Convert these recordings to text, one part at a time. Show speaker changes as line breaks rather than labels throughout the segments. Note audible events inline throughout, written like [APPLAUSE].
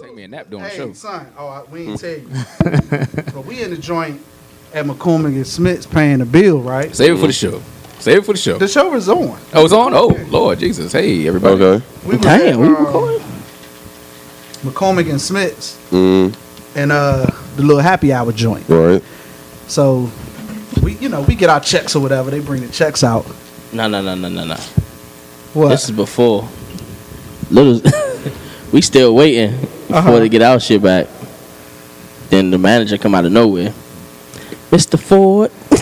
take me a nap during the
Hey,
show.
son. Oh, I- we
Mm.
ain't tell you. but we in the joint at McCormick and Smith's paying the bill, right?
Save it for the
Mm-hmm.
show. Save it for the show.
The show is on.
Oh, it's on. Oh, Lord Jesus. Hey, everybody.
Okay.
We was at,
Damn, we
uh,
recording?
McCormick and Smith's
Mm,
and uh the little happy hour joint.
all right.
So we, you know, we get our checks or whatever. They bring the checks out.
No, no, no, no, no, no.
What?
This is before. Little, [LAUGHS] we still waiting before
Uh-huh.
they get our shit back. Then the manager come out of nowhere. Mr. Ford.
so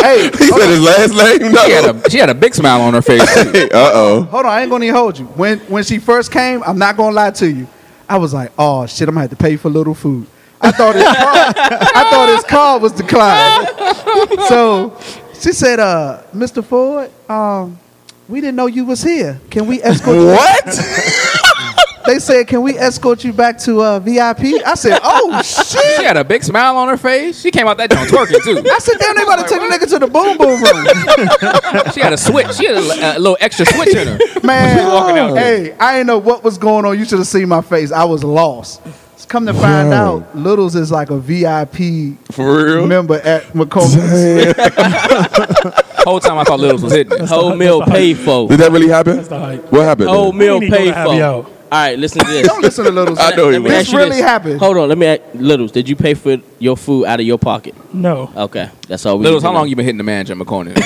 hey,
[LAUGHS] He said his last name. No.
She had, a, she had a big smile on her face. too.
[LAUGHS] uh oh.
hold on, I ain't gonna even hold you. When when she first came, I'm not gonna lie to you. I was like, oh shit, I'm gonna have to pay for little food. I thought his card, [LAUGHS] I thought his card was declined. so she said, uh, Mr. Ford, um, we didn't know you was here. Can we escort you?
What?
They said, can we escort you back to uh, VIP? I said,
[LAUGHS]
oh shit.
She had a big smile on her face. She came out that joint twerking too.
I said, damn, they about to take a nigga to the boom boom room.
[LAUGHS] She had a switch. She had a, a little extra switch in her.
Man,
walking out there.
hey, I didn't know what was going on. You should have seen my face. I was lost. Come to find out, Littles is like a VIP
For real?
member at McCombs.
Whole time I thought Littles was hitting. it.
Whole meal paid for.
Did that really happen? That's
the hype.
What happened?
Oh,
Whole
We
meal
need to go
paid
to Happy
for.
Hour.
All right, listen to this.
Don't listen to Littles.
[LAUGHS] I know he
Let me
was.
ask
This
you
really happened.
Hold on, let me ask, Littles, did you pay for your food out of your pocket?
No.
Okay, that's all we
Littles,
need to
how
know.
long you been hitting the manager McCormick?
[LAUGHS]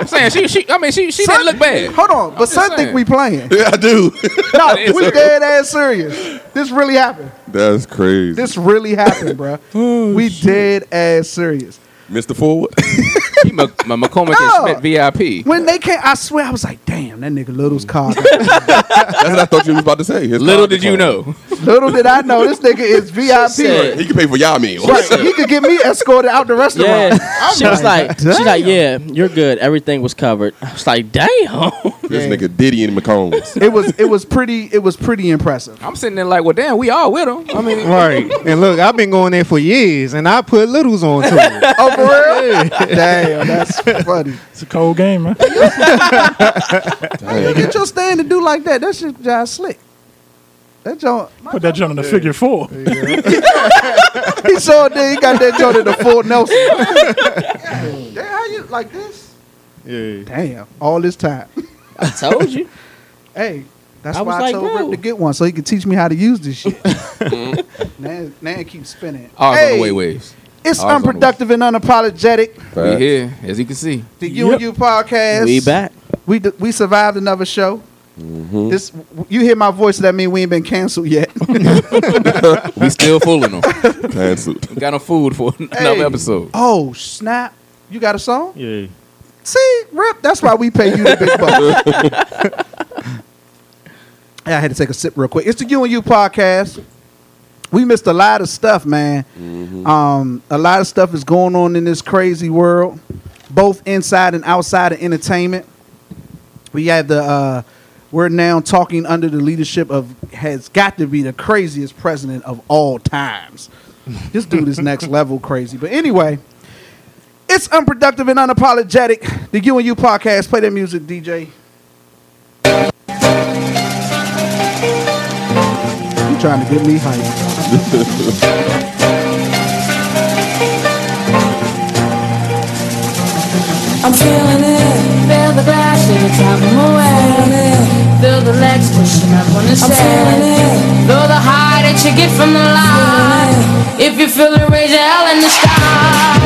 I'm saying she, she. I mean, she, she didn't look bad.
Hold on, but
just
son think
saying.
we playing.
Yeah, I do.
[LAUGHS]
No,
It's
[LAUGHS] we dead ass serious. This really happened.
[LAUGHS] That's crazy.
This really happened,
[LAUGHS]
bruh.
Oh,
we dead ass serious.
Mr. Forward.
He Mc- M- McCormick
No.
and Smith VIP.
When they came, I swear I was like, damn, that nigga
[LAUGHS]
Littles card.
That's what I thought you was about to say. His
Little
card
did you
declined.
know.
Little did I know this nigga is
said-
VIP.
He can pay for y'all meal.
Right, he could get me escorted out the restaurant.
Yeah, she was
like,
like, she's like,
"Damn."
yeah, you're good. Everything was covered. I was like, damn.
This
Yeah.
nigga Diddy and McCombs.
It was it was pretty it was pretty impressive.
I'm sitting there like, well, damn, we all with him. I [LAUGHS] mean,
Right. And look, I've been going there for years and I put littles on too. it.
[LAUGHS] Oh,
[LAUGHS]
for real? Damn,
[LAUGHS]
that's funny.
It's a cold game, man.
You get your stand to do like that. That shit just slick. That
[LAUGHS]
joint. [LAUGHS]
Put that joint in the figure four.
He saw it there. He got that joint in the full Nelson. Damn, how you like this?
Yeah.
Damn, all this time.
I told you.
[LAUGHS] Hey, that's
I
why
was
I
like,
told
bro.
Rip to get one so he could teach me how to use this
[LAUGHS]
shit.
Mm-hmm.
now, now it keeps spinning.
ours on
Hey,
the way waves.
It's
Ours on the way.
unproductive and unapologetic.
We here, as you can see.
The U
Yep.
and U podcast.
We back.
We d- we survived another show.
[LAUGHS]
This you hear my voice, that mean we ain't been canceled
[LAUGHS]
yet.
We still fooling them.
Canceled.
We got no food for [LAUGHS] another
Hey.
episode.
oh snap! You got a song?
Yeah.
See, Rip. That's why we pay you the big bucks. [LAUGHS] Yeah, I had to take a sip real quick. It's the U and U podcast. We missed a lot of stuff, man. Um, a lot of stuff is going on in this crazy world, both inside and outside of entertainment. We have the uh, we're now talking under the leadership of has got to be the craziest president of all times. This dude is next level crazy. But anyway, it's unproductive and unapologetic. The U and U podcast. Play that music, DJ. You trying to get me hyped?
I'm feeling it. Feel the glass, every time I'm away. Feel the legs pushing up on the set. Feel the high that you get from the light. If you feel it, raise your hell in the sky.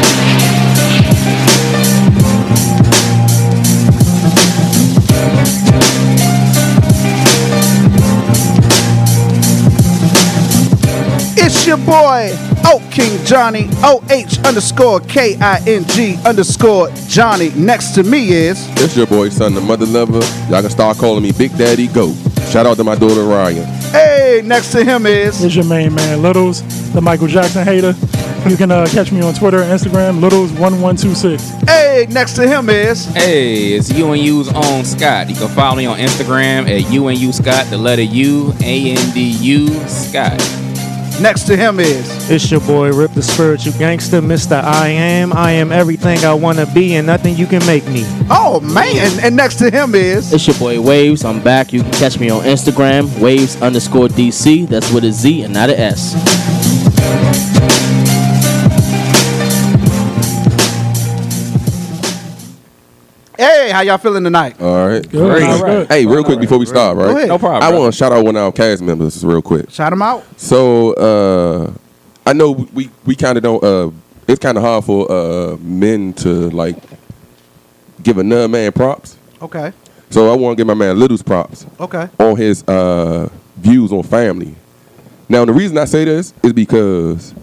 It's your boy, Oak King Johnny. O H underscore K I N G underscore Johnny. Next to me is
It's your boy, son, the mother lover. Y'all can start calling me Big Daddy Goat. Shout out to my daughter Ryan.
hey. Next to him is
It's your main man, Littles, the Michael Jackson hater. You can uh, catch me on Twitter and Instagram, Littles1126.
hey. Next to him is
Hey, it's UNU's own Scott. You can follow me on Instagram at UNU Scott, the letter U, A N D U Scott.
Next to him is
It's your boy Rip the Spiritual Gangster, Mr. I Am. I am everything I wanna be and nothing you can make me.
oh man, and next to him is
It's your boy Waves. I'm back. You can catch me on Instagram, Waves underscore DC. That's with a Z and not a S.
hey, how y'all feeling tonight?
All right.
Good.
Great.
All right.
Hey, real quick before we start,
Go
right?
ahead.
No problem.
I
bro.
want to shout out one of our cast members just real quick.
Shout him out.
So uh, I know we we kind of don't. Uh, it's kind of hard for uh, men to like give another man props.
Okay,
So I want to give my man Little's props
okay.
on his uh, views on family. Now the reason I say this is because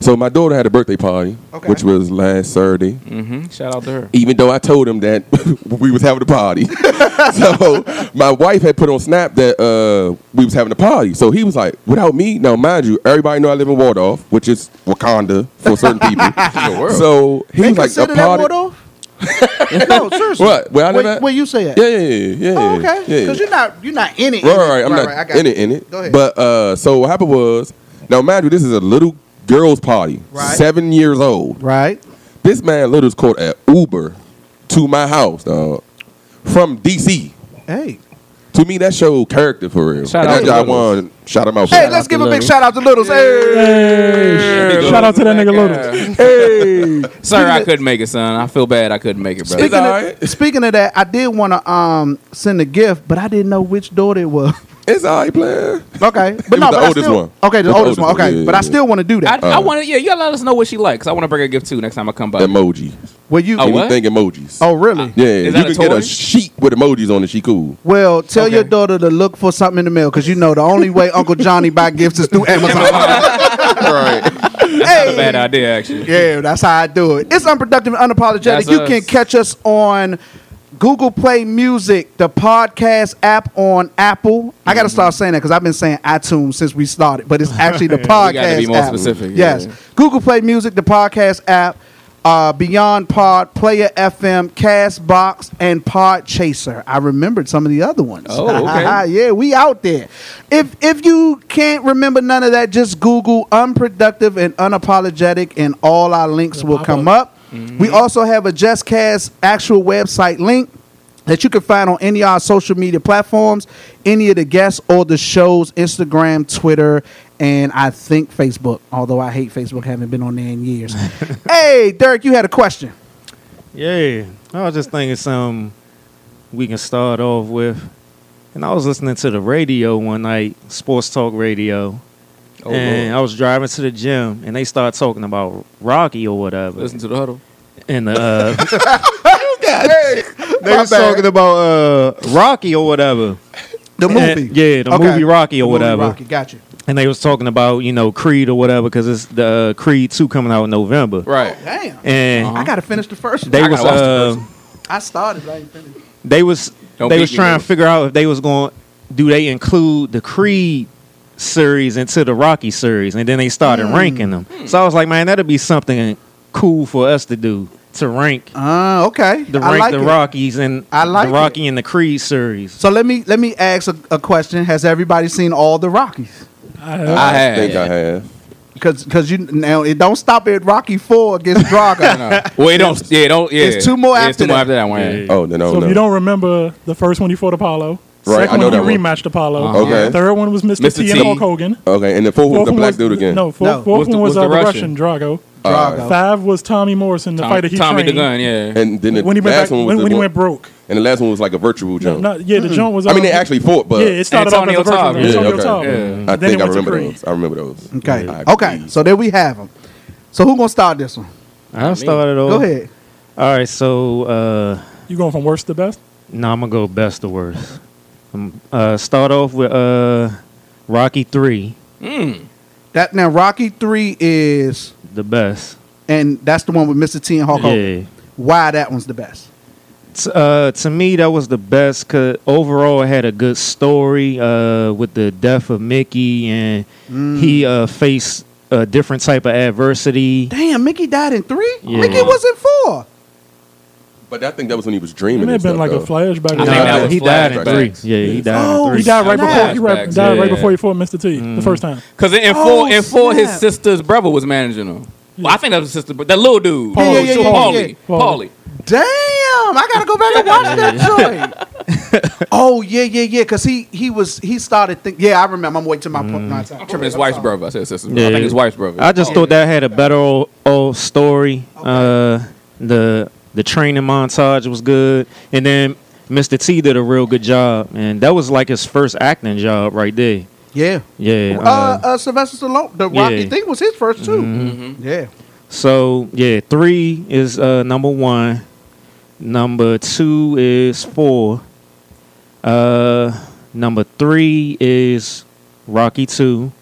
so my daughter had a birthday party,
Okay.
which was last Saturday.
Mm-hmm. Shout out to her.
Even though I told him that [LAUGHS] we was having a party, [LAUGHS] so my wife had put on Snap that uh, we was having a party. So he was like, "Without me, now mind you, everybody know I live in Waldorf, which is Wakanda
[LAUGHS]
for certain people.
The world.
so he
They
was like,
consider
"A
that
party?
Waldorf?
[LAUGHS]
no, seriously.
What? Where I live
Where-
at?
where you say at?
Yeah, yeah, yeah, yeah.
Oh, okay.
yeah.
Because you're not you're not in it.
Right,
in it.
right, right. I'm
right, I
not
got
in
you.
it, in it.
Go ahead.
But uh, so what happened was, now mind you, this is a little girl's party,
Right.
seven years old.
right.
This man Little's called an Uber to my house, dog, from DC.
Hey.
To me, that showed character for real.
Shout
and
out
that's
to
why I
Littles.
want to shout him out. for
Hey,
that.
let's
to
give a big
Littles.
shout out to Littles. Hey.
Hey, shout out to that nigga
[LAUGHS]
Little.
Hey.
Sir, I couldn't make it, son. I feel bad I couldn't make it, brother.
Speaking
alright.
of, speaking of that, I did want to um send a gift, but I didn't know which daughter it was.
It's all right, player.
Okay,
It
but no,
was
but
the
I
oldest
still-
one.
Okay, the, oldest,
It was the
one.
oldest one,
Okay,
yeah,
but
yeah,
I still want to do
I,
that.
I want to, yeah, you gotta let us know what she likes. I want to bring her a gift too next time I come by.
Emoji.
well, you.
Oh, what?
Anything emojis.
Oh, really?
Yeah, you
Is that
can
a
get
toy?
a sheet with emojis on it. She cool.
Well, tell your
Okay.
daughter to look for something in the mail because you know the only way Uncle Johnny buy gifts is
[LAUGHS]
through Amazon.
right.
Not a bad idea, actually.
Yeah, that's how I do it. It's unproductive and unapologetic.
That's
you
us.
can catch us on Google Play Music, the podcast app on Apple. I
Mm-hmm.
got to start saying that because I've been saying iTunes since we started, but it's
[LAUGHS]
actually the podcast.
gotta be more
app.
specific, yeah.
Yes, Google Play Music, the podcast app. Uh, Beyond Pod, Player FM, Castbox, and Pod Chaser. I remembered some of the other ones.
Oh,
[LAUGHS]
okay.
yeah, we out there. If if you can't remember none of that, just Google unproductive and unapologetic, and all our links will come up. We also have a JustCast actual website link that you can find on any of our social media platforms, any of the guests or the shows, Instagram, Twitter, and I think Facebook. Although I hate Facebook, haven't been on there in years. hey, Derek, you had a question.
Yeah, I was just thinking some we can start off with. And I was listening to the radio one night, sports talk radio.
Oh,
and I was driving to the gym, and they started talking about Rocky or whatever.
Listen to the huddle.
and uh, [LAUGHS]
My
they was
bad.
talking about uh, Rocky or whatever.
The
And-
movie.
yeah, the movie Rocky or
The movie
whatever.
Rocky, got you.
And they was talking about you know Creed or whatever because it's the uh, Creed two coming out in November.
Right.
Oh, Damn.
And
I gotta finish the first one.
they
I
was
gotta watch the
uh,
first
I started, but I ain't finished.
they was
Don't
they
beat
was
me,
trying
Lil.
to figure out if they was going do they include the Creed series into the Rocky series, and then they started
Hmm.
ranking them.
Hmm.
So I was like, man, that'd be something cool for us to do to rank
Uh, okay.
the
I
rank
like
the
it.
Rockies and
I like
the Rocky and the Creed series.
So let me let me ask a, a question. Has everybody seen all the Rockies?
I
I-
I think I
had.
have.
Because you now it don't stop at Rocky
[LAUGHS]
Four against Drago.
[LAUGHS] Well, it don't. Yeah, it don't. Yeah,
It's two more
Yeah,
after
it's two
that.
more after that one. yeah.
Oh no, no,
So
no.
if you don't remember, the first one you fought Apollo.
Right, I
Second
know
one you
that one.
rematched Apollo.
Uh-huh.
Okay.
Third one was Mr.
Mr.
T, and
T.
Hulk Hogan.
Okay, and the fourth was the
one
black
was,
dude again.
No, fourth,
No.
fourth
Was the-
one was,
was the
uh, the
Russian.
Russian, Drago.
Drago.
Five was Tommy Morrison, the
Tommy,
fighter he
Tommy the
trained.
gun. Yeah.
And then the
When he went back,
last one was
when,
the
when he
one-
went broke.
and the last one was like a virtual jump.
No, yeah, the joint was.
I mean,
uh,
they actually fought, but
Yeah, it started off as
Antonio
a virtual.
Tarver.
Yeah, Antonio
Yeah, okay.
Tarver.
Yeah.
I
And then it
think I
went to
remember
Creed.
those. I remember those.
Okay.
I
Okay.
believe.
So there we have them. So who gonna start this one?
I started off.
Go ahead.
All right, so uh,
You going from worst to best?
now I'm gonna go best to worst. Um, uh, start off with uh, Rocky three,
That now Rocky Three is,
the best.
and that's the one with Mr. T and Hulk Hogan.
Yeah.
Why that one's the best?
T- uh, to me, that was the best. Cause overall, it had a good story uh, with the death of Mickey, and
Mm.
he uh, faced a different type of adversity.
Damn, Mickey died in three.
Yeah.
Mickey was in four.
But I think that was when he was dreaming.
It may have
and
been
stuff,
like a
though.
flashback.
I
or
think
something.
that
No,
was
he died in
flashbacks.
three. Yeah, he died in
Oh,
three.
he died right
Snap.
before he ra-
Flashbacks,
died right
yeah.
before he fought Mr. T the first time.
Because in
Oh,
four, in four, his
snap.
sister's brother was managing him. Well, I think that was his sister, but that little dude,
Yeah, yeah,
Paulie,
yeah, yeah,
Paulie,
yeah.
Paulie.
Damn, I gotta go back and watch that
[LAUGHS]
joint. oh yeah, yeah, yeah. Cause he he was he started think. Yeah, I remember. I'm waiting till my
Mm-hmm.
point. My time.
I'm tripping his wife's brother. I said sister's brother. I
Yeah.
think his wife's brother. Oh,
I just thought that had a better old, old story. Uh, the the training montage was good, and then Mr. T did a real good job, and that was like his first acting job right there.
Yeah.
Yeah.
Uh,
uh,
uh, Sylvester Stallone, the Rocky
yeah. Mm-hmm.
thing was his first too.
Mm-hmm.
Yeah.
So yeah, three is uh, number one. Number two is four. Uh, number three is Rocky two.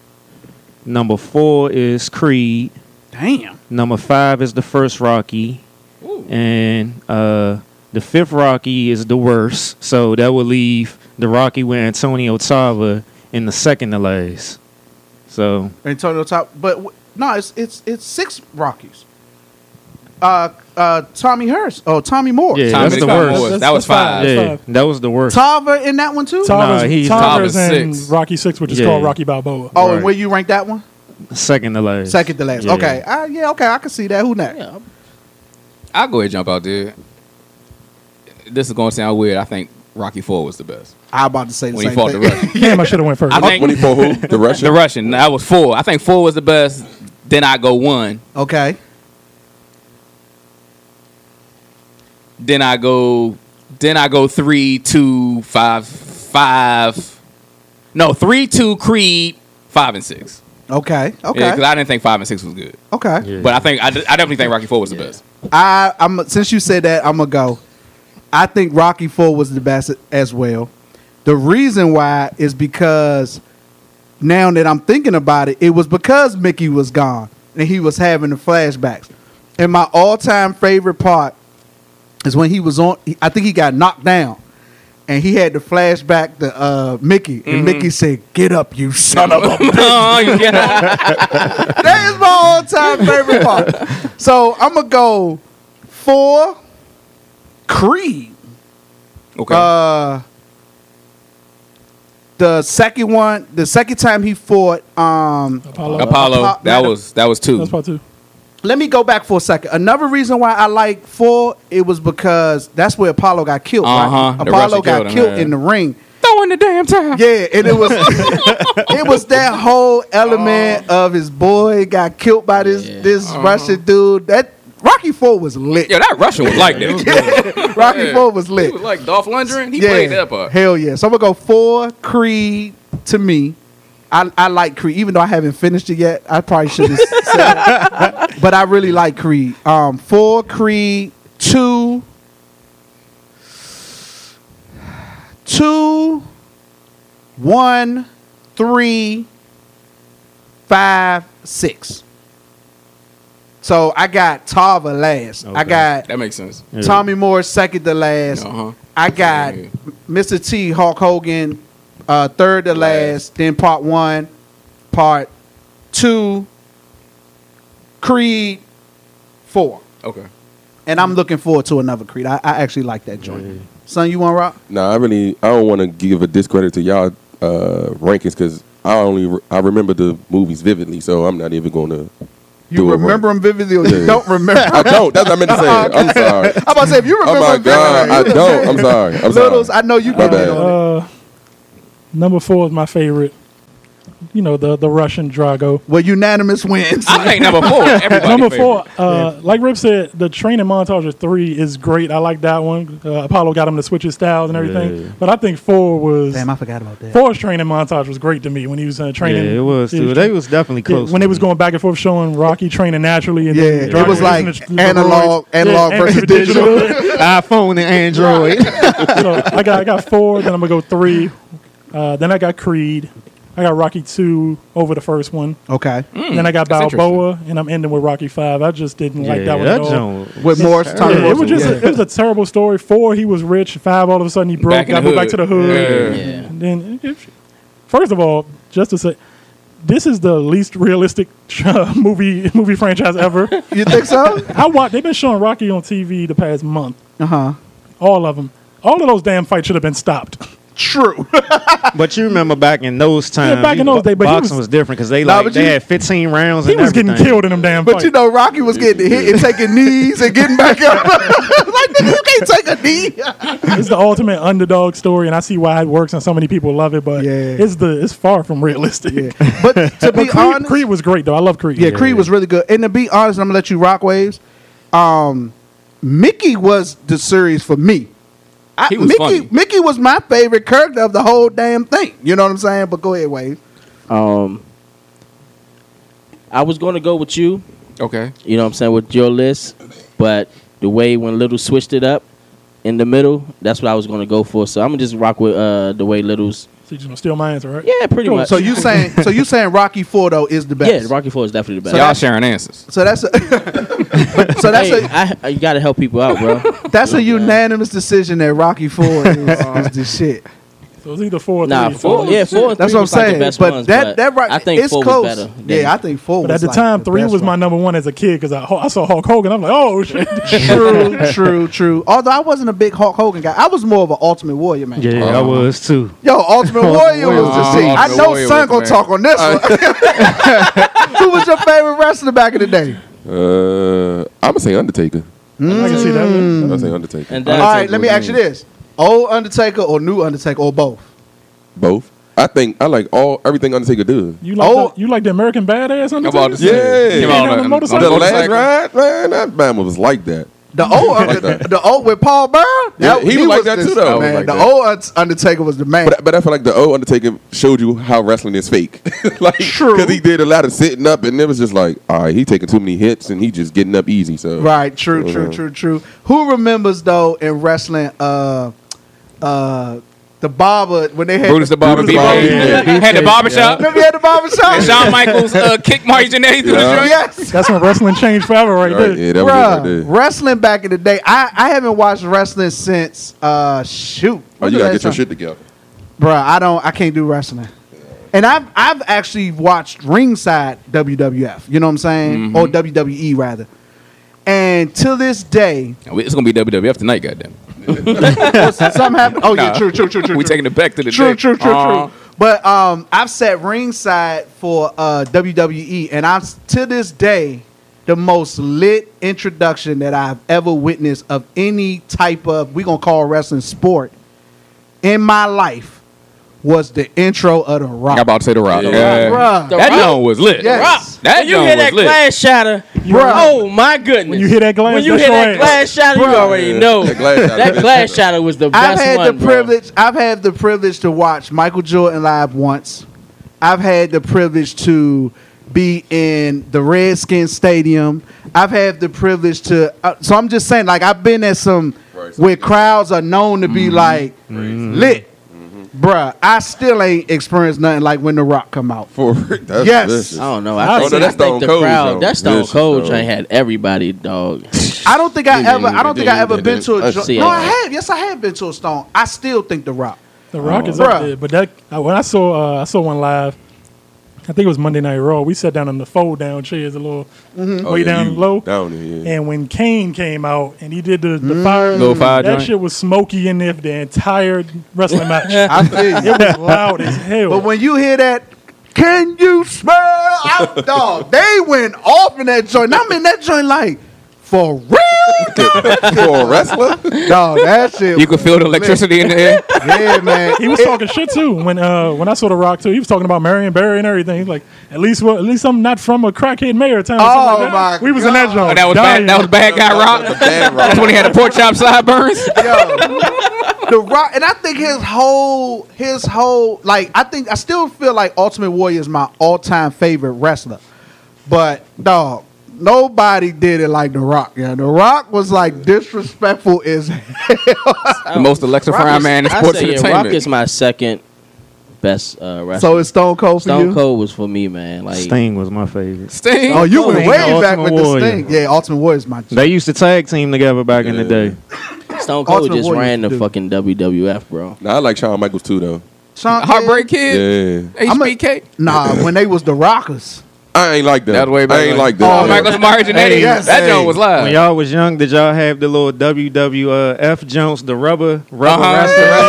Number four is Creed.
Damn.
Number five is the first Rocky, and uh, the fifth Rocky is the worst. So that would leave the Rocky with Antonio Tava in the second to last. So
Antonio Top, but w- no, it's it's it's six Rockies. Uh, uh, Tommy Hurst. Oh, Tommy Moore.
Yeah.
Tommy
that's
Lee
the
Scott
worst.
Moore.
That's-
That was
that's five.
five.
That's
yeah, that was the worst.
Tava in that one too.
Nah,
Tava's,
he's-
Tava's
Tava's
in
six.
Rocky Six, which is
Yeah.
called Rocky Balboa.
oh,
Right.
and where you rank that one?
Second to last.
Second to last.
Yeah.
Okay. Uh, yeah. Okay. I can see that. Who next?
Yeah.
I'll go ahead and jump out there. This is going to sound weird. I think Rocky Four was the best
I'm about to say the
when he
same
fought the
thing.
[LAUGHS]
Russian.
Damn, I should have went first.
I
I,
think-
When he fought
[LAUGHS]
who? The Russian.
the Russian. That was four. I think four was the best. Then I go one.
okay.
Then I go. Then I go three, two, five, five. No, three, two, Creed, five and six.
Okay. Okay.
because I didn't think five and six was good.
okay.
But I think I, I definitely think Rocky Four was the best.
I I'm since you said that I'm gonna go. I think Rocky Four was the best as well. The reason why is because now that I'm thinking about it, it was because Mickey was gone and he was having the flashbacks. And my all-time favorite part is when he was on. I think he got knocked down, and he had the flashback to uh, Mickey, and Mickey said, "Get up, you son of a
[LAUGHS]
[LAUGHS]
oh,
[LAUGHS]
yeah.
that is my all time favorite part. So I'm gonna go for Creed.
Okay.
Uh, the second one, the second time he fought. Um,
Apollo.
Apollo. that
Apo- Madam-
was that was two.
That's part two.
let me go back for a second. Another reason why I like four, it was because that's where Apollo got killed. right?
Uh-huh. The
Apollo
Russian
got
killed him,
killed
yeah.
in the ring.
Throwing the damn time.
Yeah, and it
[LAUGHS]
was [LAUGHS] it was that whole element
Oh.
of his boy got killed by this
Yeah.
this
Uh-huh.
Russian dude. That Rocky Four was lit.
Yeah, that Russian was
[LAUGHS]
like that.
Rocky
Yeah.
Four was
he
lit.
was like Dolph Lundgren. He
yeah,
played that part.
hell yeah. So I'm gonna go four Creed to me. I, I like Creed, even though I haven't finished it yet. I probably should have said
[LAUGHS]
it. But I really like Creed. Um, four Creed, two, two, one, three, five, six. So I got Tava last. I
Okay.
got
That makes sense.
Yeah.
Tommy Moore second to last.
Uh-huh.
I got
Yeah.
Mr. T, Hulk Hogan, uh, third to last. Then part one, part two, Creed four.
Okay.
And I'm looking forward to another Creed. I, I actually like that joint. Son, you want rock?
Nah, I really I don't want to give a discredit to y'all uh, rankings because I only re- I remember the movies vividly, so I'm not even going to.
You remember him vividly or you
Yeah.
don't remember?
I don't. That's what I meant
[LAUGHS]
to say. I'm sorry.
I'm about to say if you
Oh
remember
my
him vividly,
god, I don't. I'm sorry. I'm
Littles,
sorry.
I know you
My
can get
bad.
on it.
Uh, number four is my favorite. You know the the Russian Drago.
Well, unanimous wins.
I think number
[LAUGHS]
four. Everybody
Number
favorite.
four, uh, like Rip said, the training montage of three is great. I like that one. Uh, Apollo got him to switch his styles and everything.
Yeah.
But I think four was
Damn, I forgot about that.
four's training montage was great to me when he was uh, training.
Yeah, it was too. They was definitely
Yeah,
close.
when
to
they was
me.
going back and forth showing Rocky training naturally, and
Yeah,
then
it
Drago
was like
using the- the
analog-
roids.
analog versus digital.
[LAUGHS]
iPhone and Android.
you know, I got I got four, then I'm gonna go three, uh, then I got Creed, I got Rocky two over the first one,
Okay.
then I got
Mm, that's
Balboa, and I'm ending with Rocky five. I just didn't like that one at all.
With Morris, Tommy
Yeah,
Morris.
it was just
yeah.
a, it was a terrible story. Four, he was rich. Five, all of a sudden he broke.
Back in
Got
the
moved back to
hood.
the hood.
Yeah.
And then, if- first of all, just to say, this is the least realistic [LAUGHS] uh, movie movie franchise ever.
[LAUGHS] You think so?
I watch. They've been showing Rocky on TV the past month.
Uh huh.
All of them. All of those damn fights should have been stopped.
True.
But you remember back in those times,
back in
you-
those days, but he
boxing was,
was-
different because they
Nah,
like
but
they
you-
had 15 rounds.
He
and
was getting
everything.
killed in them damn
But
fights.
you know, Rocky was getting hit and taking knees and getting back up. [LAUGHS] like, nigga, you can't take a knee.
it's the ultimate underdog story, and I see why it works and so many people love it. But
Yeah.
it's the it's far from realistic.
[LAUGHS] But to be
Creed,
honest,
Creed was great though. I love Creed.
yeah, Creed was really good. And to be honest, I'm gonna let you rock waves. Um, Mickey was the series for me. I,
He was
Mickey,
funny.
Mickey was my favorite character of the whole damn thing. You know what I'm saying? But go ahead, Wave.
Um, I was going to go with you.
Okay.
You know what I'm saying with your list, but the way when Little switched it up in the middle, that's what I was going to go for. So I'm gonna just rock with uh, the way Little's.
[LAUGHS] So you just gonna steal my answer, right?
Yeah, pretty much.
So you saying so [LAUGHS] you saying Rocky Four though is the best?
yeah, Rocky Four is definitely the best.
Y'all sharing answers.
[LAUGHS] So that's a [LAUGHS] so that's
hey,
a
I- I- you gotta help people out, bro.
that's a unanimous decision that Rocky Four
[LAUGHS]
is, is the shit.
[LAUGHS] So it's either four or
nah,
three.
four, yeah, four. And
That's what
three
I'm
was like
saying.
the best
but
ones,
that
but
that right,
I think
it's
four
close.
was better. than-
yeah, I think four.
But
was
at the
like
time, three
best
was my
one.
number one as a kid because I, I saw Hulk Hogan. I'm like, oh shit.
[LAUGHS] true, true, true. Although I wasn't a big Hulk Hogan guy, I was more of an Ultimate Warrior man.
Yeah,
Oh.
I was too.
Yo, Ultimate Warrior was the
Warrior.
shit. I
Ultimate
know
Warrior
Son
was
gonna
the
talk on this one. [LAUGHS] Who was your favorite wrestler back in the day?
Uh, I'm gonna say Undertaker.
I can see that.
I'm gonna say Undertaker.
And
Mm. All
that,
right, let me ask you this: old Undertaker or new Undertaker or both?
Both. I think I like all everything Undertaker does.
You like
Oh.
the, you
[LAUGHS]
like the American badass
I'm
Undertaker?
about to say.
Yeah.
Him
Yeah,
on the
on
The
motorcycle.
on the
last
motorcycle.
ride, man, that man was like that.
The old Under-
that.
the old with Paul Bear?
Yeah, he was like that too, though.
oh, Man,
I was like
the
that.
old Un- Undertaker was the man.
But, but I feel like the old Undertaker showed you how wrestling
[LAUGHS]
is fake. [LAUGHS] like,
True.
Because he did a lot of sitting up, and it was just like, all right, he taking too many hits, and he just getting up easy. So
Right, true, true, true, true. Who remembers though in wrestling uh uh the barber when they had
Brutus the Barber.
Brutus the Barber,
B-Boy.
yeah.
Had the barbershop.
Remember you had the barber shop?
And Shawn Michaels
[LAUGHS]
uh, kicked Marty Jannetty through the
Yeah.
joint.
Yes.
That's when wrestling changed forever, right
All
there.
right, yeah, that was it
Bruh,
right there.
wrestling back in the day. I, I haven't watched wrestling since uh shoot.
Oh,
When's
you
the last
gotta get your
time?
shit together.
Bruh, I don't I can't do wrestling. And I've I've actually watched ringside WWF, you know what I'm saying?
Mm-hmm.
Or WWE rather. And to
[LAUGHS]
this day,
It's gonna be WWF tonight, goddamn.
something happened. Oh yeah,
Nah.
true, true, true, true.
We
true.
taking it back to the
true,
day.
true, true,
Uh,
true. But um, I've sat ringside for uh, WWE, and I'm s- to this day the most lit introduction that I've ever witnessed of any type of we gonna call wrestling sport in my life was the intro of the Rock.
I'm about to say the Rock.
Yeah.
Bruh.
That joint was lit.
Yes.
Rock. That
When you
joint
hear
was
that
lit. [LAUGHS]
glass shatter,
Bruh.
oh my goodness!
When you hear that glass,
when you
that's
hear
your
that
ass.
glass shatter, you already
Yeah.
know
That glass shatter.
that glass shatter was the
I've
best
had
one.
the
bro.
privilege. I've had the privilege to watch Michael Jordan live once. I've had the privilege to be in the Redskins Stadium. I've had the privilege to. Uh, so I'm just saying, like I've been at some
Right, Mm-hmm. so-
where crowds are known to be like lit,
Mm-hmm.
bruh. I still ain't experienced nothing like when The Rock come out.
For that's
Yes.
vicious.
I don't know.
Oh,
I think,
no,
I
that's
think
Stone
the
Cold,
crowd,
though.
that Stone
This is
Cold
Stone.
joint had everybody, dog. [LAUGHS]
I don't think I ever. I don't think I ever been to a.
Let's
jo-
see
no,
it.
I have. Yes, I have been to a Stone. I still think The Rock.
The Rock is
Bruh.
up there, but that uh, when I saw uh, I saw one live. I think it was Monday Night Raw. We sat down on the fold down chairs, a little
Oh,
Mm-hmm.
way
yeah,
down
you
low.
Down there, yeah.
And when Kane came out and he did the, the
Mm.
fire,
Little fire
that
joint.
shit was smoky in there for the entire wrestling match.
[LAUGHS] I feel you.
it was loud as hell.
But when you hear that, can you smell out dog? They went off in that joint. And I'm in that joint like, for real?
For a wrestler,
Dog, that shit.
You could feel the electricity in the air.
[LAUGHS] yeah, man.
he was talking shit too when uh, when I saw The Rock too. He was talking about Marion Barry and everything. He's like, at least well, at least I'm not from a crackhead mayor town. or something
Oh,
like that.
my
We was in that
God.
joint.
Oh, that was
dying.
bad. That was bad
[LAUGHS]
guy Rock.
bad
That's
rock.
when he had the pork chop sideburns.
Yo. The Rock, and I think his whole, his whole, like, I think I still feel like Ultimate Warrior is my all-time favorite wrestler. But dog, nobody did it like The Rock. Yeah, The Rock was like disrespectful as [LAUGHS]
The most electrifying man in
Oh, I
sports
say, yeah, Rock is
entertainment.
my second best uh, wrestler.
So it's Stone Cold for
Stone
you.
Cold was for me, man. Like
Sting was my favorite.
Sting.
Oh, you went
Cold
way
ain't no
back
Ultimate
with
Warrior.
this thing. Yeah, Ultimate Warrior is my.
They used to tag team together back in the
Yeah.
day.
Stone Cold
Ultimate
just
Warrior
ran the
dude.
fucking WWF, bro.
Nah, I like Shawn Michaels too, though.
Sean
Heartbreak Kid,
Yeah.
I'ma-
HBK.
Nah, when they was the Rockers.
I ain't like that.
That way back
I ain't
when-
like
Oh,
that. Yeah.
Michael Marginetti.
yes,
that
hey.
joint was
When
live.
y'all was young, did y'all have the little WWF Jones, the rubber, rubber
Uh-huh.
wrestler?
Yo, I had,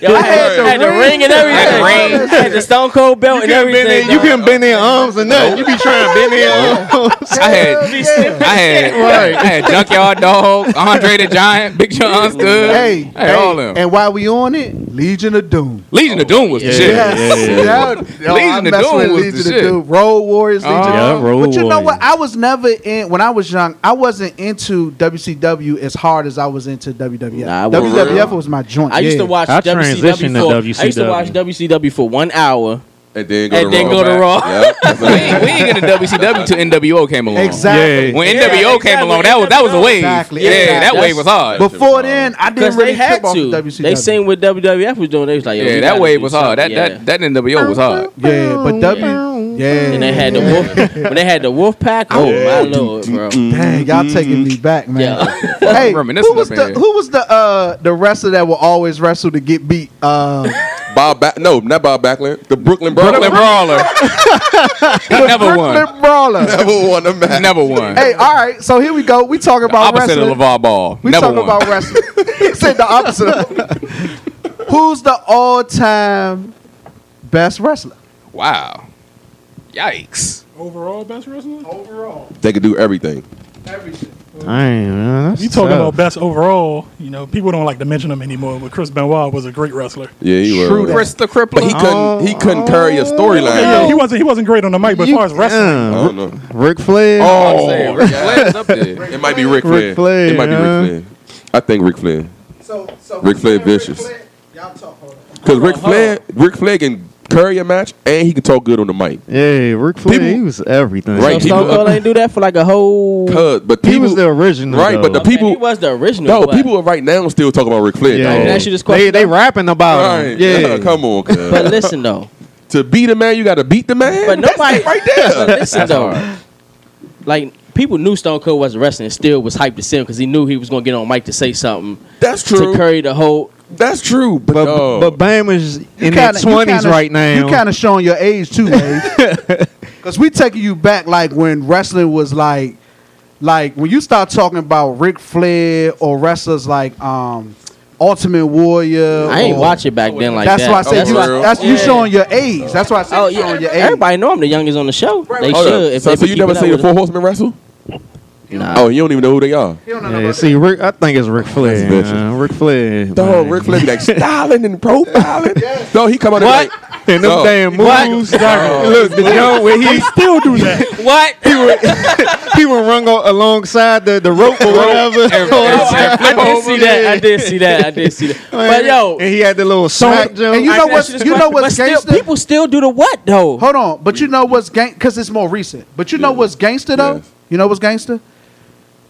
Yeah.
I had the ring and everything.
Had the
I
ring.
had the Stone Cold belt and everything.
You can bend their arms and nothing. You be trying to bend their arms.
I had,
[LAUGHS]
I had, I had Junkyard Dog, Andre the Giant, Big John Stud.
Hey,
I had all them.
And while we on it, Legion of Doom.
Legion of Doom [LAUGHS] was the shit.
That- yo,
Legion
I'm
of
messing
Doom
with
was the shit.
Road Warriors, Legion.
Oh.
Yeah, Road
but you know
Warriors.
what? I was never in when I was young. I wasn't into WCW as hard as I was into WWF.
Nah, I wasn't.
WWF was my joint.
I used to
yeah.
watch
I transitioned to
WCW. For, I used to
WCW.
watch WCW for one hour.
And then go
And
to
then
Raw.
go to
back.
[LAUGHS] Raw.
Yep, that's
we,
what
ain't,
I'm
we ain't get into WCW till NWO came along.
Exactly.
Yeah.
When NWO came along, that was that was a wave.
Exactly.
Yeah,
Exactly.
that wave was hard.
Before then, I didn't
Because
really
they had
tip off
to.
WCW.
They seen what WWF was doing. They was like, Yo,
yeah,
we
that
gotta
wave
do
was hard. That
something.
that that NWO was hard.
yeah, but W. Yeah.
And they had the wolf. when they had the wolf pack. Oh my lord, bro.
Dang, y'all taking me back, man. [LAUGHS]
Yeah.
Hey,
Reminiscing
who was
up in
the
here.
who was the uh the wrestler that will always wrestle to get beat? Uh,
saying. Bob Back. No, not Bob Backlund. The Brooklyn Brawler.
Brooklyn Brawler.
[LAUGHS]
he never won.
Brooklyn Brawler.
Never won a match.
Never won.
Hey, all right. So here we go. We talking
the
about
opposite
wrestling.
of LeVar Ball.
we
never
talking
won. [LAUGHS]
about wrestling. he said the opposite. of- Who's the all-time best wrestler?
wow. Yikes.
Overall, best wrestler? Overall.
They could do everything.
Damn, man, that's
You talking
tough.
about best overall? You know, people don't like to mention him anymore. But Chris Benoit was a great wrestler.
Yeah, he
True
was.
that.
Chris the
But he
Crippler.
couldn't. He couldn't carry a storyline.
Yeah, he wasn't. He wasn't great on the mic, but as
You-
far as wrestling,
I
Yeah,
don't know. Oh,
Ric Flair.
I'm saying, Ric Flair's up there.
It might be Ric Flair.
Ric Flair,
It might be
huh?
Ric Flair. I think Ric Flair.
So, so
Ric Flair vicious.
Y'all talk. Hold on.
Because Ric Flair, Ric Flair can carry a match and he can talk good on the mic.
Yeah, Ric Flair.
People-
he was everything.
Right,
So
people-
Stone Cold ain't do that for like a whole.
Cause, but people,
he was the original.
right, but the
though.
Okay,
people.
he was the original.
no,
but-
people are right now still talking about Ric Flair.
yeah,
Let me
dog.
ask you this
they
question,
they
though.
rapping about
Right.
him. Yeah,
come on. cuz.
But listen though,
[LAUGHS] to beat a man, you got to beat the man.
but nobody.
right there.
But listen though, like people knew Stone Cold wasn't wrestling, and still was hyped to see him because he knew he was gonna get on mic to say something
That's
to
true.
carry the whole.
That's true. But,
but
dog,
but Bam is in
kinda-
his twenties
kinda-
right now.
You kind of showing your age too,
[LAUGHS]
Because we taking you back like when wrestling was like, like when you start talking about Ric Flair or wrestlers like um, Ultimate Warrior.
I ain't
or-
watch it back then like
oh. that's
that.
why I said
that's
you.
why-
real?
That's you
Yeah.
showing your age. That's why I said
Oh
you
yeah,
showing your age.
everybody know I'm the youngest on the show. They
Hold
should.
up.
If
so,
they
so
be
you never
keeping
seen the
up
Four
with
Horsemen wrestle?
it. Nah.
Oh, you don't even know who they are.
yeah, see, Rick, I think it's Ric Flair.
That's vicious.
man. Ric Flair.
Dog,
man.
Ric Flair
[LAUGHS]
be like styling and profiling. No, he come out and like, Oh.
And them
Dog.
damn moves. dog. Look, the joint where he
still
[LAUGHS]
do that.
What?
he would run go- alongside the, the rope or [LAUGHS] whatever. Oh,
Everybody-
I, I did see that. I did see that.
[LAUGHS]
I did see that. But yo,
and he had the little smack jump.
and you know
I
what's
asked this
you know
question,
what's
but still,
gangster.
people still do the what though?
Hold on, but you know what's gang because it's more recent. But you know
Yeah.
what's gangster though.
Yes.
You know what's gangster.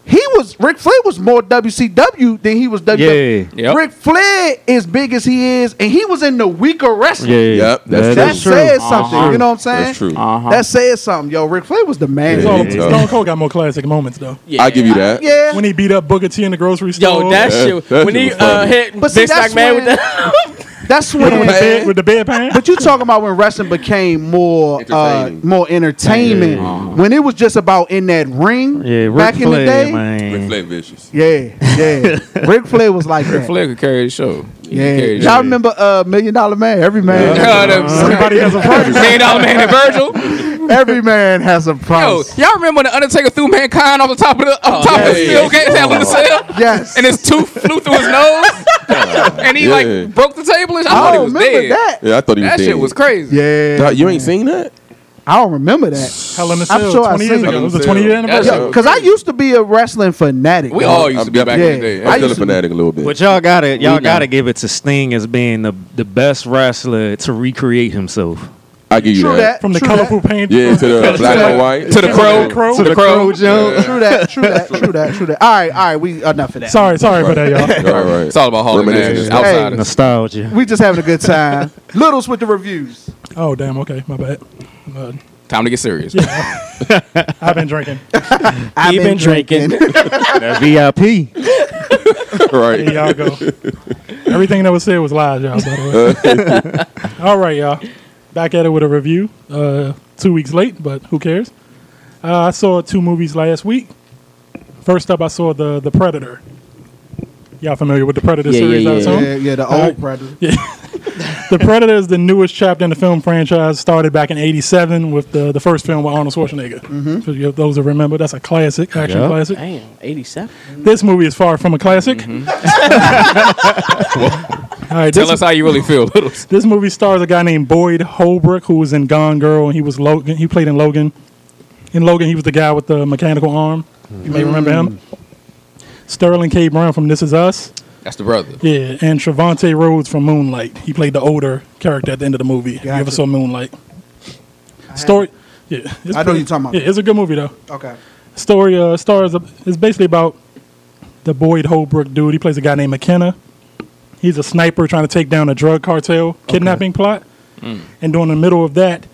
He was Ric Flair was more WCW than he was WWE.
Yeah. Yep.
Ric Flair is big as he is, and he was in the weaker wrestling.
Yep, that's
That
true.
says something. You know what I'm saying?
That's true.
Uh-huh.
That says something. Yo, Ric Flair was the man.
Yeah.
So,
Yeah.
Stone Cold got more classic moments though.
Yeah.
I give you that.
Yeah.
When he beat up Booker T in the grocery store.
Yo, that
Uh, Yeah,
shit.
that
when
shit
he
was funny.
uh, hit
But see,
Vince
that's
McMahon
when-
[LAUGHS] with that.
That's
with, the
when.
bed, with the bedpan.
But you talking about when wrestling became more uh,
Entertaining. Uh-huh.
more entertainment when it was just about in that ring
yeah, Ric
back
Flair,
in the day.
Ric
man.
Flair vicious.
Yeah, yeah. Ric Flair was like that.
Flair could carry the show. He
Yeah,
could carry the
y'all
show.
remember uh, Million Dollar Man? Every man,
Yeah, that was-
Everybody has a price.
Million Dollar Man and Virgil.
every man has a
Yo,
price.
y'all remember when the Undertaker threw mankind off the top of the off top of the
yeah.
steel cage that little cell?
Yes,
And his tooth flew through his nose, and he
Yeah.
like broke the table. And I
I
thought he
don't
was
remember
dead.
that.
Yeah, I thought he was
That
dead.
shit was crazy.
Yeah,
Dog, you ain't seen that?
I don't remember that.
Hell in a
I'm
Cell
sure I
20 years
seen
ago.
it.
It was a 20 year anniversary.
That's-
Because I used to be a wrestling fanatic.
We
yo.
all used to be
I'm
back
yeah.
in the day.
I
I'm still a
used to-
fanatic a little bit.
But y'all gotta
know.
y'all gotta give it to Sting as being the the best wrestler to recreate himself.
I give you
True
that.
that.
From the
true
colorful
that.
paint.
[LAUGHS]
Yeah, to the black
that.
and white.
To the crow,
Crow.
to the crow.
jump.
True
[LAUGHS]
that. True that. True that. True that. All right. All right. We enough of that.
Sorry, sorry for that, y'all.
All right.
It's all about Hall of
Reminiscence.
Fame. Outsiders.
Nostalgia.
We just having
[LAUGHS]
a good time. Littles with the reviews.
Oh damn. Okay, my bad. Uh,
Time to get serious.
[LAUGHS] I've been drinking.
I've
[LAUGHS]
He been drinking.
That VIP.
[LAUGHS] right.
There y'all go. [LAUGHS] Everything that was said was lies, y'all. By the way. All right, y'all. Back at it with a review. Uh, two weeks late, but who cares? Uh, I saw two movies last week. First up, I saw the the Predator. Y'all familiar with the Predator
Yeah, yeah,
series? I
yeah.
assume?
Yeah, yeah, the
All right.
old predator.
[LAUGHS] The Predator is the newest chapter in the film franchise. Started back in '87 with the the first film with Arnold Schwarzenegger.
Mm-hmm.
For you- those that remember, that's a classic, action
Yeah.
classic.
Damn, 87.
This movie is far from a classic. [LAUGHS] All right,
Mm-hmm. Tell
this-
us how you really feel, [LAUGHS] little.
[LAUGHS] this movie stars a guy named Boyd Holbrook who was in Gone Girl and he was Logan. He played in Logan. In Logan, he was the guy with the mechanical arm. You may remember him. Sterling K. Brown from This Is Us.
That's the brother.
Yeah, and Trevante Rhodes from Moonlight. He played the older character at the end of the movie. You ever
Gotcha.
saw Moonlight? Story. Yeah, it's
I know you're talking about.
Yeah, it's a good movie though
Okay.
story uh, stars is basically about the Boyd Holbrook dude. He plays a guy named McKenna. He's a sniper trying to take down a drug cartel kidnapping plot. And during the middle of that,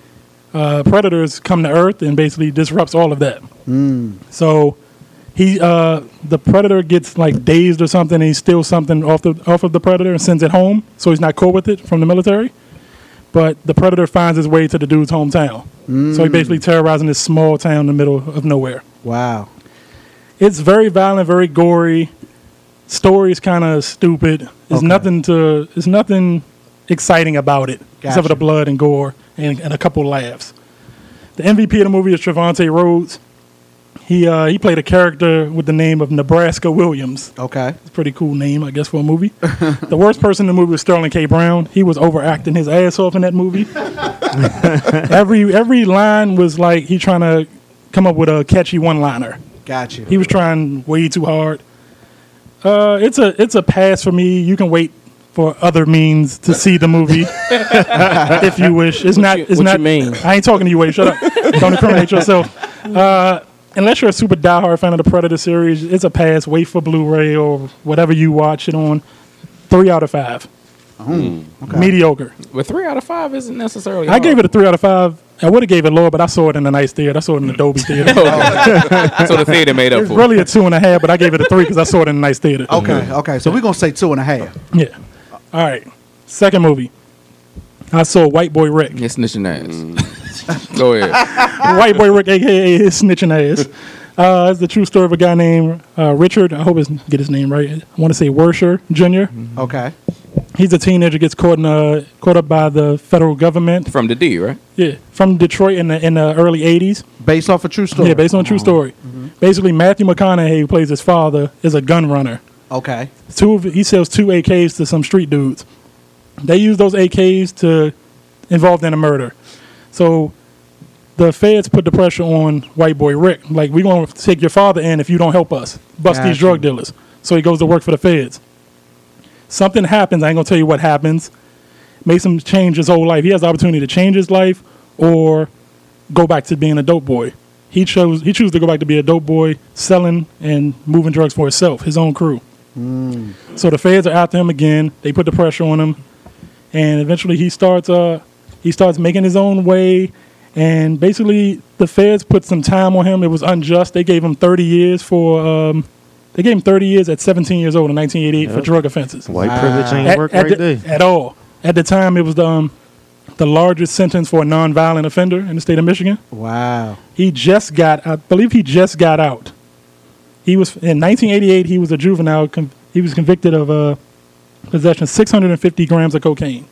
uh, predators come to Earth and basically disrupts all of that.
Mm.
So he uh, the predator gets like dazed or something, and he steals something off the off of the predator and sends it home. So he's not cool with it from the military. But the predator finds his way to the dude's hometown. Mm. So he basically terrorizing this small town in the middle of nowhere
Wow.
it's very violent, very gory. Story's kind of stupid. There's nothing to. There's nothing exciting about it except for
Gotcha.
the blood and gore and, and a couple laughs. The MVP of the movie is Trevante Rhodes. He uh, he played a character with the name of Nebraska Williams.
Okay.
It's a pretty cool name, I guess, for a movie. [LAUGHS] the worst person in the movie was Sterling K. Brown. He was overacting his ass off in that movie.
[LAUGHS]
every every line was like he trying to come up with a catchy one liner.
Gotcha.
He was trying way too hard. Uh, it's a it's a pass for me. You can wait for other means to see the movie [LAUGHS] if you wish. It's not.
you-
it's
what
not.
you mean?
I ain't talking to you. Wade. shut up. Don't incriminate yourself. Uh, unless you're a super diehard fan of the Predator series, it's a pass. Wait for Blu-ray or whatever you watch it on. Three out of five. Mediocre.
But three out of five isn't necessarily.
I gave it a three out of five. I would have gave it lower, but I saw it in a nice theater. I saw it in the
[LAUGHS]
Dolby theater.
so the
[LAUGHS]
theater made up
It's
for.
really a two and a half, but I gave it a three because I saw it in a nice theater.
Okay. Okay. So we're gonna say two and a half.
Yeah. All right. Second movie. I saw White Boy Rick.
it. You're snitching ass.
[LAUGHS]
Go ahead.
White Boy Rick, aka his snitching ass. Uh, it's the true story of a guy named uh, Richard. I hope I get his name right. I want to say Wersher Jr.
Okay.
He's a teenager gets caught in uh, caught up by the federal government.
From the D, right?
Yeah, from Detroit in the in the early '80s.
Based off a true story.
Yeah, based on a true story. Basically, Matthew McConaughey, who plays his father, is a gun runner.
Okay.
two of he sells two AKs to some street dudes. They use those AKs to involved in a murder. So the feds put the pressure on white boy Rick. Like we're gonna take your father in if you don't help us. Bust these
Gotcha.
drug dealers. So he goes to work for the feds. Something happens, I ain't gonna tell you what happens. Makes him change his whole life. He has the opportunity to change his life or go back to being a dope boy. He chose he chose to go back to be a dope boy, selling and moving drugs for himself, his own crew.
Mm.
So the feds are after him again. They put the pressure on him, and eventually he starts uh he starts making his own way. And basically, the feds put some time on him. It was unjust. They gave him 30 years for um, they gave him 30 years at 17 years old in 1988 for drug offenses.
White privilege ain't
At,
work
at
right
the-
there.
at all. At the time, it was the um, the largest sentence for a nonviolent offender in the state of Michigan.
Wow.
He just got, I believe he just got out. He was in 1988. He was a juvenile. Con- he was convicted of uh, possession of 650 grams of cocaine.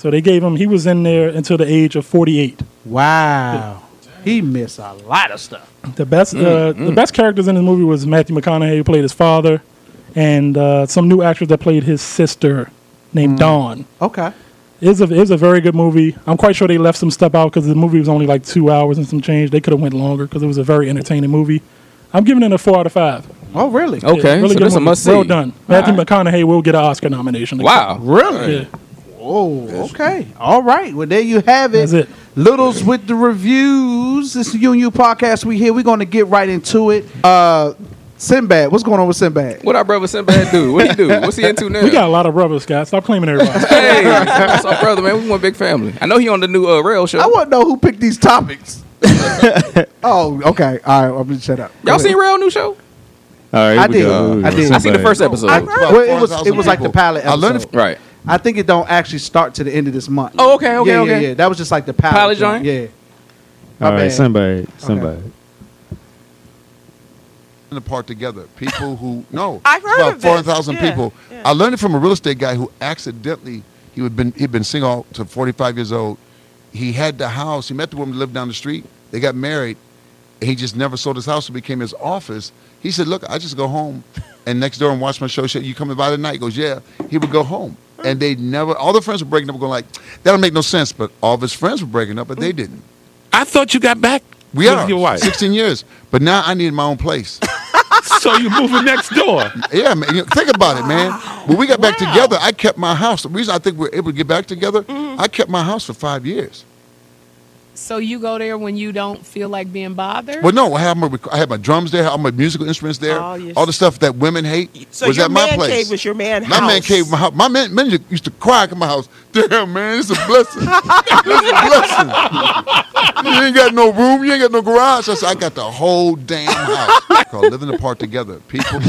So they gave him. He was in there until the age of 48.
Wow. He missed a lot of stuff.
The best,
Mm,
uh, the best characters in the movie was Matthew McConaughey, who played his father, and uh, some new actress that played his sister, named
Mm.
Dawn.
Okay.
It's a it's a very good movie. I'm quite sure they left some stuff out because the movie was only like two hours and some change. They could have went longer because it was a very entertaining movie. I'm giving it a four out of five.
Oh, really?
Okay,
Yeah,
so
good
this a
movie.
must see.
Well done. Matthew McConaughey will get an Oscar nomination.
Wow.
Really?
Yeah.
Oh, okay. All right. Well, there you have it.
That's it.
Littles with the reviews. This is you and you podcast. We here. We're going to get right into it. Uh, Sinbad, what's going on with Sinbad?
What our brother Sinbad do? What he do? What's he into now?
We got a lot of brothers, guys. Stop claiming everybody.
hey, that's our brother, man. We one big family. I know he on the new uh, rail show.
[LAUGHS] I want to know who picked these topics. oh, okay. All right. I'm going to shut up. Go
Y'all
ahead.
seen Rail new show?
All right, here
I
we
did.
go.
I did.
I seen the first episode.
I, well, it was it was like the pilot. Episode.
I learned it-
right.
I think it don't actually start to the end of this month.
Oh, okay, okay,
yeah, yeah,
okay.
Yeah, That was just like the pilot,
Pilot
joint.
joint?
Yeah.
All right,
bad.
somebody, somebody.
in the park together. People
[LAUGHS]
who no,
I've heard
about
of this.
four thousand
Yeah,
people.
yeah.
I learned it from a real estate guy who accidentally he had been he'd been single to forty five years old. He had the house. He met the woman who lived down the street. They got married. He just never sold his house. It became his office. He said, "Look, I just go home and next door and watch my show. Show you coming by tonight?" He goes, "Yeah." He would go home, and they never. All the friends were breaking up, going like, "That'll make no sense." But all of his friends were breaking up, but
Mm.
they didn't.
I thought you got back.
We
with
are
your wife.
sixteen years, but now I need my own place.
[LAUGHS] so you moving next door.
Yeah, man. You- Think about it, man. When we got back together, I kept my house. The reason I think we were able to get back together,
Mm-hmm.
I kept my house for five years.
So you go there when you don't feel like being bothered?
Well, no, I had my rec- I had my drums there, all my musical instruments there,
Oh, yes.
all the stuff that women hate
So
was
your
at my
man
place.
cave was your man
my
house.
man cave my house. My man, men used to cry at my house. [LAUGHS] Damn, man, it's a blessing. it's a blessing. you ain't got no room. You ain't got no garage. I said, I got the whole damn house. Called living apart together. People,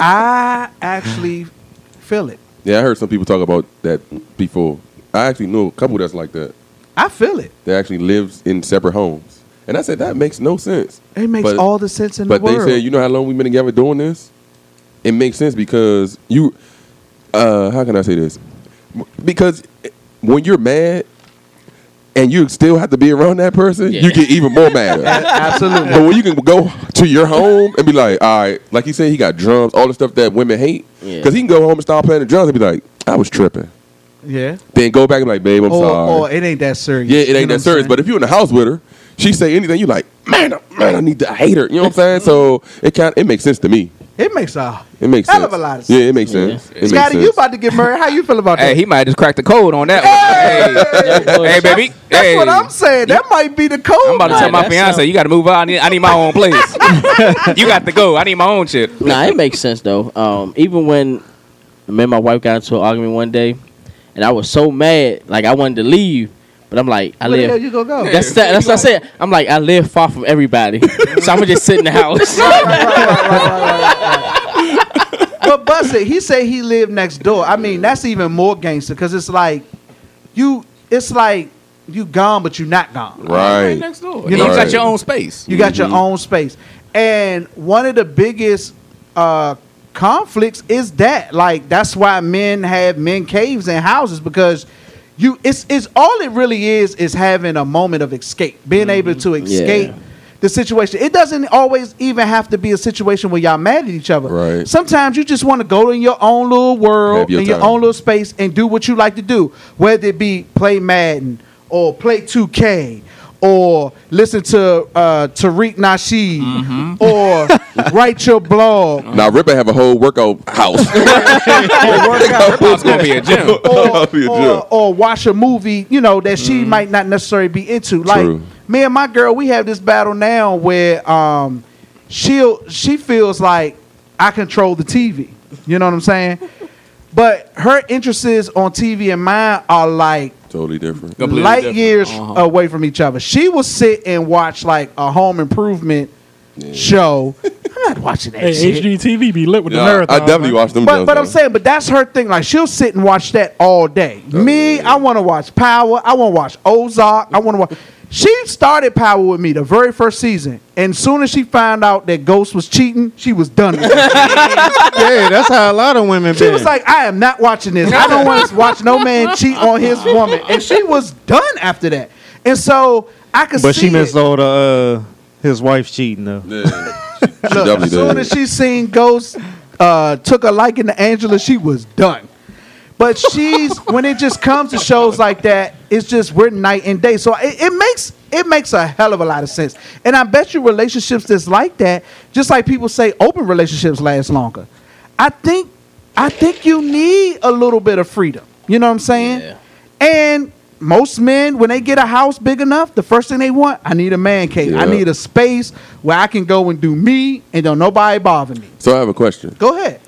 I actually feel it.
Yeah, I heard some people talk about that before. I actually know a couple that's like that.
I feel it.
That actually lives in separate homes. And I said that makes no sense.
It makes
But-
all the sense in
But
the world.
they said, you know how long we've been together doing this? It makes sense because you, uh, how can I say this? Because when you're mad and you still have to be around that person,
Yeah.
you get even more mad.
[LAUGHS] Absolutely.
but when you can go to your home and be like, all right, like he said, he got drums, all the stuff that women hate.
Yeah.
Because he can go home and start playing the drums and be like, I was tripping.
Yeah.
Then go back and be like, babe, I'm
Or,
sorry.
or it ain't that serious.
Yeah, it
You know
ain't
what I'm
that serious.
saying?
But if you're in the house with her, she say anything, you like, man, I- man, I need to I hate her. You know what I'm saying? So it kind it makes sense to me.
it makes a
It makes
Hell
sense.
of a lot of
Yeah, it makes sense. It makes
Scotty, you
sense.
about to get married. How you feel about that?
Hey, he might just crack the code on that one.
That
Hey,
was-
hey baby.
That's
hey.
what I'm saying. That might be the code.
I'm about to
Nah,
tell my
that's
fiance,
not-
you got to move out. I need, I need my own
[LAUGHS]
place. you got to go. I need my own shit.
nah, it makes sense though. Um, even when me and my wife got into an argument one day, and I was so mad, like I wanted to leave, but I'm like, I
Where the
live.
hell you gonna go?
that's that, that's what I said. I'm like, I live far from everybody, [LAUGHS] so I'm gonna just sit in the [LAUGHS] house.
but Buster, he said he lived next door. I mean, that's even more gangster because it's like you, it's like you gone, but you not gone.
Right.
next door.
You
You,
know-
got your own space.
You got
Mm-hmm.
your own space. And one of the biggest uh, conflicts is that, like, that's why men have men caves and houses because you, it's, it's all it really is is having a moment of escape, being able to escape. The situation. It doesn't always even have to be a situation where y'all mad at each other.
Right.
Sometimes you just want to go in your own little world,
Have your
in your
time.
own little space, and do what you like to do, whether it be play Madden or play 2K or listen to uh, Tariq Nasheed
Mm-hmm. [LAUGHS]
or write your blog
Now Ripper have a whole
[LAUGHS]
workout house. [LAUGHS]
It's gonna be a gym.
or,
Be a
or,
jerk.
or watch a movie, you know, that she might not necessarily be into. Like
Mm-hmm. True.
me and my girl, we have this battle now where um, she'll she feels like I control the TV. You know what I'm
[LAUGHS]
saying? But her interests on TV and mine are like
totally different.
Completely
light
different.
years
Uh-huh.
away from each other. She will sit and watch like a home improvement show. I'm not watching that
Hey,
shit.
HGTV be lit with
Yeah,
the marathon.
I definitely
man.
watched them.
But,
jumps,
but I'm
though.
saying, but that's her thing. Like she'll sit and watch that all day.
Oh,
me, I want to watch Power. I want to watch Ozark. I want to watch. She started Power with me the very first season, and soon as she found out that Ghost was cheating, she was done. With it.
[LAUGHS] yeah, that's how a lot of women.
she
been.
was like, "I am not watching this. I don't want to watch no man cheat on his woman." And she was done after that. And so I could
but
see.
she missed
it.
all the uh, his wife cheating though.
Yeah. She
Look,
definitely
as soon
did.
as she seen Ghost, uh, took a liking to Angela, she was done. But she's when it just comes to shows like that, it's just we're night and day. So it, it makes it makes a hell of a lot of sense. And I bet you relationships that's like that, just like people say open relationships last longer. I think I think you need a little bit of freedom. You know what I'm saying?
Yeah.
And most men, when they get a house big enough, the first thing they want, I need a man cave. I
Yeah.
need a space where I can go and do me and don't nobody bother me.
so I have a question.
Go ahead.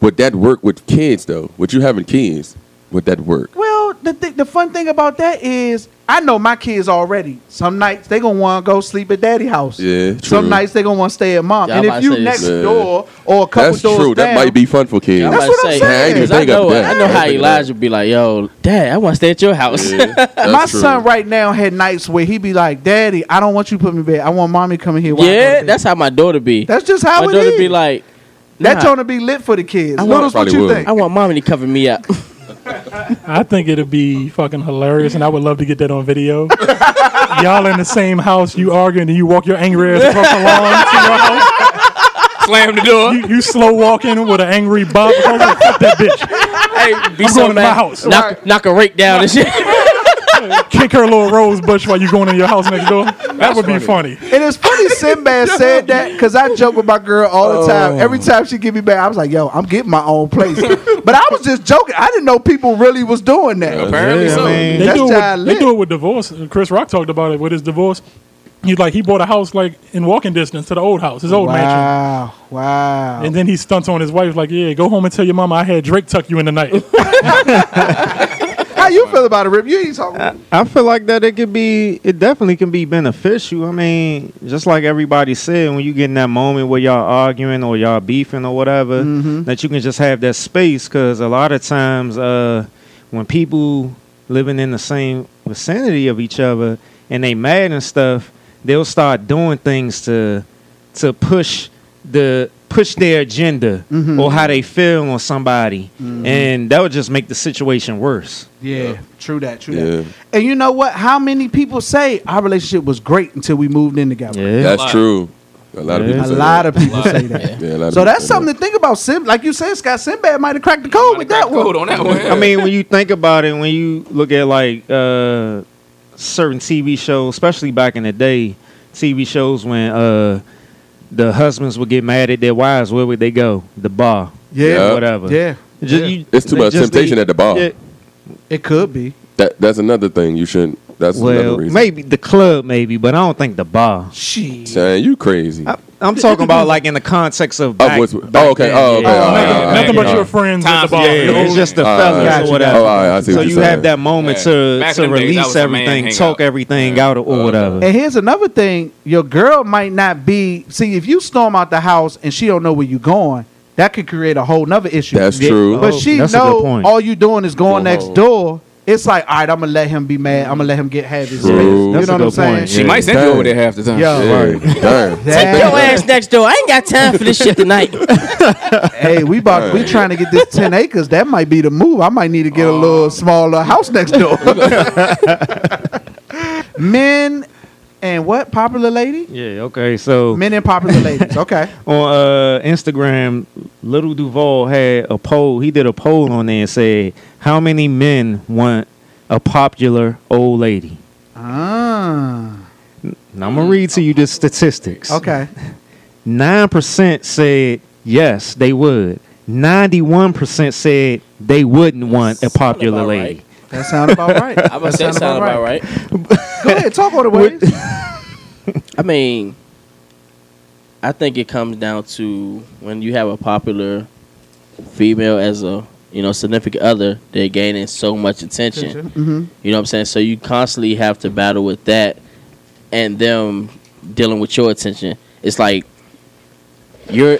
Would that work with kids though? Would you having kids? Would that work?
Well, the, thi- the fun thing about that is I know my kids already. Some nights they gonna want to go sleep at daddy house.
Yeah, true.
Some nights they gonna want to stay at mom.
Yeah, I
and
about
if
to
you
say this.
next
Yeah.
door or a couple
That's
doors
true. That
down-
might be fun for kids.
Yeah,
That's what I'm
say,
saying.
I ain't even
'cause I
think of
know,
that.
I know how
Think of
Elijah be like, yo, dad, I want to stay at your house. [LAUGHS]
my son right now had nights where he be like, "Daddy, I don't want you to put me to bed. I want mommy coming here." while I go to
yeah,
bed."
that's how my daughter be.
that's just how
my
it
daughter
is.
be like,
that
nah,
trying to be lit for the kids.
I
Littles,
want,
what you think?
I want mommy to cover me up.
I think it'd be fucking hilarious, and I would love to get that on video. Y'all in the same house, you arguing, and you walk your angry ass across the lawn to your house.
Slam the door.
You, you slow walking with an angry bop. I was like, Fuck that bitch.
hey, be
I'm
so
going to my
mad.
house.
Knock, knock a rake down and shit.
Kick her little rose bush while you going in your house next door. That would be funny.
And it's
[LAUGHS]
funny Sinbad said that because I joke with my girl all the time. Every
Oh.
time she give me back, I was like, yo, I'm getting my own
[LAUGHS]
place. but I was just joking. I didn't know people really was doing that.
Apparently
Yeah,
so.
man.
They
That's
do, it
how I
with, they
live.
do it with divorce. Chris Rock talked about it with his divorce. He's like he bought a house like in walking distance to the old house, his old mansion,
Wow. Wow.
and then he stunts on his wife like, "Yeah, go home and tell your mama I had Drake tuck you in the night."
[LAUGHS] How you feel about it, Rip? You ain't talking.
I, I feel like that it could be, it definitely can be beneficial. I mean, just like everybody said, when you get in that moment where y'all arguing or y'all beefing or whatever,
Mm-hmm.
that you can just have that space. Because a lot of times, uh, when people living in the same vicinity of each other and they mad and stuff, they'll start doing things to to push the push their agenda
Mm-hmm.
or how they feel on somebody, and that would just make the situation worse.
Yeah, true that, true
Yeah.
that. And you know what? How many people say our relationship was great until we moved in together?
That's true. A lot of
Yeah.
people.
A
say
lot
that.
of people say that.
Yeah, a lot of
So
people
that's
say
something to think about. Sim, like you said, Scott Sinbad might have cracked the code with that one.
Code on that one.
I mean, when you think about it, when you look at like uh, certain TV shows, especially back in the day, TV shows when uh, the husbands would get mad at their wives, where would they go? The bar,
Yeah.
Yeah.
whatever.
Yeah,
Ju-
Yeah.
you-
It's too
they
much
just-
temptation
they-
at the bar.
yeah,
it could be.
That, that's another thing you shouldn't. That's another
well,
reason.
maybe the club, maybe, but I don't think the bar.
Shit.
Saying you crazy.
I, I'm talking about like in the context of.
Oh,
Back,
what's- oh,
back
okay,
then,
oh, okay,
yeah.
all right,
nothing
all right,
nothing
all
but
right.
your friends at the
Times,
bar.
yeah, yeah,
It's just the
All
fellas
right.
or whatever.
Oh, all right, I see
so
what
you
you're
have
saying.
that moment
Yeah.
to,
Back
to
in the days, that
release
was a man
everything,
hangout.
talk everything out or, or whatever.
And here's another thing: your girl might not be. See, if you storm out the house and she don't know where you're going, that could create a whole nother issue.
That's true.
But she
That's a good
know
point.
all you doing is going
Go
next
home.
door. It's like, all right, I'm gonna let him be mad. I'm gonna let him get have his space. You know
True.
That's a
what I'm
good
saying?
point.
She
Yeah.
might send you
Dang.
over there half the time.
Yo.
Yeah,
[LAUGHS]
damn.
Take
Dang.
your ass next door. I ain't got time for this shit tonight.
Hey, we about we trying to get this ten acres. That might be the move. I might need to get a little smaller house next door. Men and what popular lady?
Yeah. Okay. So
Men and popular ladies. Okay.
on uh, Instagram, Little Duval had a poll. He did a poll on there and said, "How many men want a popular old lady?"
Ah.
Now I'm gonna read to you the statistics.
Okay.
Nine percent said yes, they would. Ninety-one percent said they wouldn't want a popular
about
lady.
right.
That sound about right.
[LAUGHS] I'm about to say
That
that sound about right.
Go ahead, talk all the way.
[LAUGHS] I mean, I think it comes down to when you have a popular female as a you know significant other, they're gaining so much attention.
Mhm.
You know what I'm saying? So you constantly have to battle with that and them dealing with your attention. It's like you're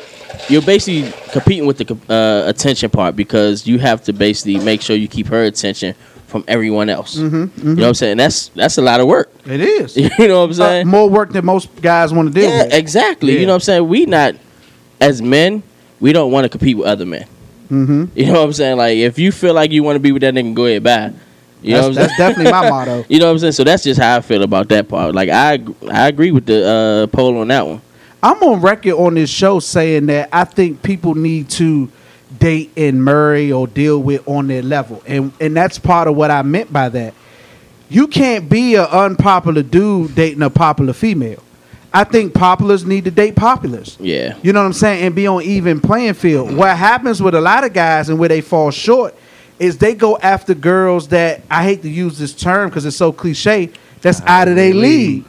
you're basically competing with the co- uh, attention part because you have to basically make sure you keep her attention from everyone else. You know what I'm saying? That's that's a lot of work.
It is.
[LAUGHS] You know what I'm
Uh,
saying?
more work than most guys want to deal
Yeah,
with.
exactly.
Yeah.
You know what I'm saying? We not as men, we don't want to compete with other men. [LAUGHS]
mm-hmm.
You know what I'm saying? Like if you feel like you want to be with that nigga, go ahead, bye. You know what
That's,
I'm saying?
that's definitely
[LAUGHS]
my motto.
You know what I'm saying? So that's just how I feel about that part. Like I ag- I agree with the uh, poll on that one.
I'm on record on this show saying that I think people need to date and marry or deal with on their level. And and that's part of what I meant by that. You can't be an unpopular dude dating a popular female. I think populars need to date populars.
Yeah.
You know what I'm saying? And be on even playing field. What happens with a lot of guys and where they fall short is they go after girls that I hate to use this term because it's so cliche. That's out of their league.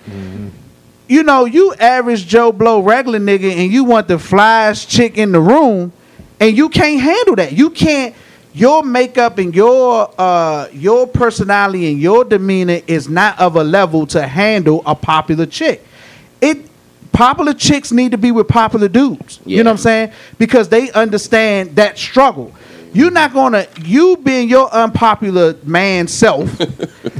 You know, you average Joe Blow regular nigga and you want the flyest chick in the room and you can't handle that. You can't your makeup and your uh your personality and your demeanor is not of a level to handle a popular chick. It popular chicks need to be with popular dudes. You know what I'm saying? Because they understand that struggle. You're not gonna you being your unpopular man self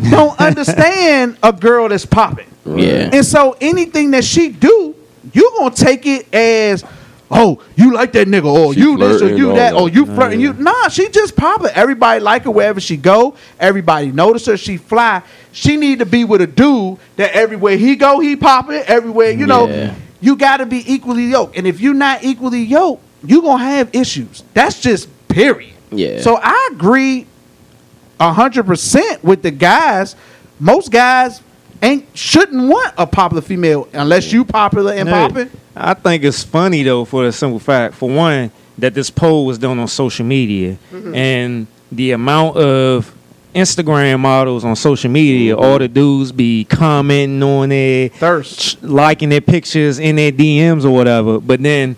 don't understand a girl that's popping.
Yeah.
And so anything that she do, you gonna take it as, oh, you like that nigga, or
She
you this or
flirting
you
all
that,
that.
or you flirting you. Nah, she just popping. Everybody like her wherever she go. Everybody notice her. She fly. She need to be with a dude that everywhere he go, he popping. Everywhere you know,
Yeah.
you gotta be equally yoked. And if you're not equally yoked, you gonna have issues. That's just period.
Yeah.
So I agree hundred percent with the guys. Most guys ain't shouldn't want a popular female unless you popular and
Hey,
popping.
I think it's funny though, for the simple fact, for one, that this poll was done on social media,
Mm-hmm.
and the amount of Instagram models on social media, all the dudes be commenting on it,
Mm-hmm. Thirst.
liking their pictures in their DMs or whatever, but then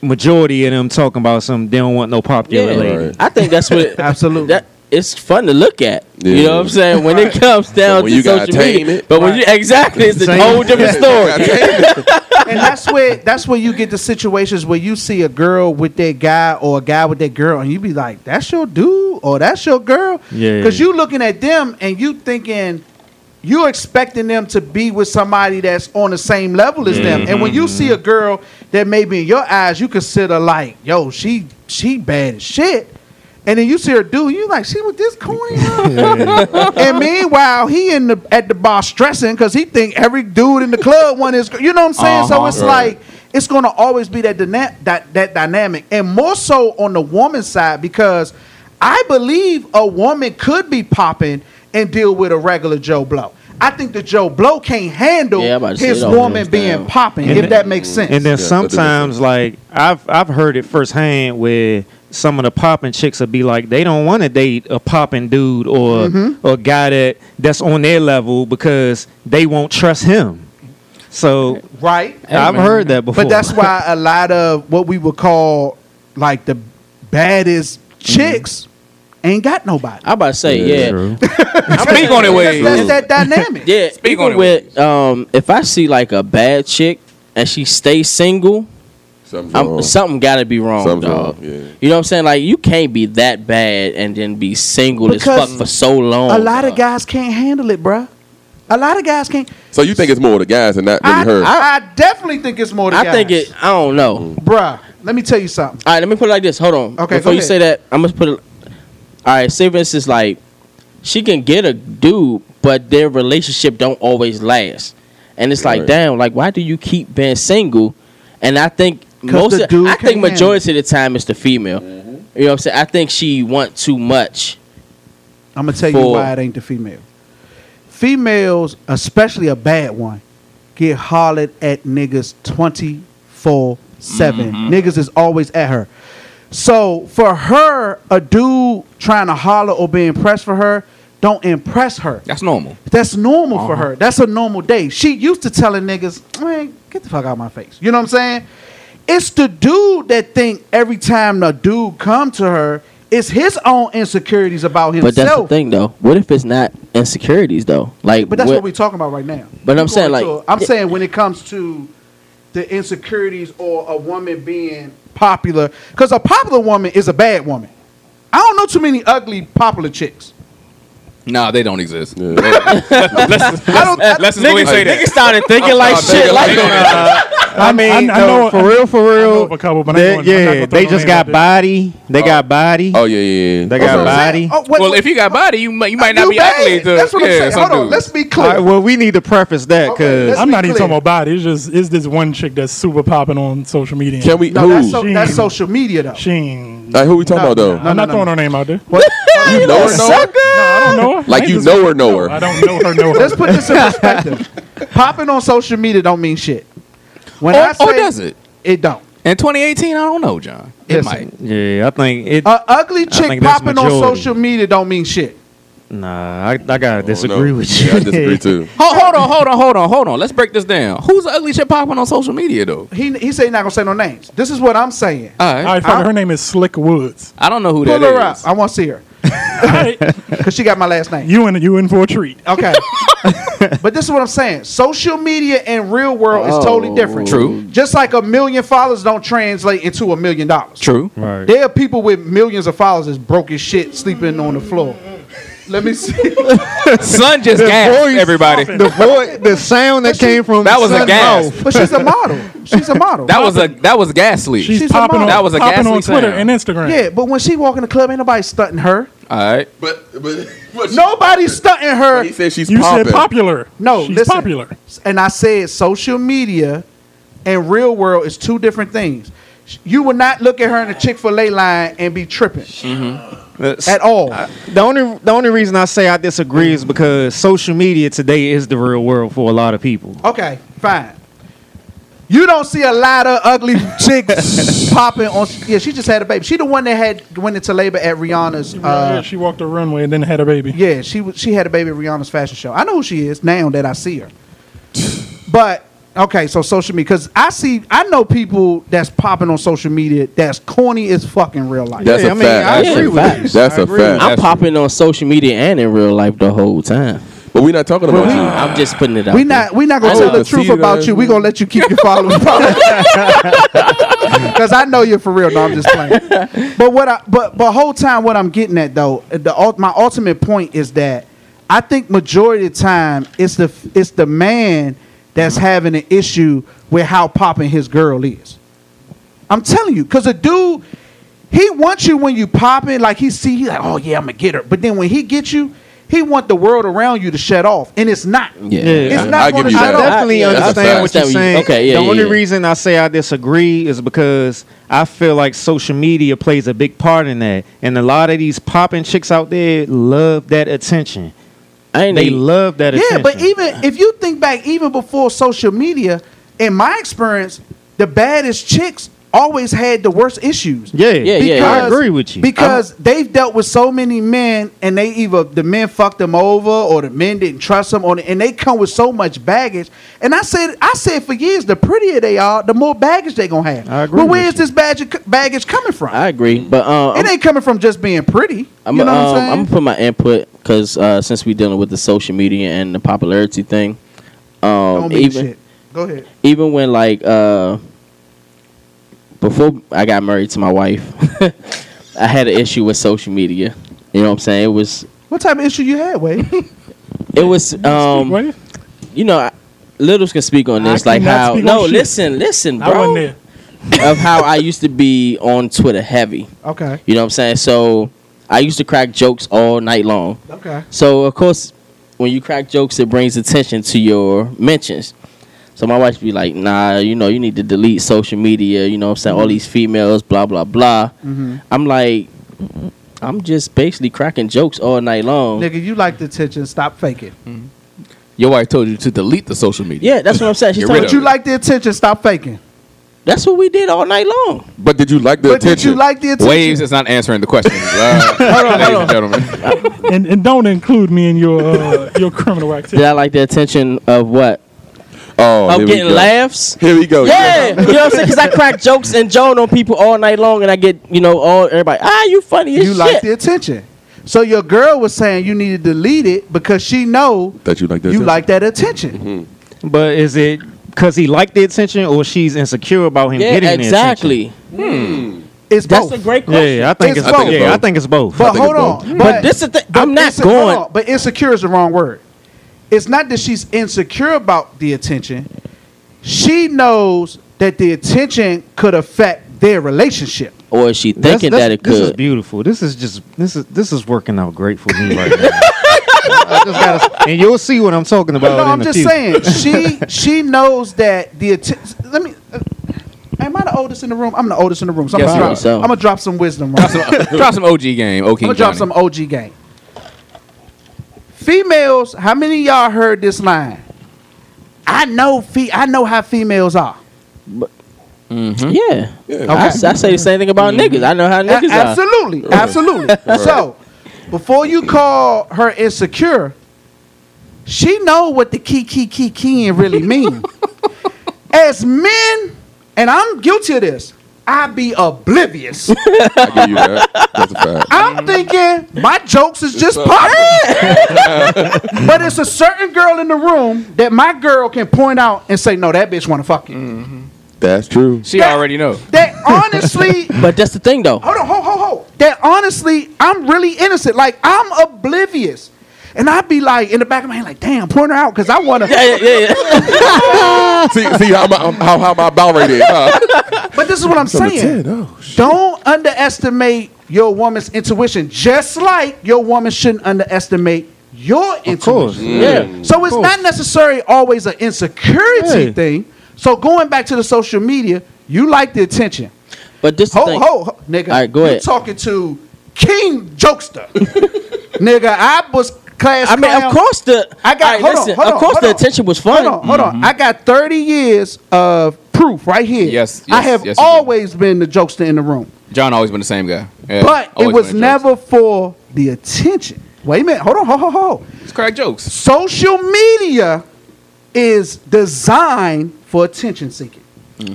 majority of them talking about something they don't want no popular
Yeah.
lady.
Right.
I think
[LAUGHS]
that's what
Absolutely.
that it's fun to look at. You
Yeah.
know what I'm saying? When it comes down
when
to
you gotta
social
tame
media,
it.
but when you exactly, it's a
Tame
whole
[LAUGHS]
[LAUGHS]
different story.
and that's where that's where you get the situations where you see a girl with that guy or a guy with that girl, and you be like, "That's your dude or that's your girl,"
Yeah.
because you looking at them and you thinking. You're expecting them to be with somebody that's on the same level as them, and when you see a girl that maybe in your eyes you consider like, "Yo, she she bad as shit," and then you see her dude, you like, "She with this corny." hoe?" and meanwhile, he in the at the bar stressing because he think every dude in the club one is. You know what I'm saying? so
Uh-huh.
it's
Right.
like it's gonna always be that dyna- that that dynamic, and more so on the woman's side because I believe a woman could be popping and deal with a regular Joe Blow. I think the Joe Blow can't handle
Yeah, I'm about to say
his
it all
woman
goes
being
down.
popping,
And
if
then-
that makes sense.
And then
Yeah,
sometimes, like I've I've heard it firsthand where some of the popping chicks will be like, they don't want to date a popping dude or or a guy that that's on their level because they won't trust him. So
right?
I've heard that before.
But that's why a lot of what we would call like the baddest chicks ain't got nobody.
Mm-hmm. I about to say, yeah. [LAUGHS]
True.
Speak on it,
That's,
Wade.
that's that dynamic.
Yeah,
Speak
even
on it,
with um, if I see like a bad chick and she stays single,
Something's
I'm,
wrong.
something gotta be wrong,
Something's wrong,
dog.
yeah.
You know what I'm saying? Like you can't be that bad and then be single as
Because
fuck for so long.
a lot of
dawg.
guys can't handle it, bruh. A lot of guys can't.
so you think it's more the guys and not really
I,
her?
I, I definitely think it's more. The
I
guys.
think it. I don't know.
bruh. Let me tell you something.
All right, let me put it like this. Hold on.
Okay, go
Before you
ahead.
say that, I'm gonna put it. All right, say for instance, like she can get a dude, but their relationship don't always last, and it's like,
Right.
damn, like why do you keep being single? And I think
'Cause
most,
the
of,
dude
I
can't
think majority of the time it's the female. You know what I'm saying? I think she want too much.
I'm gonna tell you
For-
why it ain't the female. Females, especially a bad one, get hollered at niggas 24 7.
Mm-hmm.
Niggas is always at her. So for her, a dude trying to holler or be impressed for her, don't impress her.
That's normal.
That's normal for
Uh-huh.
her. That's a normal day. She used to telling niggas, man, get the fuck out of my face. You know what I'm saying? It's the dude that think every time the dude come to her, it's his own insecurities about himself.
But that's the thing, though. What if it's not insecurities, though? Like,
But that's what, we're talking about right now.
But
We
I'm saying,
going to
like-
a- I'm saying when it comes to the insecurities or a woman being popular, because a popular woman is a bad woman. I don't know too many ugly popular
[LAUGHS]
chicks.
Nah, they don't exist.
Yeah, that-
I don't. I,
Let's just go ahead and say
niggas
that.
started
[LAUGHS]
thinking like shit. Like,
They don't
I mean,
I- I know-
no, for real, for real.
know of a couple, but I ain't
they,
gonna- I'm not
yeah,
gonna
they
throw
just
no name out
got
there.
body. They got body.
oh yeah, yeah, yeah.
They got
Okay.
body.
oh, what,
well, if you got body, you might, you might not
you
be
bad.
ugly. To,
That's what
yeah,
I'm saying.
some
Hold on.
dudes.
Let's be
All
clear.
right, well, we need to preface that
Okay,
because
let's-
I'm not
be
even
clear.
talking about body. It's just it's this one chick that's super popping on social media.
Can we?
no,
who?
that's, so, that's
Sheen.
social media though.
She. ain't-
Mm. like who we talking
No,
about though?
no,
I'm not
no,
throwing
no.
her name out there.
you know her, know her?
No, I don't know her.
[LAUGHS] Like,
I ain't
you
just-
know her, know her.
I don't know her. Know her.
Let's
[LAUGHS]
put this in perspective. Popping on social media don't mean shit. When I
Or,
say
or Oh, does it?
It don't.
In 2018, I don't know, John. It
Listen.
might.
yeah, I think it.
A ugly chick
think that's
popping on
majority.
social media don't mean shit.
Nah, I, I gotta disagree
no.
with you.
Yeah, I
[LAUGHS]
disagree too.
Hold, hold on, hold on, hold on, hold on. Let's break this down. Who's the ugly shit popping on social media though?
He he said he not gonna say no names. This is what I'm saying.
All right.
All right, fuck it, her name is Slick Woods.
I don't know who
Pull
that
her
is.
up. I want to see her
[LAUGHS] All
[LAUGHS]
right,
because she got my last name.
you in you in for a treat. [LAUGHS]
Okay. but this is what I'm saying. Social media and real world is totally different.
Oh, True.
Just like a million followers don't translate into a million dollars.
True.
Right.
There are people with millions of followers that's broke as shit sleeping on the floor. Let
[LAUGHS]
me see.
Son just gasped
voice-
everybody.
The voice, the sound that came from
That was a
Sun's
gasp.
mouth.
but she's a model. She's a
[LAUGHS]
model.
That was a that was gas leak.
She's,
She's a
popping
model.
on
That was a
popping on
ghastly
Twitter
sound.
and Instagram.
yeah, but when she walk in the club, ain't nobody stunting her.
All right.
But [LAUGHS] but, but
Nobody stunting her.
He said she's
You
popping.
said popular.
No,
she's
listen.
popular.
and I said social media and real world is two different things. You will not look at her in the Chick Fil A line and be tripping
Mm-hmm.
That's-
at all.
The only the only reason I say I disagree is because social media today is the real world for a lot of people.
Okay, fine. You don't see a lot of
[LAUGHS]
ugly chicks popping on. Yeah, she just had a baby. She the one that had went into labor at Rihanna's.
yeah,
Uh,
she walked the runway and then had a baby.
yeah, she was- she had a baby at Rihanna's fashion show. I know who she is now that I see her. But okay, so social media because I see I know people that's popping on social media that's corny as fuck in real life.
That's
Yeah,
a
I mean,
fact.
I
agree
Actually,
with you.
That's
I
a
agree with
fact.
I'm popping on social media and in real life the whole time.
but we're not talking about you.
I'm just putting it out.
We
there.
not we not gonna
I
tell
know.
the truth
See, uh,
about
that's-
you. We gonna let you keep your
[LAUGHS]
followers private. Cause I know you're for real. No, I'm just
[LAUGHS]
playing. But what I but but whole time what I'm getting at though, the ult- my ultimate point is that I think majority of the time it's the it's the man that's having an issue with how popping his girl is. I'm telling you, cause a dude he wants you when you popping, like he see he like, oh yeah, I'm gonna get her. But then when he gets you, he want the world around you to shut off, and it's not.
Yeah.
It's
I-
not
I
gonna
give you
shut
that.
I
off.
definitely
Yeah, that's a fact.
understand what you're
Understand what you-
saying.
okay, yeah,
the
yeah,
only
yeah.
reason I say I disagree is because I feel like social media plays a big part in that, and a lot of these popping chicks out there love that attention.
I ain't
They
even-
love that
Yeah,
attention.
but even if you think back, even before social media, in my experience, the baddest chicks always had the worst issues.
yeah,
Yeah, yeah, yeah.
I agree with you.
Because they've dealt with so many men, and they either the men fucked them over, or the men didn't trust them, or and they come with so much baggage. And I said, I said for years, the prettier they are, the more baggage they gonna have.
I agree
But
with
where's this baggage baggage coming from?
I agree, but uh, I'm-
it ain't coming from just being pretty.
I'm,
you know
um,
what I'm saying?
I'm gonna put my input because uh, since we're dealing with the social media and the popularity thing, um,
Don't mean
even
shit. Go ahead.
even when like uh, before I got married to my wife, [LAUGHS] I had an issue with social media. You know what I'm saying? It was
What type of issue you had, Wade?
[LAUGHS]
it was um,
Wait,
you know, I, littles can speak on
I
this. Like
cannot
how
speak on
no,
shit.
listen, listen,
I wasn't
bro,
there.
of how I used to be on Twitter heavy.
okay.
You know what I'm saying? So I used to crack jokes all night long.
Okay.
So of course, when you crack jokes, it brings attention to your mentions. So my wife be like, "Nah, you know, you need to delete social media. You know, what I'm saying all these females, blah blah blah."
Mm-hmm.
I'm like, I'm just basically cracking jokes all night long.
Nigga, you like the attention. Stop faking.
Your wife told you to delete the social media.
Mm-hmm. Yeah, that's what I'm saying. She's
Get
talking,
rid
But you like the attention. Stop faking.
that's what we did all night long.
But did you like the
but
attention?
did you like the attention?
Waves is not answering the
[LAUGHS]
question. Uh, ladies and gentlemen.
And, and don't include me in your uh, your criminal
Did
activity.
I like the attention of what?
oh,
of
here we
getting
go.
laughs.
Here we go.
Yeah, you know what I'm saying? Because I crack jokes and joan on people all night long, and I get you know all everybody. Ah, you funny as
you
shit.
like the attention. So your girl was saying you need to delete it because she know
That you like that.
you like that attention.
Mm-hmm.
But is it because he liked the attention or she's insecure about him
yeah,
getting
exactly.
It's
Hmm. That's
both.
a great
the attention?
question.
Yeah, I think
It's
it's,
both.
both. Yeah, I think it's both.
but
think
hold
it's both.
on.
But this is the
but
I'm not
inse-
going.
hold on, but insecure is the wrong word. It's not that she's insecure about the attention. She knows that the attention could affect their relationship.
Or is she
That's-
thinking
that's-
that it
This is
could?
beautiful. This is just this is this is working out great for me right now. [LAUGHS] I just gotta, and you'll see what I'm talking about.
no,
in
I'm
the
just
future.
[LAUGHS]
saying
[LAUGHS]
she she knows that the atten- let me. uh, am I the oldest in the room? I'm the oldest in the room. So
Yes,
I'm,
you
gonna
are.
drop,
So-
I'm gonna drop some wisdom. Right? I'm
Drop some [LAUGHS] OG game.
Oh,
Okay.
gonna drop some OG game. Females, how many of y'all heard this line? I know fe- I know how females are.
Mm-hmm. Yeah.
Yeah. Mm-hmm.
I, s- I say the same thing about niggas. I know how
A-
[LAUGHS] niggas are.
absolutely, absolutely. So, before you call her insecure, she know what the key key key keying really
[LAUGHS]
mean. As men, and I'm guilty of this, I be oblivious.
[LAUGHS] I give you that. That's a fact.
I'm thinking my jokes is just
[LAUGHS]
popping. but it's a certain girl in the room that my girl can point out and say, no, that bitch wanna fuck you.
Mm-hmm.
That's true.
She already know.
That
[LAUGHS]
honestly
But that's the thing, though.
hold on, ho, ho, ho. That honestly, I'm really innocent. Like I'm oblivious. And I'd be like in the back of my head, like, damn, point her out, cause I wanna
Yeah, yeah, yeah,
[LAUGHS]
[LAUGHS]
yeah. [LAUGHS]
see, see how my how, how my bow rate is.
[LAUGHS]
huh?
But this is what I'm
It's on the
saying.
10, oh, shit.
Don't underestimate your woman's intuition, just like your woman shouldn't underestimate your intuition.
course.
Yeah.
So it's not necessarily always an insecurity
Hey.
thing. So going back to the social media, you like the attention.
But this
Ho,
thing,
ho, ho, nigga.
All right, go
You
ahead.
talking to King
[LAUGHS]
Jokester. nigga, I was class
I mean, of
clown.
course the
I got-
Alright,
hold on, hold
of
on,
course
hold
the
on.
attention was fun.
Hold on, hold on. I got 30 years of proof right here.
Yes,
I
yes,
have
yes, you do.
always been the jokester in the room.
[LAUGHS] John always been the same guy. Yeah,
But it
always
was
been the jokes.
never for the attention. Wait a minute. Hold on. Ho, ho, ho.
It's crack jokes.
Social media is designed for attention seeking.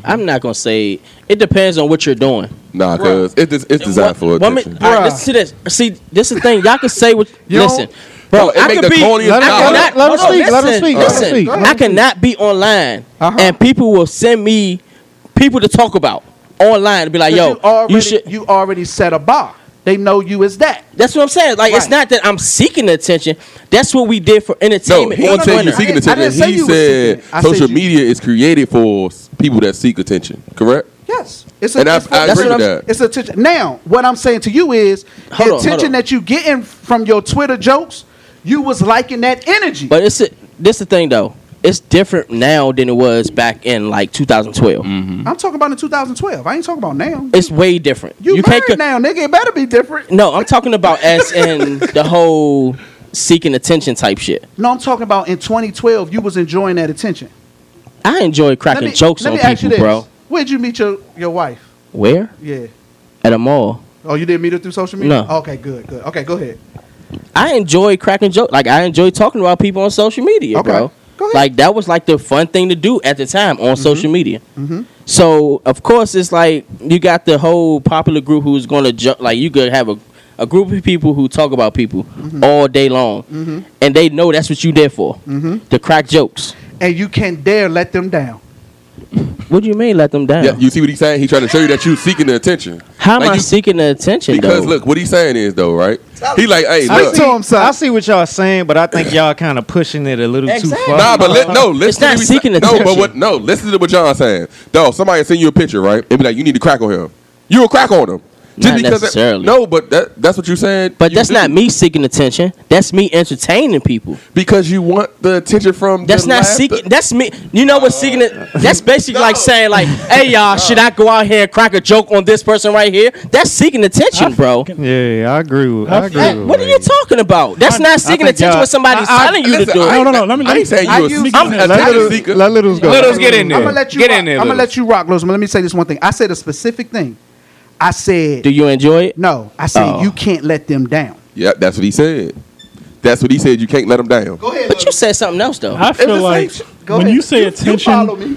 I'm not gonna say it depends on what you're doing.
Mm-hmm. Nah, cause it, it's it's designed for
Woman-
attention.
all right, listen to this. See, this is the thing. Y'all can
[LAUGHS]
say what. listen,
Bro, it
I
make
could
the
be.
corniest-
I
Let him-
cannot-
let
him- let him
hold on,
speak, let him
listen,
speak, let him
Listen,
speak, let him
I cannot be online,
Uh-huh.
and people will send me people to talk about online and be like,
'Cause
"Yo,
you already,
you should."
you already set a bar. They know you as that.
That's what I'm saying. Like, it's
Right.
not that I'm seeking the attention. That's what we did for
No,
entertainment
he
on
didn't say
Twitter.
you seeking
I didn't- I
attention.
didn't say
He
you was
said
seeking it. I
social
said you-
media is created for s- people that seek attention. Correct?
Yes. It's
And I-
it's
I
agree with
that.
It's attention. Now, what I'm saying to you is the
Hold on, hold
attention
on.
that you getting from your Twitter jokes, you was liking that energy.
But it's a, this the thing though. It's different now than it was back in like 2012.
Mm-hmm.
I'm talking about in 2012. I ain't talking about now.
It's way different.
You, married
co-
now, nigga. It better be different.
No, I'm talking about as in the whole seeking attention type shit.
No, I'm talking about in 2012, you was enjoying that attention.
I enjoy cracking jokes
let
on
me ask you
people, bro.
this. Where'd you meet your, your wife?
Where?
Yeah.
At a mall.
Oh, you didn't meet her through social media?
No.
Okay, good, good. Okay, go ahead.
I enjoy cracking jokes. Like I enjoy talking about people on social media,
Okay.
bro.
Go ahead. Mm-hmm.
Like that was like the fun thing to do at the time on social media.
Mm-hmm.
Mhm.
So of course it's like you got the whole popular group who's going to jump. Like you could have a a group of people who talk about people
Mm-hmm.
all day long, and they know that's what you there for. To crack jokes.
mm-hmm. And you can't dare let them down.
What do you mean let them down?
Yeah. You see what he's saying? He's trying to show you that you seeking the attention.
How am
Like
I
you-
seeking the attention
Because
though?
look, what he's saying is though, right? He like, hey,
Speak
look.
to him,
I
son.
see what y'all saying, but I think y'all kind of pushing it a little
Exactly.
too far.
Nah, but let, no, listen.
It's not
to what he
seeking
said. No, but
attention.
what? No, listen to what John's saying. Dog, somebody send you a picture, right? It be like, you need to crack on him. You will crack on him.
Not
because that-
necessarily.
no, but that, that's what you said.
But
you
that's
do.
not me seeking attention. That's me entertaining people.
because you want the attention from.
That's
the
not
laughter.
seeking. That's me. You know what seeking it? That's basically like
[LAUGHS]
saying like, "Hey y'all, should I go out here and crack a joke on this person right here?" That's seeking attention, bro.
Yeah, I agree. With, I agree.
Hey,
with
what are you
Wade.
talking about? That's not seeking
think
attention
y'all-
when somebody's
I- I-
telling you to
listen,
do
I
it.
No, no,
ain't-
no. Let me.
I ain't
let me-
saying
I
you
use-
a
I'm-
I'm
let
attention seeker.
Let Littles go.
Let us get in there.
I'm gonna let you
get
rock.
in there.
I'm gonna
Lil.
let you rock, Los. Let me say this one thing. I said a specific thing. I said
Do you enjoy it?
no. I said
Oh.
you can't let them down.
Yeah, that's what he said. That's what he said. You can't let him down.
Go ahead.
But you said something else though.
I feel
it's
like
like-
go
when
ahead.
you say
You- you
attention,
follow me.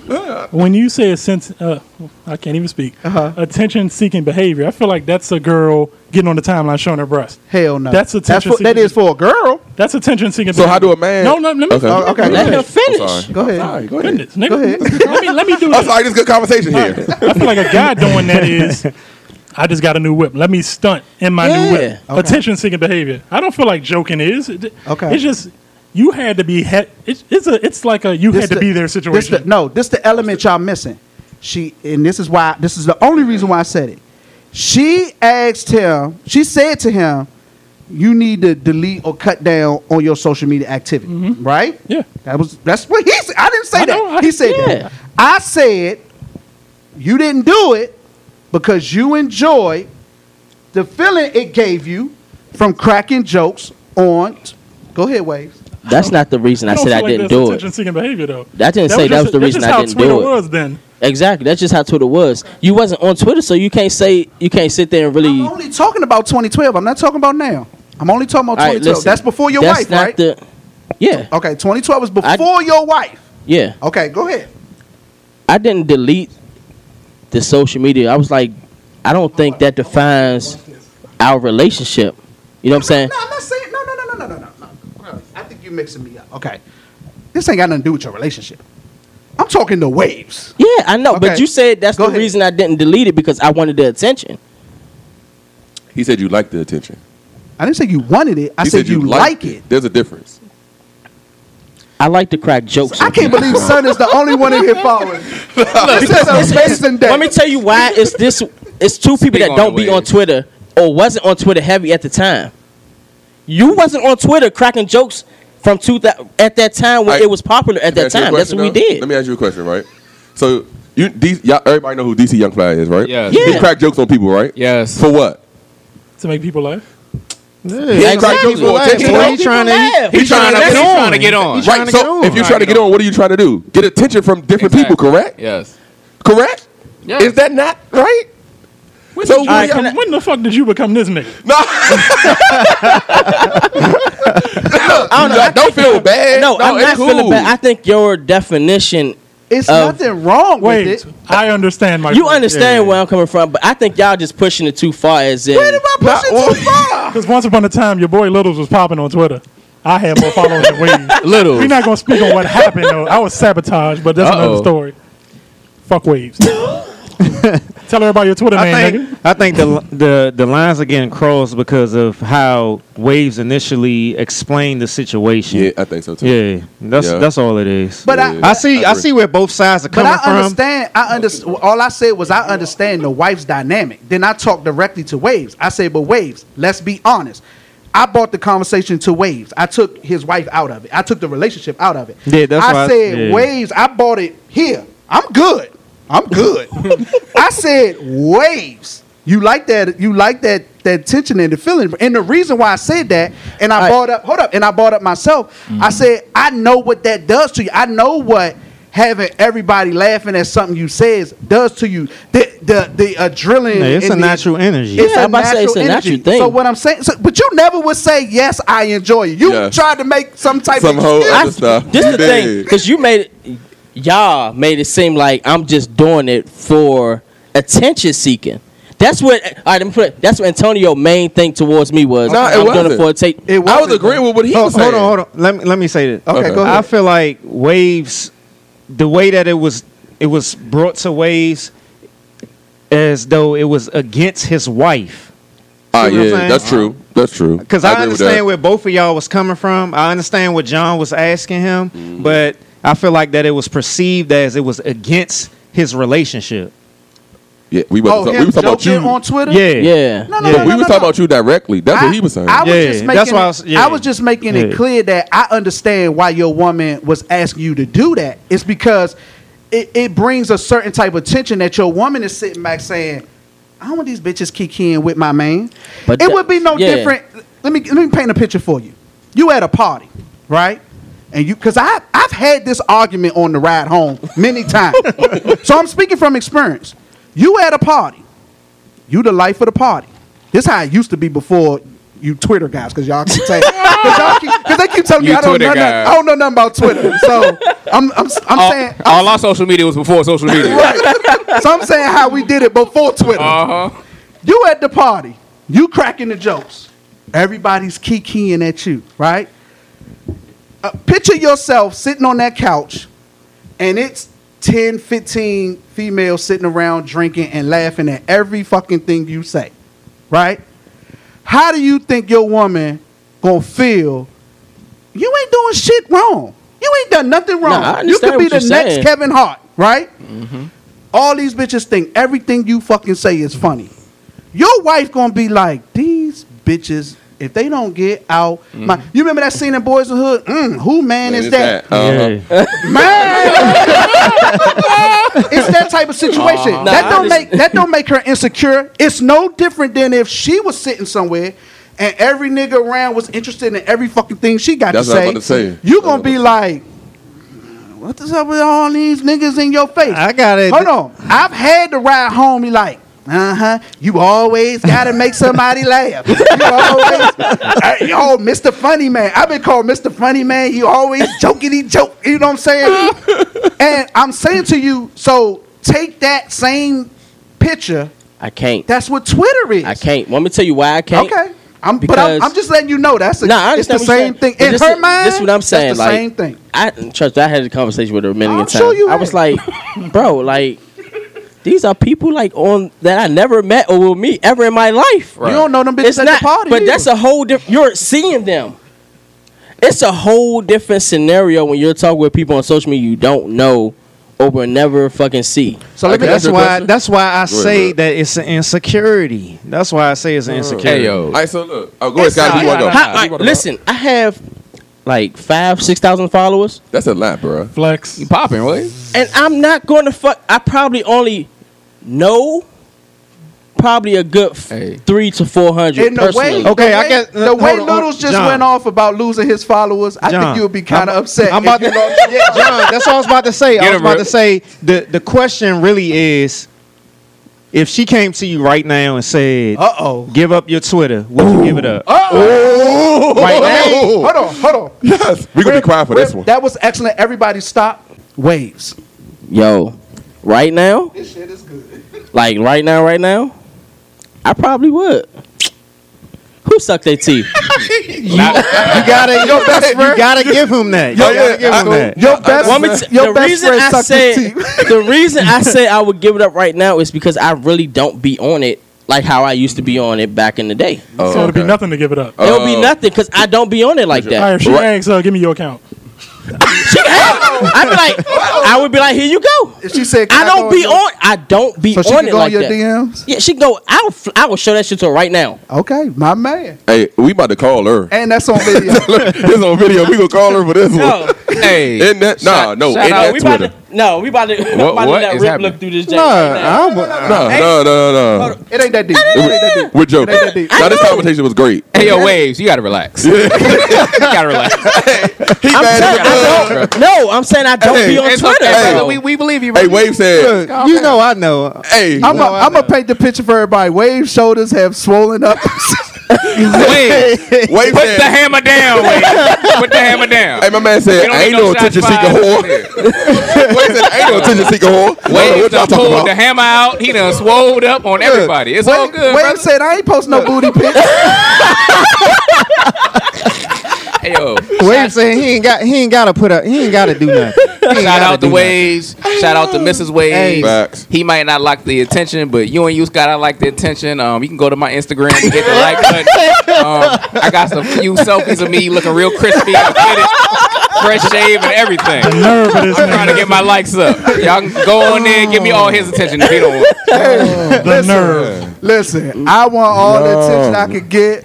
when you say a sense, uh, I can't even speak.
Uh-huh.
Attention-seeking behavior. I feel like that's a girl getting on the timeline showing her breast.
Hell no.
That's attention
for, that
seeking.
is for a girl.
That's attention-seeking.
So how do
behavior.
a man?
No, no. Let me.
Oh, okay.
Let
Let
me
him finish.
I'm sorry.
Go ahead.
Sorry, go ahead.
finish, nigga.
Go ahead.
Let me. Let me
[LAUGHS]
do
I'm
this.
sorry. This is good conversation here.
[LAUGHS] I feel like a guy doing that is, I just got a new whip. Let me stunt in my new whip.
Yeah.
Attention seeking behavior. I don't feel like joking is. It-
Okay.
It's just you had to be. He- it's, it's a. It's like a you
This
had to
the-
be there
this the-
situation.
no, this the element y'all missing. She and this is why this is the only reason why I said it. She asked him. She said to him, "You need to delete or cut down on your social media activity." Right?
Mm-hmm. Yeah.
That was that's what he said. I didn't say
I
that.
know, I-
he said
yeah.
that. I said you didn't do it because you enjoyed the feeling it gave you from cracking jokes on. Go ahead, waves.
That's not the reason I
don't
said I
feel like
didn't
that's
do it.
Attention-seeking behavior, though.
I didn't say that was the
that's
reason
just
I
how
didn't do
Twitter
it.
was then.
Exactly. That's just how Twitter was. You wasn't on Twitter, so you can't say you can't sit there and really.
I'm only talking about 2012. I'm not talking about now. I'm only talking about
All right,
2012.
listen.
that's before your
That's
wife,
not
right?
the- yeah,
okay, 2012 is before your wife.
yeah.
Okay, go ahead.
I didn't delete the social media. I was like, I don't think that defines our relationship. You know what I'm saying?
No, I'm not saying. No, no, no, no, no, no, no, no. I think you're mixing me up. Okay, this ain't got nothing to do with your relationship. I'm talking the waves.
Yeah, I know. But
Okay.
you said that's the reason I didn't delete it because I wanted the attention.
He said you like the attention.
I didn't say you wanted it. I
He
said, you like
liked
it.
There's a difference.
I like to crack jokes.
I can't believe Son is the only one in here [LAUGHS] following. this is
because it's-
amazing day.
Let me tell you why it's this. It's two people that
on
don't
the
be
wave.
on Twitter or wasn't on Twitter heavy at the time. You wasn't on Twitter cracking jokes from two thou- at that time when it was popular at that
Can I ask
time.
you a
That's what we
question, though?
did.
Let me ask you a question, right? So you, these, y'all, everybody know who DC Young Fly is, right?
Yes.
He
Yeah.
crack jokes on people, right?
Yes.
For what?
to make people laugh.
He crack jokes for attention, right? He trying to get on. Right. So if you try to get on, what are you trying to do? Get attention from different people, correct?
Yes.
Correct? Is that not right?
When,
So
did you,
we-
when, the fuck did you become this nigga?
No.
I don't, know, I
don't feel bad.
No,
No,
I'm
it's
not feeling
cool.
bad. I think your definition.
[LAUGHS]
It's
Oh.
of,
nothing wrong
Wait,
with it.
I understand my.
You understand where I'm coming from, but I think y'all just pushing it too far. As in,
[LAUGHS] Because once upon a time, your boy Littles was popping on Twitter. I had more followers than Wade.
Littles.
We're not gonna speak on what happened though. I was sabotaged, but that's another
Uh-oh.
story. Fuck waves. Tell everybody your Twitter name,
I
nigga.
think, I think the, the the lines are getting crossed because of how Waves initially explained the situation. Yeah,
I think so too.
Yeah, that's
Yeah.
that's all it is.
But I- Yeah.
I see
I
I,
agree.
see where both sides are
But
coming
I
from.
understand. I understand. All I said was I understand the wife's dynamic. Then I talked directly to Waves. I said, "But Waves, let's be honest. I brought the conversation to Waves. I took his wife out of it. I took the relationship out of it.
Yeah, that's
I
why I-
said,
yeah.
Waves. I bought it here. I'm good.
[LAUGHS]
I'm good. I said, Waves. You like that? You like that? That tension and the feeling. And the reason why I said that, and I brought up, hold up, and I brought up myself.
Mm-hmm.
I said, I know what that does to you. I know what having everybody laughing at something you says does to you. The the the adrenaline.
Yeah, it's
and
a
the-
natural energy.
It's
Yeah,
a
I'm about to
natural
say it's a
energy.
natural thing.
So what I'm saying, so, but you never would say yes. I enjoy it. You
Yeah.
tried to make some type
Some
of
whole
excuse.
other stuff. This is the thing, because you made it, y'all made it seem like I'm just doing it for attention seeking. That's what. All right, let me put it, that's what Antonio' main thing towards me was.
Nah, it
I'm doing it
wasn't.
for a take.
It I was wasn't, agreeing though. with what he
Oh,
was
hold
saying.
on, hold on. Let me let me say this.
Okay, Okay. go
I
ahead.
feel like Waves, the way that it was, it was brought to Waves, as though it was against his wife.
Ah,
See what I'm
yeah,
saying?
that's true. That's true.
Because I,
agree with that.
understand where both of y'all was coming from. I understand what John was asking him,
Mm.
but I feel like that it was perceived as it was against his relationship.
Yeah, we wasn't
Oh,
talk-
him
we was talking about you
joking
on Twitter?
Yeah,
Yeah. No, no, no,
we
no,
was
no,
talking about you directly. That's what he was saying.
I was just making
that's why
it,
I was- yeah.
I was just making it
Yeah.
clear that I understand why your woman was asking you to do that. It's because it, it brings a certain type of tension that your woman is sitting back saying, I don't want these bitches kikiing with my man.
But
it
that-
would be no
yeah.
different. Let me let me paint a picture for you. You at a party, right? And you because I I've had this argument on the ride home many [LAUGHS] times. so I'm speaking from experience. You at a party. You the life of the party. This how it used to be before you Twitter guys, because y'all keep saying, because they keep telling me
You
I don't,
Twitter
know nothing,
guys.
I don't know nothing about Twitter. So I'm, I'm, I'm
all,
saying,
all our social media was before
[LAUGHS]
social media.
so I'm saying how we did it before Twitter.
Uh
Uh-huh.
huh.
You at the party, you cracking the jokes. Everybody's kikiing at you, right? Uh, picture yourself sitting on that couch and it's 10, 15 females sitting around drinking and laughing at every fucking thing you say, right? How do you think your woman gonna feel? You ain't doing shit wrong. You ain't done nothing wrong.
Nah, I
you could
understand
be
what
the
you're
next
saying.
Kevin Hart, right?
Mm-hmm.
All these bitches think everything you fucking say is funny. Your wife gonna be like, these bitches, if they don't get out, my
Mm.
you remember that scene in Boys in the Hood? Mm, who man is that?
Uh-huh.
[LAUGHS] it's that type of situation.
Uh-huh.
that
Nah, I
don't make that don't make her insecure. It's no different than if she was sitting somewhere and every nigga around was interested in every fucking thing she got
That's
to
what I
say.
was about to say.
You gonna be like, what is up with all these niggas in your face? I
got it.
Hold on. I've had to ride home. Be like, Uh huh. You always gotta make somebody [LAUGHS] laugh. You always, Hey, yo, Mr. Funny Man. I've been called Mr. Funny Man. You always jokingly joke. You know what I'm
[LAUGHS]
saying? and I'm saying to you, so take that same picture.
I can't.
That's what Twitter is.
I can't. Want me to tell you why I can't?
Okay. I'm, but I'm,
Because-
I'm just letting you know that's a,
Nah, I
it's the
understand what you're
same thing.
saying, but
In
this
her
is-
mind,
this is what I'm saying.
That's the
like,
same thing.
I trust. me, I had a conversation with her a million
I'm
times.
sure you
I was like, bro, like these are people like on that I never met or will meet ever in my life.
You don't know them bitches
It's
at
not,
the party.
but
either.
that's a whole different. You're seeing them. It's a whole different scenario when you're talking with people on social media you don't know or will never fucking see.
So
let me
that's
ask you a
why.
question.
That's why I
Go ahead,
say
bro.
that it's an insecurity. That's why I say it's an insecurity.
All right, so look. Oh, go ahead, Scott. Who you
How-
want to go?
how-
Who you
like,
wanna go?
listen, I have like five, six thousand followers.
That's a lot, bro.
Flex.
You popping, right?
And I'm not going to fuck. I probably only know probably a good f- three to four hundred.
in the way,
Okay,
the
I
way-
guess- uh,
the way
hold on, hold-
Noodles just
John.
[LAUGHS]
went off about losing his followers. I
John,
think you would be kind of upset.
I'm
if
about to,
you lost-
yeah, John. That's what I was about to say.
Get
I was
him,
about
bro.
to say the the question really is, if she came to you right now and said,
Uh oh.
"Give up your Twitter," would you give it up?
Oh,
Right now?
Hold on, hold on.
Yes, we gonna be quiet for this
Wait,
one.
That was excellent. Everybody stop. Waves.
Yo, right now,
This shit is good.
like right now, right now, I probably would. Who sucked their [LAUGHS] teeth?
You gotta, your best friend, you gotta give him that. You
Yeah,
gotta
yeah,
give him
I-
that.
Your best,
Want me to-
your
the
best
reason
friend
I
sucked
said
his teeth.
the reason I say I would give it up right now is because I really don't be on it like how I used to be on it back in the day.
Oh,
so it'll be
okay.
nothing to give it up.
Oh.
Uh,
It'll be nothing because I don't be on it like
All right,
that.
if she
Right.
asks, uh, give me your account.
I'd be
[LAUGHS]
like, I would be like, here you go.
If she said,
I
"Can
don't
go
be
your-"
on. I don't be
So she
on
can
it
go on
like
your
that.
DMs.
Yeah, she can go. I will. I will show that shit to her right now.
Okay,
[LAUGHS]
my man.
Hey, we about to call her.
Oh, And that's on
[LAUGHS]
video.
Look, this on video. We gonna call her for this one.
Hey,
In that, nah, Uh, no,
shout
in
out-
that
we about
Twitter.
to, no, we about to, [LAUGHS] we about to
what
let
is
Rip
happening?
look through this.
Nah,
jacket right now.
I would-
No, no, no, no, no.
it ain't that deep. It ain't that deep.
We're joking.
It ain't that deep.
Now this conversation was great.
hey, yo, waves. You gotta relax. [LAUGHS] you gotta relax.
He
I'm
mad at
saying,
the club.
I don't, no, I'm saying I don't
Hey,
be on
It's
Twitter.
okay,
Hey.
brother. We, we believe you.
Hey,
brother.
Wave said,
Look, you know, I know.
"Hey,
I'm gonna paint the picture for everybody. Wave shoulders have swollen up.
Waves,
Wave
put the
said,
hammer down.
[LAUGHS]
Waves. Put the hammer down.
hey, my man
We
said,
don't
I
need
ain't no
shots
attention seeker
fired
whore." [LAUGHS]
up here.
Wave said, I ain't no attention seeker whore. I don't know
Wave
what y'all
done
talking
pulled
about.
the hammer out. He done swolled up on everybody. It's all
Wave,
good,
Wave
brother.
said, I ain't
[LAUGHS]
post no booty pics.
Hey, yo,
[LAUGHS] Wait saying he ain't got, he ain't gotta put up, he ain't gotta do nothing. He ain't
shout
gotta
out to
do
Waves. Shout out to Mrs.
Hey.
Waves.
Facts.
He might not like the attention, but you and you Scott, I like the attention. Um, you can go to my Instagram and get the like button. Um, I got some few selfies of me looking real crispy, and fitted, fresh shave, and everything.
The nerve of this
I'm trying to
nigga.
get my likes up. Y'all can go on there and give me all his attention if you don't want. [LAUGHS]
The nerve.
Listen, I want all the attention I could get.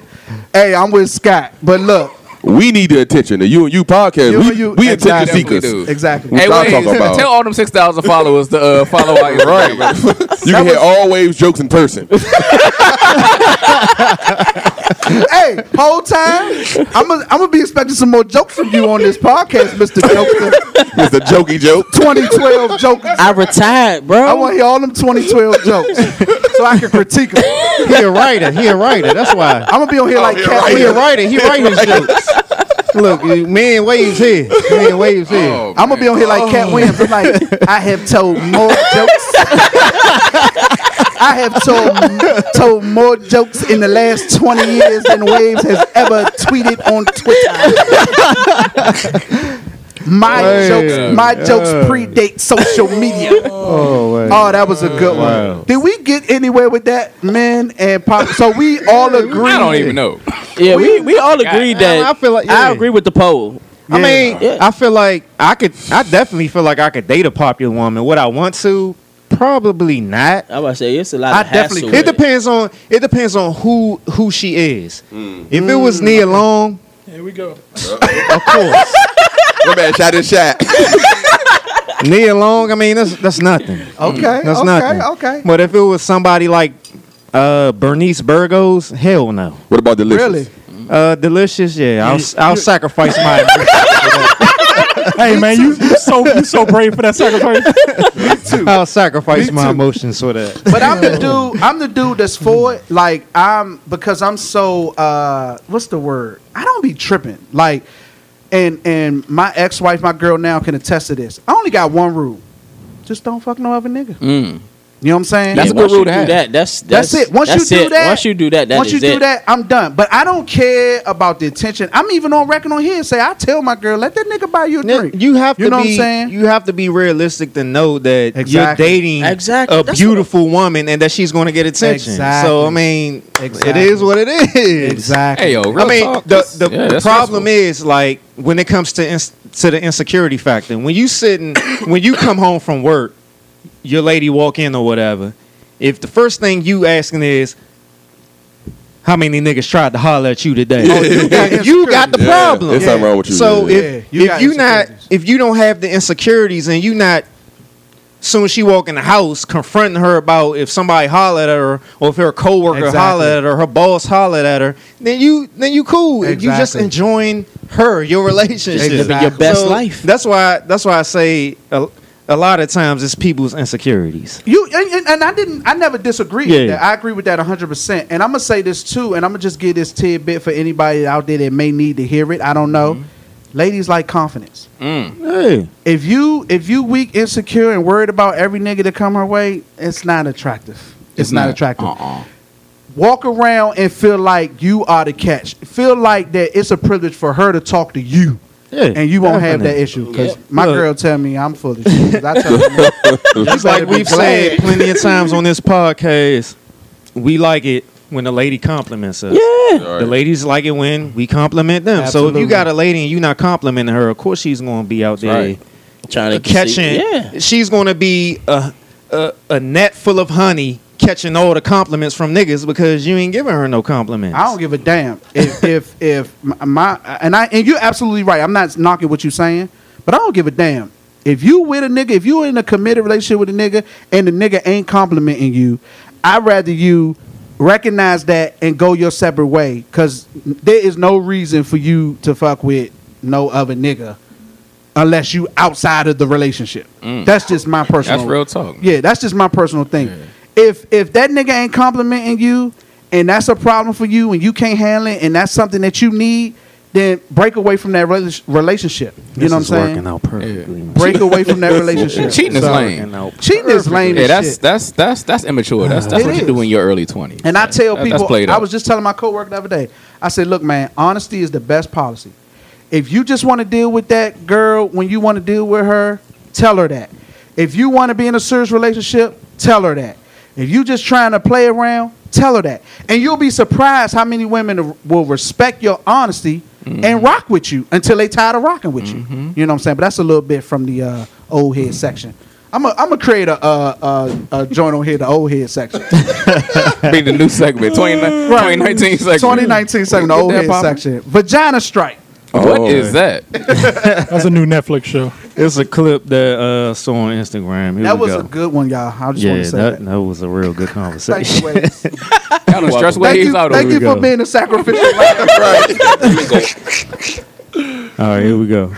Hey, I'm with Scott, but
[LAUGHS]
look,
We need the attention. The you and you podcast.
You
we
and You-
we attention
Exactly.
seekers.
Definitely
exactly.
What
Hey,
y'all
wait,
talking about?
tell all them 6,000 followers to uh, follow our Instagram.
Right. you can hear all Waves jokes
[LAUGHS]
in person.
hey, whole time I'm gonna I'm gonna be expecting some more jokes from you on this podcast, Mister Joker.
It's a jokey joke.
2012 jokers.
I retired, bro.
I want to hear all them 2012 jokes so I can critique them.
nothing. He a writer. He a writer. That's why.
I'm gonna be on here like
yeah,
Cat
right.
Oh, He
Williams.
a writer. He write his jokes. Look, man, waves here. Man, waves here.
I'm gonna be on here like
Oh,
Cat Williams. I'm like, I have told more jokes.
[LAUGHS]
[LAUGHS] I have told told more jokes in the last 20 years than Waves has ever tweeted on Twitter. [LAUGHS] my
Hey,
jokes, my jokes predate social media.
Oh, wait.
[LAUGHS] Oh, that was a good
Wow.
one. Did we get anywhere with that, man? And pop. So we all agree.
I don't even know.
yeah, we, we all agreed
Man,
that.
I feel like- yeah.
I agree with the poll.
I mean, I feel like I could. I definitely feel like I could date a popular woman. Would I want to? Probably not.
I'm about to say it's a lot.
I
of
definitely
hassle
could.
It
with
depends on. It depends on who who she is.
Mm.
If it was Nia Long,
Here we go.
of course.
My man shot his
[LAUGHS]
shot.
Nia Long. I mean, that's that's nothing.
Okay.
That's
okay.
nothing.
Okay.
But if it was somebody like uh, Bernice Burgos, hell no.
What about delicious?
Really? [LAUGHS]
Uh, delicious, yeah. I'll
you-
I'll sacrifice my. [LAUGHS]
hey man, you, you so you so brave for that
[LAUGHS]
sacrifice.
I'll sacrifice
Me
my
too.
emotions for that.
But I'm
[LAUGHS]
the dude. I'm the dude that's for it. Like I'm because I'm so uh, what's the word? I don't be tripping. Like, and and my ex wife, my girl now can attest to this. I only got one rule: just don't fuck no other nigga.
Mm.
You know what I'm saying?
Yeah, once you do that, that's,
That's, it. Once
that's
you do
it.
that,
once you do that, that
once you
is
do
it.
that, I'm done. But I don't care about the attention. I'm even on record on here and say I tell my girl, let that nigga buy you a drink.
You have to
You
be,
know what I'm saying?
You have to be realistic to know that you're
Exactly.
dating
Exactly.
a
That's
beautiful woman and that she's going to get attention. So I
Exactly.
mean, it
Exactly.
is what it is.
Exactly.
Hey, yo, real
I mean,
talk,
the
that's-
the
yeah, that's
problem is like when it comes to ins- to the insecurity factor. When you sitting, [COUGHS] when you come home from work, your lady walk in or whatever. If the first thing you asking is, how many niggas tried to holler at you
[LAUGHS]
today?
Oh, [LAUGHS] you got
you got the
Yeah,
problem.
there's something wrong with you,
So
yeah.
if
Yeah, you
if
got
you not if you don't have the insecurities and you not soon as she walk in the house confronting her about if somebody hollered at her or if her coworker
Exactly.
hollered at her, her boss hollered at her, then you then you cool. If You just
Exactly.
enjoying her, your relationship,
Exactly. Living your
best life.
That's why that's why I say a, a lot of times it's people's insecurities.
You and, and, and I didn't. I never disagreed
Yeah.
with that. I agree with that 100. percent And I'm gonna say this too. And I'm gonna just give this tidbit for anybody out there that may need to hear it. I don't know.
Mm-hmm.
Ladies like confidence.
Mm.
Hey,
If you if you weak, insecure, and worried about every nigga that come her way, it's not attractive. It's, not,
Mm.
attractive.
Uh-uh.
Walk around and feel like you are the catch. Feel like that it's a privilege for her to talk to you.
Yeah,
and you won't have
definitely.
that issue because
Yep.
my
Look.
girl tell me I'm full of shit. 'cause I tell her,
Just
better
like
be
we've
glad.
said plenty of times on this podcast, we like it when the lady compliments us.
All
The
right.
ladies like it when we compliment them. So if
Absolutely.
you got a lady and you not complimenting her, of course she's going to be out there
right. Trying to
catching.
see- Yeah.
She's going to be a, a a net full of honey catching all the compliments from niggas because you ain't giving her no compliments.
I don't give a damn if [LAUGHS] if if my- my and I and you're absolutely right. I'm not knocking what you're saying, but I don't give a damn if you with a nigga. If you in a committed relationship with a nigga and the nigga ain't complimenting you, I'd rather you recognize that and go your separate way because there is no reason for you to fuck with no other nigga unless you outside of the relationship.
Mm.
That's just my personal.
That's real talk.
Yeah, that's just my personal thing. If if that nigga ain't complimenting you and that's a problem for you and you can't handle it and that's something that you need, then break away from that rela- relationship. You
This
know what I'm
is
saying?
working out perfectly.
Break away from that relationship.
Cheating is
So-
lame.
Cheating is lame.
Yeah,
as
that's
shit.
that's that's that's immature. That's that's
It
what you
is.
do in your early twenties.
And I tell
That- that's
people,
played
I
out.
was just telling my coworker the other day. I said, "Look, man, honesty is the best policy. If you just want to deal with that girl when you want to deal with her, tell her that. If you want to be in a serious relationship, tell her that. If you just trying to play around, tell her that. And you'll be surprised how many women will respect your honesty
Mm-hmm.
and rock with you until they tired of rocking with you. You know what I'm saying? But that's a little bit from the uh, old head section." I'm gonna I'm create a, uh uh a joint on here, the old head section.
be the new segment. 29 [LAUGHS]
[LAUGHS]
2019 segment.
2019 segment, the
Get
old
that
head
poppin'.
section. Vagina strike.
What
Oh.
is that?
That's a new Netflix show.
It's a clip that uh I saw on Instagram. Here
that
we
was
go.
a good one, y'all. I just want
yeah,
to say
that,
that.
that was a real good
Thank
[LAUGHS] conversation.
you, Waze. Thank
[LAUGHS] Y'all done stress waves
you,
out
thank
over
you
here.
for being a
[LAUGHS]
sacrificial lamb.
All right, here we go.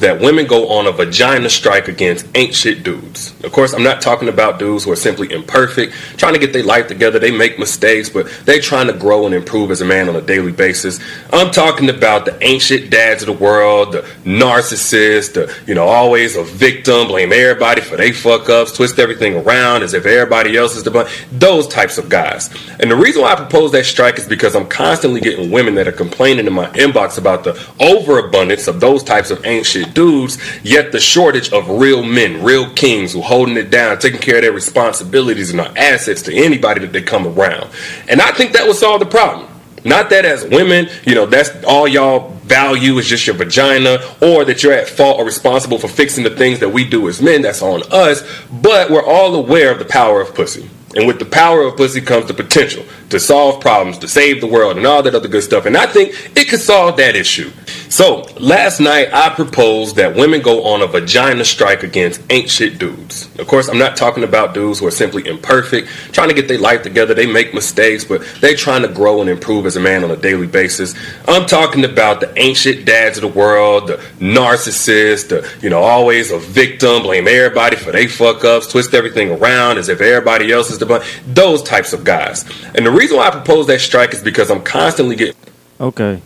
that women go on a vagina strike against ain't shit dudes. Of course, I'm not talking about dudes who are simply imperfect, trying to get their life together. They make mistakes, but they trying to grow and improve as a man on a daily basis. I'm talking about the ain't shit dads of the world, the narcissist, the you know always a victim, blame everybody for they fuck ups, twist everything around as if everybody else is the bun. Those types of guys. And the reason why I propose that strike is because I'm constantly getting women that are complaining in my inbox about the overabundance of those types of ancient dudes, yet the shortage of real men, real kings who holding it down, taking care of their responsibilities and our assets to anybody that they come around. And I think that would solve the problem. Not that as women, you know, that's all y'all value is just your vagina, or that you're at fault or responsible for fixing the things that we do as men, that's on us. But we're all aware of the power of pussy. And with the power of pussy comes the potential to solve problems, to save the world, and all that other good stuff. And I think it could solve that issue. So last night I proposed that women go on a vagina strike against ain't shit dudes. Of course, I'm not talking about dudes who are simply imperfect, trying to get their life together. They make mistakes, but they trying to grow and improve as a man on a daily basis. I'm talking about the ain't shit dads of the world, the narcissist, the you know always a victim, blame everybody for they fuck ups, twist everything around as if everybody else is the blame. Those types of guys. And the reason why I propose that strike is because I'm constantly getting
Okay.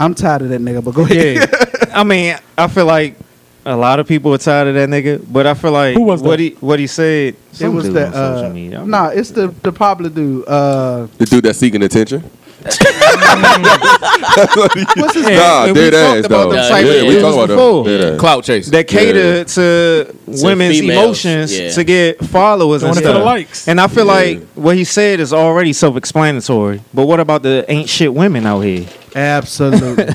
I'm tired of that nigga, but go ahead.
Yeah. I mean, I feel like a lot of people are tired of that nigga, but I feel like
Who was
what
that?
he what he said.
it
some
was
dude
the
on social
uh,
media. I'm-
nah. It's the the Pablo dude. Uh,
The dude that's seeking attention.
[LAUGHS]
What's his
Nah,
name? We
dead
talked
ass
about
though.
them type of
yeah, we
dudes
talked about
before.
them. Dead ass.
Clout chase.
that cater
Yeah.
to, women's
females,
emotions
yeah.
to get followers
Doing
and
it for the
stuff.
likes.
And I feel like what he said is already self-explanatory. But what about the ain't shit women out here?
Absolutely.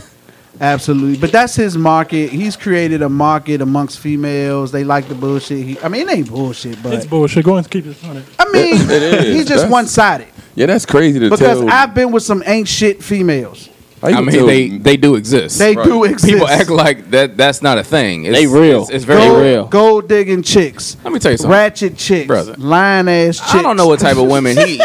Absolutely. But that's his market. He's created a market amongst females. They like the bullshit. He, I mean, it ain't bullshit, but
It's bullshit. Go and keep it on it.
I mean,
It is.
he's just
That's-
one sided.
Yeah, that's crazy to
Because
tell.
I've been with some ain't shit females.
how you
I
gonna
mean,
tell-
they they do exist.
They do exist.
People act like that. That's not a thing. It's,
They real.
It's, it's very
gold,
real.
Gold digging chicks,
Let me tell you something.
ratchet chicks,
Brother.
lion ass chicks.
I don't know what type of women
[LAUGHS]
he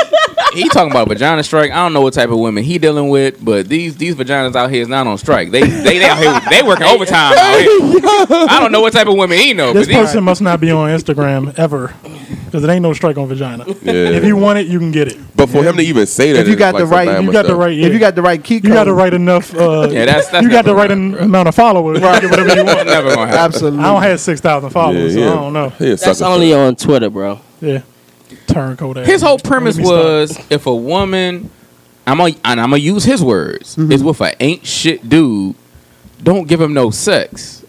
he talking about vagina strike. I don't know what type of women he dealing with, but these these vaginas out here is not on strike. They they they out here they
[LAUGHS]
working overtime. Out here. I don't know what type of women he know,
This
but these,
person must not be on Instagram ever, because it ain't no strike on vagina.
Yeah.
If you want it, you can get it.
But for him to even say that,
If you
is
got
like
the right-
some
You
Bama
got the
stuff.
right. Yeah.
If you got the right key code,
you got to write enough. Uh,
[LAUGHS] Yeah, that's- that's
you got the
never
right
gonna
an- amount of followers. You can get whatever [LAUGHS] you
[LAUGHS]
want.
never gonna happen.
Absolutely.
I don't have six thousand followers, so I don't know.
He a
That's
sucker for
only
that.
on Twitter, bro.
Yeah, turncoat. ass.
His whole premise
Let me stop.
was if a woman, I'm gonna and I'm gonna use his words,
Mm-hmm.
is with an ain't shit dude, don't give him no sex.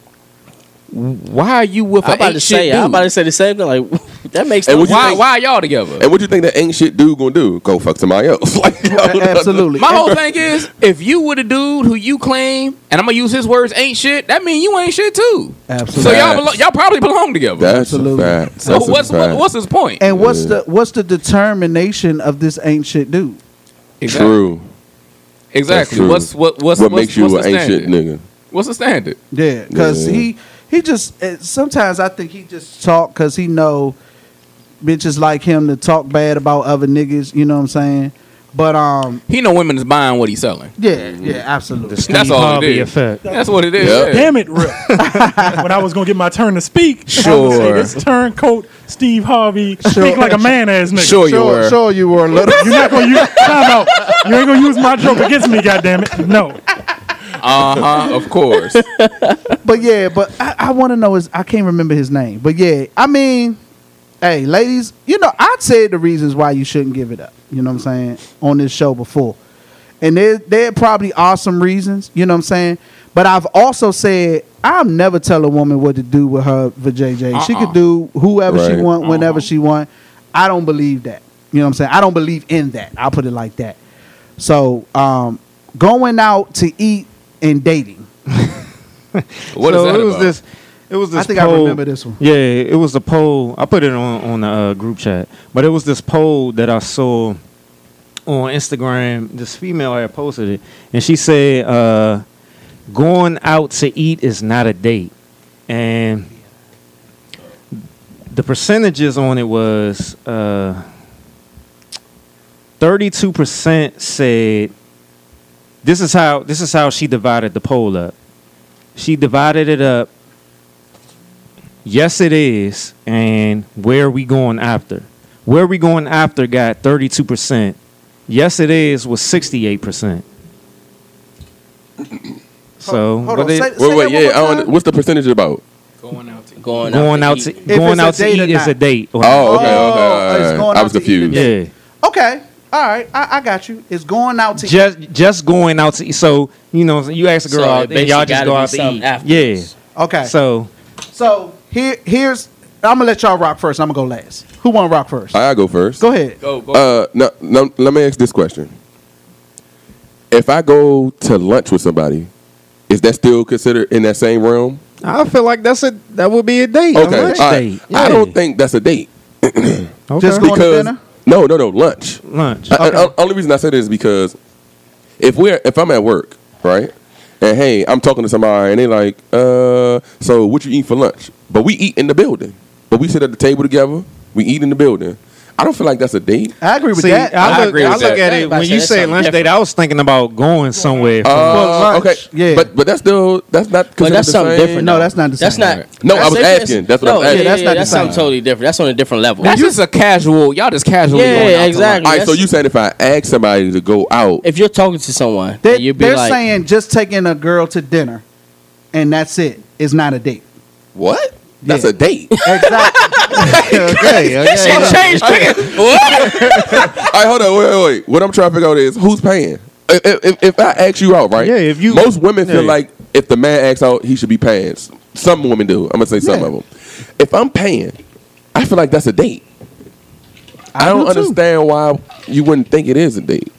Why are you with
I'm
an
about to
ain't
say.
shit
I'm
dude?
about to say the same thing. Like [LAUGHS] that makes.
And
no
would you
why
think-
why are y'all
[LAUGHS]
together?
And what you think that ain't shit dude gonna do? Go fuck somebody else? [LAUGHS] Like, you know,
Absolutely.
My whole thing is, if you were the dude who you claim, and I'm gonna use his words, ain't shit. That mean you ain't shit too.
Absolutely.
So y'all,
Facts.
belo- y'all probably belong together.
That's
Absolutely.
a fact.
so
That's a
what's
fact.
what, what's his point?
and what's the what's the determination of this ain't shit dude?
Exactly.
true? That's
Exactly.
true.
What's what what's
what
what's,
makes you
what's
an
the
ain't shit
standard?
nigga?
What's the standard?
Yeah, because
Yeah.
he he just eh, sometimes I think he just talk because he know bitches like him to talk bad about other niggas. You know what I'm saying? But um,
He know women is buying what he's selling.
yeah, yeah, absolutely.
That's all
Harvey
it is.
effect.
That's what it is.
Yep.
yeah.
Damn it,
[LAUGHS]
Rip. when I was gonna get my turn to speak, I was
Sure.
gonna say, this turncoat Steve Harvey speak like a man ass nigga.
Sure you were.
sure you were a little.
You're not gonna use time out. You ain't gonna use my joke against me, goddammit. No.
Uh huh. Of course.
[LAUGHS] but yeah, but I, I want to know his. I can't remember his name. But yeah, I mean, hey, ladies, you know, I said the reasons why you shouldn't give it up. You know what I'm saying on this show before, and there there probably are some reasons. You know what I'm saying. But I've also said I'll never tell a woman what to do with her vajayjay. She
Uh-uh.
could do whoever she
Right.
want, whenever she want. I don't believe that. You know what I'm saying? I don't believe in that. I'll put it like that. So, um, going out to eat and dating.
What is
so
that
it was
about?
this. It was this.
I think
poll.
I remember this one.
Yeah, it was a poll. I put it on on the uh, group chat, but it was this poll that I saw on Instagram. This female had posted it, and she said, uh, "Going out to eat is not a date," and the percentages on it was uh, thirty-two percent said. This is how this is how she divided the poll up. She divided it up Yes, it is. And where are we going after? Where are we going after got 32%. Yes, it is was 68%.
[COUGHS]
So,
hold
but
on,
it-
say-
Wait,
that
wait,
one
yeah.
more
I want,
time.
what's the percentage about?
Going out to
Going,
going out
eat.
to
If
going
it's
out
a
to
date or
eat is a
not.
date. or not.
Oh,
Oh,
okay, okay. all
it's
right,
going
I
out
was
to eat
confused.
today.
yeah.
Okay. All right. I, I got you. It's going out to
Just just going out to eat. So, you know, you ask a
So
girl out,
it
and y'all
basically
just
gotta
go
be
out to
something
eat.
afterwards.
Okay.
Yeah.
So,
So,
here here's I'm gonna let y'all rock first. I'm gonna go last. Who wanna rock first?
I go first.
go ahead.
Go go.
Uh, no, no, let me ask this question: If I go to lunch with somebody, is that still considered in that same realm?
I feel like that's a that would be a date.
Okay,
A lunch
all right.
date.
I
Yeah.
don't think that's
[CLEARS THROAT]
a date
Okay.
Just going to
because
dinner?
no, no, no, lunch.
lunch.
I- I- only reason I say this is because if we're if I'm at work, right, And hey, I'm talking to somebody, and they like, uh, so what you eat for lunch? But we eat in the building. But we sit at the table together. We eat in the building. I don't feel like that's a date.
I agree with
See,
that.
I, look, I look at it
Everybody
when
say
you
that's
say
something
lunch date. I was thinking about going somewhere. for
Uh,
lunch.
okay, yeah, but but that's still that's not.
But
considered
that's
the
something
same.
different, No, though. that's not the
That's not.
No, I was
that's-
asking. That's what
no,
I'm asking.
Yeah, that's, not that's something totally different. That's on a different level.
That's just a casual. Y'all just casually.
Yeah,
going out to
exactly.
lunch.
All right, so you saying if I ask somebody to go out,
if you're talking to someone,
They,
you'd be
they're
like,
saying just taking a girl to dinner, and that's it. It's not a date.
What? That's a date. [LAUGHS]
Exactly. okay.
That shit
okay.
changed.
[LAUGHS]
All right, hold on, wait, wait, wait. What I'm trying to figure out is who's paying. If, if, if I ask you out, right? Yeah, if you most women feel
yeah.
like if the man asks out, he should be paying. Some women do. I'm gonna say some of them. If I'm paying, I feel like that's a date. I, don't understand why you wouldn't think it is a date.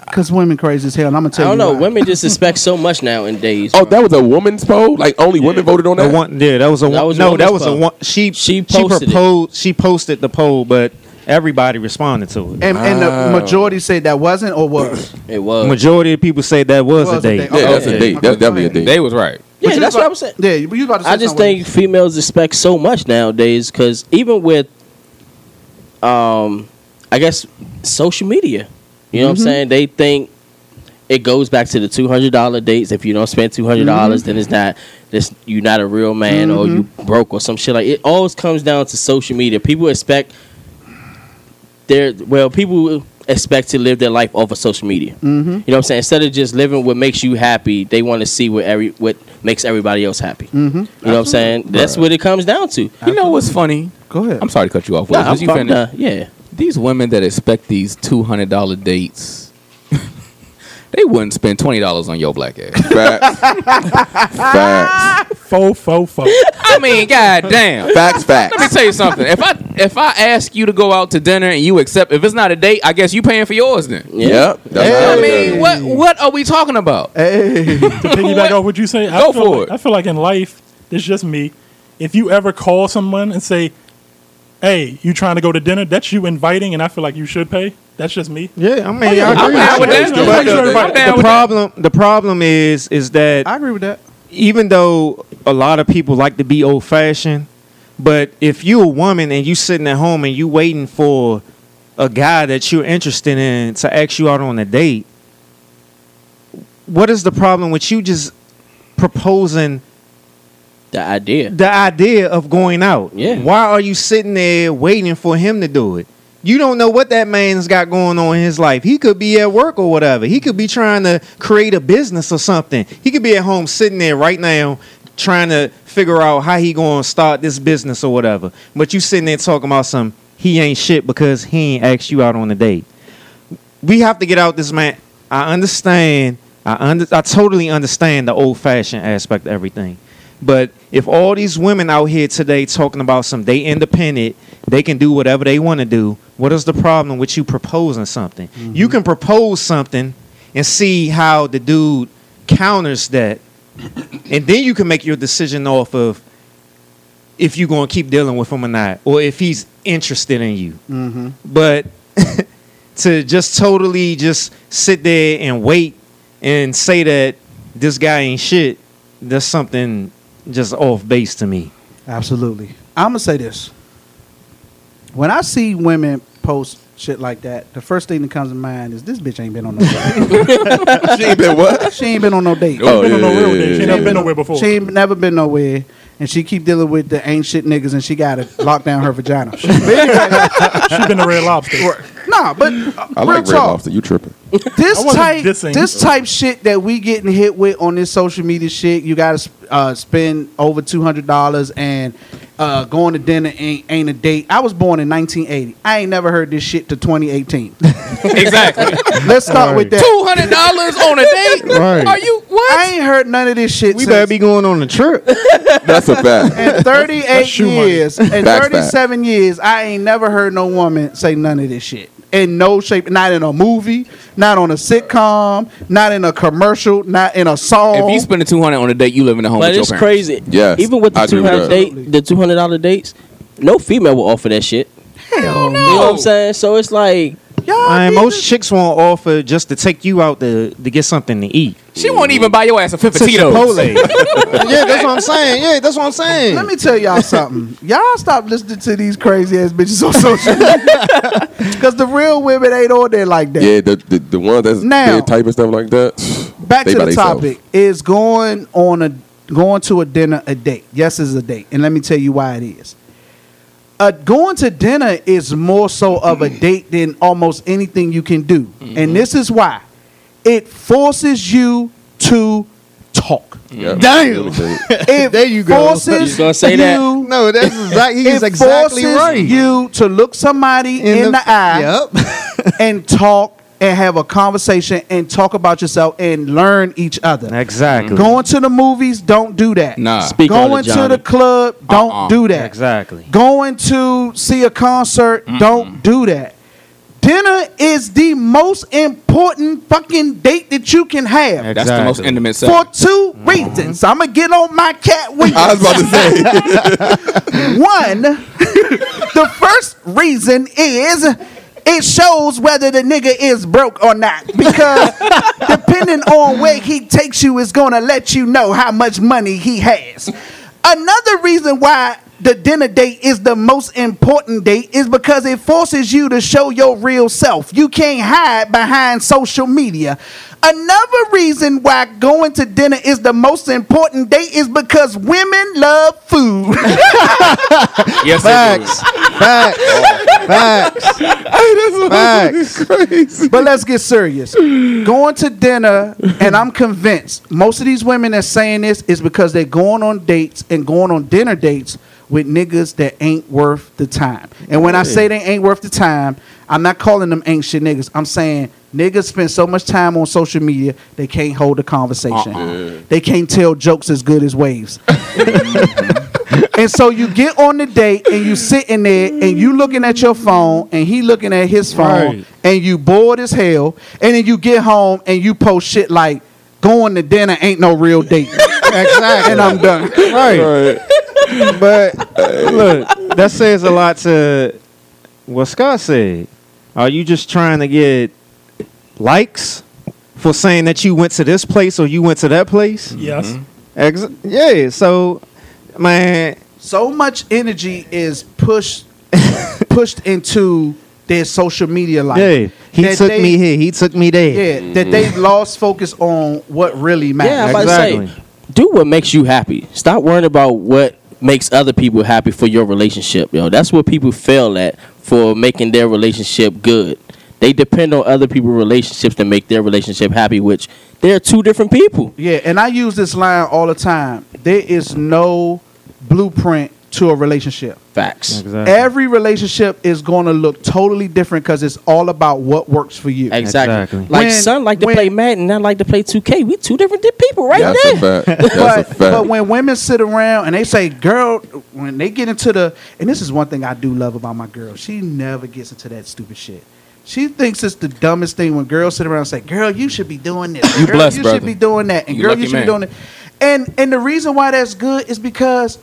Because women crazy as hell. And I'm gonna
I
tell
don't
you.
know.
why.
Women just expect so much now in days.
Oh, that was a woman's poll. Like only women voted on
The
that.
one, yeah, that was a
That
one.
was
No,
one
that
was
was a
poll.
one. She she
posted it.
proposed. She posted the poll, but everybody responded to it.
And, and the majority said that wasn't or was.
It was.
Majority of people say that was,
Was
a date. Uh,
Yeah, that's a date. That's definitely a date.
They was right.
Yeah,
you
that's
about-
what I'm saying.
Yeah, but you about to say
I just
something.
think females expect so much nowadays because even with, um, I guess social media, you know what I'm
Mm-hmm.
Mhm.
saying? They think it goes back to the two hundred dollar dates. If you don't spend two hundred
Mm-hmm.
dollars, then it's not this. You're not a real man, or you
Mm-hmm.
broke, or some shit like. It always comes down to social media. People expect their well, people expect to live their life off of social media.
Mm-hmm.
[LAUGHS] You know what I'm saying? Instead of just living what makes you happy, they want to see what every what makes everybody else happy.
Mm-hmm.
You know what I'm saying? That's what it comes down to.
You know what's funny?
Go ahead.
I'm sorry to cut you off.
Nah,
Wiz.
I'm
Did you
fuck-
finish?
nah, yeah.
These women that expect these two hundred dollar dates, [LAUGHS] they wouldn't spend twenty dollars on your black ass.
Facts.
[LAUGHS]
Facts.
Fo fo fo.
I mean, goddamn.
Facts. Facts.
Let me tell you something. If I if I ask you to go out to dinner and you accept, if it's not a date, I guess you paying for yours then.
Yeah. Yep. That's
I
how it
mean,
is.
what what are we talking about? [LAUGHS]
to piggyback off what you say, I
Go
feel
for
like,
it.
I feel like in life, it's just me. If you ever call someone and say, "Hey, you trying to go to dinner?" That's you inviting, and I feel like you should pay. That's just me. Oh,
Yeah, I mean,
yeah,
I
I'm
agree.
down with that.
But
I'm down
the-
with that.
the problem, the problem is, is that
I agree with that.
even though a lot of people like to be old fashioned, but if you a woman and you sitting at home and you waiting for a guy that you're interested in to ask you out on a date, what is the problem with you just proposing
The idea.
the idea of going out?
Yeah.
Why are you sitting there waiting for him to do it? You don't know what that man's got going on in his life. He could be at work or whatever. He could be trying to create a business or something. He could be at home sitting there right now trying to figure out how he going to start this business or whatever. But you sitting there talking about some he ain't shit because he ain't asked you out on a date. We have to get out this man. I understand. I under, I totally understand the old fashioned aspect of everything. But if all these women out here today talking about some they independent, they can do whatever they want to do, what is the problem with you proposing something? You can propose something and see how the dude counters that. And then you can make your decision off of if you're going to keep dealing with him or not, or if he's interested in you.
Mm-hmm.
But [LAUGHS] to just totally just sit there and wait and say that this guy ain't shit, that's something just off base to me.
Absolutely. I'm gonna say this. When I see women post shit like that, the first thing that comes to mind is this bitch ain't been on no date.
[LAUGHS] she ain't been what?
She ain't been on no date.
Oh, Been on no yeah, real yeah,
date. She yeah, ain't never yeah. been nowhere before.
She ain't never been nowhere. And she keep dealing with the ain't shit niggas and she gotta lock down
[LAUGHS]
her vagina.
She been a red lobster.
nah, but uh,
I
real
like Red
talk.
Lobster. You tripping?
[LAUGHS] this
I wasn't
type
dissing.
this type shit that we getting hit with on this social media shit you gotta uh, spend over $200 and uh, going to dinner ain't, ain't a date i was born in 1980 i ain't never heard this shit to [LAUGHS] 2018 exactly let's start with that
Two hundred dollars on a date?
Right.
Are you what?
I ain't heard none of this shit.
We
since-
better be going on a [LAUGHS] trip.
That's a fact.
in 38
shoe money.
years, in
That's
37 years, I ain't never heard no woman say none of this shit. In no shape, not in a movie, not on a sitcom, not in a commercial, not in a song. [LAUGHS]
If you spending two hundred on a date, you living at home.
But
with
it's
your parents.
crazy.
Yes,
[LAUGHS] Even with
I
the
agree
two
with
hundred
that.
date, the two hundred dollar dates, no female will offer that shit.
Hell
You know what I'm
no.
saying? So it's like
Y'all
I mean, Uh, most chicks won't offer just to take you out to, to get something to eat.
She won't even buy your ass a fifth
To
[LAUGHS]
of Tito's.
[LAUGHS] Chipotle. yeah, that's what I'm saying. Yeah, that's what I'm saying.
Let me tell y'all something. y'all stop listening to these crazy ass bitches on social media. [LAUGHS] Because the real women ain't on there like that.
Yeah, the, the, the one that's
Now-
dead type and stuff like that. [SIGHS]
Back
they
to
by
the
theyself.
topic is going on a going to a dinner a date. Yes, it's a date, and let me tell you why it is. Uh, going to dinner is more so of a date than almost anything you can do, and this is why it forces you to talk.
Yeah.
Damn,
[LAUGHS]
it there you
go.
Forces
You gonna say that?
you-
No, that's exact- he is
it
exactly
forces
right.
You to look somebody in, the, eye [LAUGHS] and talk and have a conversation and talk about yourself and learn each other.
Exactly.
Going to the movies, don't do that.
Nah. Speak on it,
Going to
Johnny.
the club, don't
Uh-uh.
do that.
Exactly.
[LAUGHS] Going to see a concert, don't do that. Dinner is the most important fucking date that you can have.
That's the most intimate Mm-hmm.
For
sex.
two reasons. I'm going to get on
[LAUGHS]
my cat Williams. I was about to say. [LAUGHS] One, the first reason is it shows whether the nigga is broke or not. Because depending on where he takes you is going to let you know how much money he has. Another reason why the dinner date is the most important date is because it forces you to show your real self. You can't hide behind social media. Another reason why going to dinner is the most important date is because women love food. [LAUGHS]
yes,
facts. Facts. Facts. Facts. But let's get serious. Going to dinner, and I'm convinced most of these women that's saying this is because they're going on dates and going on dinner dates with niggas that ain't worth the time. And when I say they ain't worth the time, I'm not calling them ain't shit niggas. I'm saying niggas spend so much time on social media they can't hold a conversation.
Uh-uh.
They can't tell jokes as good as waves. [LAUGHS] and so you get on the date and you sitting there and you looking at your phone and he looking at his phone
Right.
and you bored as hell and then you get home and you post shit like going to dinner ain't no
[LAUGHS]
real date exactly and i'm done
Right. but
uh,
look, that says a lot to what Scott said. Are you just trying to get likes for saying that you went to this place or you went to that place?
Yes.
Ex- yeah. So, man,
so much energy is pushed [LAUGHS] pushed into their social media life
yeah, he
that
took
they-
me here. He took me there.
yeah that they lost focus on what really matters
Mm. Yeah, I'm about to say, do what makes you happy. Stop worrying about what makes other people happy for your relationship, yo. That's what people fail at for making their relationship good. They depend on other people's relationships to make their relationship happy, which they're two different people.
Yeah, and I use this line all the time. There is no blueprint to a relationship.
Facts.
Every relationship is going to look totally different because it's all about what works for you.
Exactly. Like
When-
son like to play Madden, I like to play 2K. We two different di- people right
That's
there.
a
[LAUGHS]
but, but when women sit around and they say, girl, when they get into the, and this is one thing I do love about my girl, she never gets into that stupid shit. She thinks it's the dumbest thing when girls sit around and say, girl, you should be doing this.
You
girl,
blessed,
you
brother.
should be doing that. And
You
girl,
lucky
you should
man.
be doing it. And, and the reason why that's good is because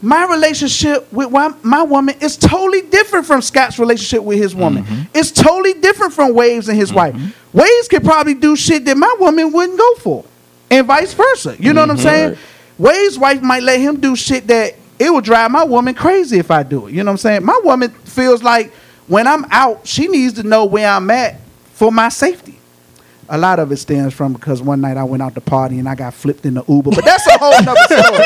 my relationship with my, my woman is totally different from Scott's relationship with his woman. It's totally different from Waves and his wife. Waves could probably do shit that my woman wouldn't go for, and vice versa. You know what I'm saying? Waves' wife might let him do shit that it would drive my woman crazy if I do it. You know what I'm saying? My woman feels like when I'm out, she needs to know where I'm at for my safety. A lot of it stems from because one night I went out to party and I got flipped in the Uber, but that's a whole nother
[LAUGHS]
story.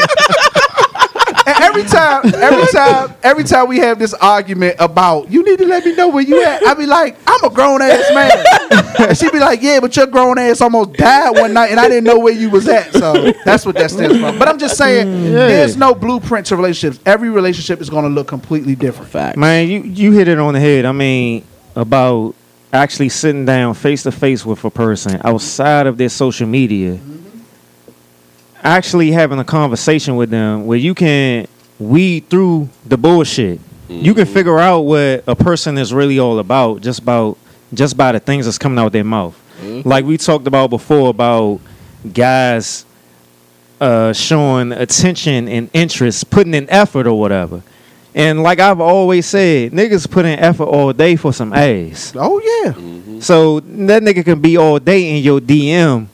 And every time, every time, every time we have this argument about you need to let me know where you at, I be like, I'm a grown ass man, and she be like, Yeah, but your grown ass almost died one night, and I didn't know where you was at. So Oh, that's what that stands for. But I'm just saying, there's no blueprint to relationships. Every relationship is going to look completely different.
Fact.
Man, you, you hit it on the head. I mean, about actually sitting down face to face with a person outside of their social media, actually having a conversation with them where you can weed through the bullshit. You can figure out what a person is really all about just about just by the things that's coming out their mouth. Like we talked about before about guys uh, showing attention and interest, putting in effort or whatever. And like I've always said, niggas put in effort all day for some ass.
Oh yeah.
So that nigga can be all day in your DM,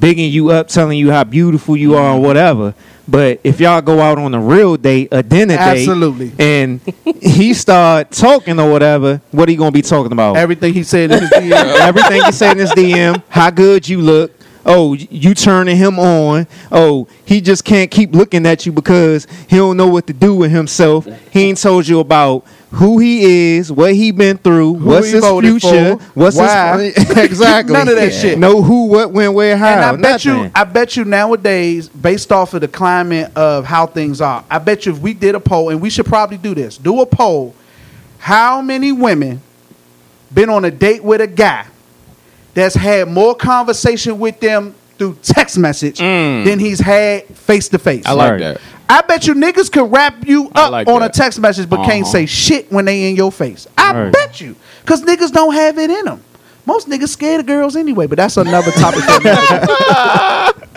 bigging you up, telling you how beautiful you are, or whatever. But if y'all go out on a real date, a dinner
Absolutely.
date, and [LAUGHS] he start talking or whatever, what are you gonna be talking about?
Everything he said in his DM.
Everything you say in this DM, how good you look. Oh, you turning him on. Oh, he just can't keep looking at you because he don't know what to do with himself. He ain't told you about who he is, what he been through, what's
he
his
voted
future,
for,
what's
[LAUGHS] why.
his [LAUGHS] exactly
None of that shit.
Know who, what, when, where, how.
And I bet
nothing.
you, I bet you nowadays, based off of the climate of how things are, I bet you if we did a poll, and we should probably do this, do a poll, how many women been on a date with a guy that's had more conversation with them through text message
Mm.
than he's had face to face.
I like that.
I bet you niggas could wrap you up
like
on
that.
a text message but can't
Uh-huh.
say shit when they in your face. I
Right.
bet you. Because niggas don't have it in them. Most niggas scared of girls anyway, but that's another topic. for another day.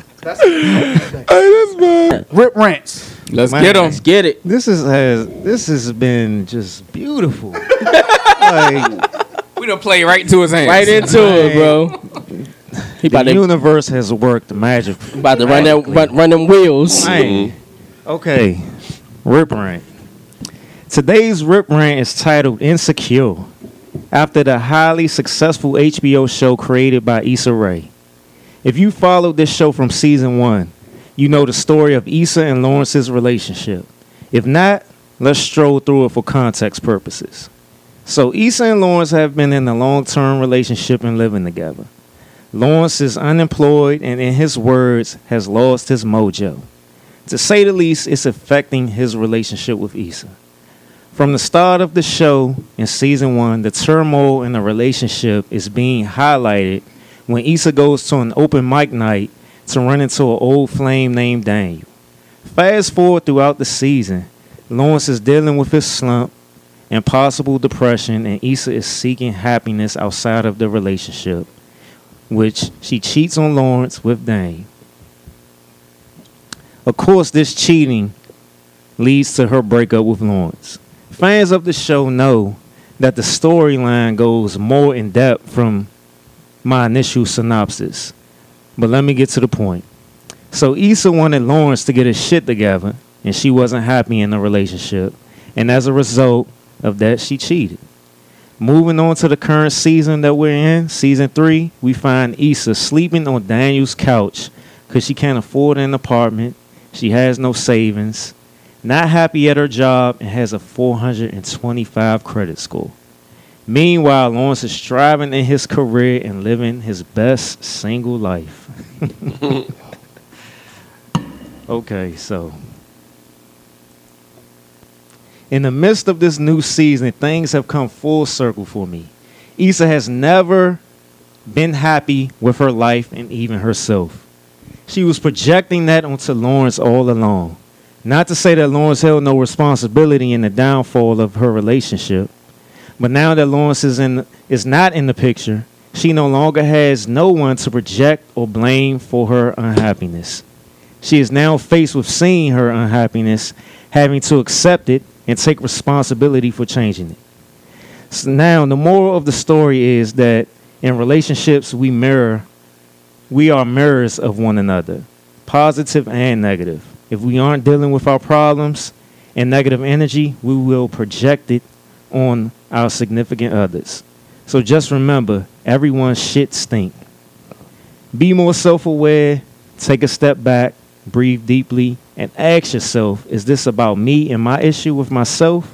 Rip rants.
Let's
Man.
get 'em.
Let's get it.
This is has this has been just
[LAUGHS]
beautiful. like,
We done play right to his hands.
Right into it, bro. He about
the
to,
universe has worked magically.
about to run that run, run them wheels.
Hey, okay, rip rant. Today's rip rant is titled "Insecure," after the highly successful HBO show created by Issa Rae. If you followed this show from season one, you know the story of Issa and Lawrence's relationship. If not, let's stroll through it for context purposes. So, Issa and Lawrence have been in a long-term relationship and living together. Lawrence is unemployed and, in his words, has lost his mojo. To say the least, it's affecting his relationship with Issa. From the start of the show in season one, the turmoil in the relationship is being highlighted when Issa goes to an open mic night to run into an old flame named Daniel. Fast forward throughout the season, Lawrence is dealing with his slump and possible depression, and Issa is seeking happiness outside of the relationship, which she cheats on Lawrence with Daniel. Of course, this cheating leads to her breakup with Lawrence. Fans of the show know that the storyline goes more in depth from my initial synopsis. But let me get to the point. So Issa wanted Lawrence to get his shit together, and she wasn't happy in the relationship. And as a result of that, she cheated. Moving on to the current season that we're in, season three, we find Issa sleeping on Daniel's couch because she can't afford an apartment. She has no savings, not happy at her job, and has a 425 credit score. Meanwhile, Lawrence is striving in his career and living his best single life. [LAUGHS] okay, so. In the midst of this new season, things have come full circle for me. Issa has never been happy with her life and even herself. She was projecting that onto Lawrence all along. Not to say that Lawrence held no responsibility in the downfall of her relationship, but now that Lawrence is, in, is not in the picture, she no longer has no one to project or blame for her unhappiness. She is now faced with seeing her unhappiness, having to accept it and take responsibility for changing it. So now, the moral of the story is that in relationships, we mirror, we are mirrors of one another, positive and negative. If we aren't dealing with our problems and negative energy, we will project it on our significant others. So just remember, everyone's shit stink. Be more self aware, take a step back, breathe deeply, and ask yourself is this about me and my issue with myself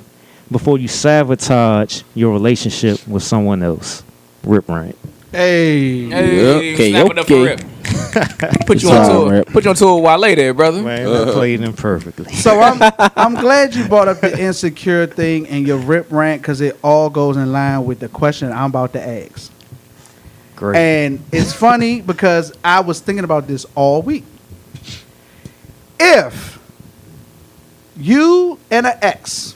before you sabotage your relationship with someone else? Rip rant.
Hey.
Hey,
Okay,
snap it up
okay.
for rip. Put you
It's
on
all
tour.
rip.
Put you on tour while later, brother.
Man, I played him perfectly.
So I'm I'm glad you brought up the insecure thing and your rip rant because it all goes in line with the question I'm about to ask.
Great.
And it's funny because I was thinking about this all week. If you and an ex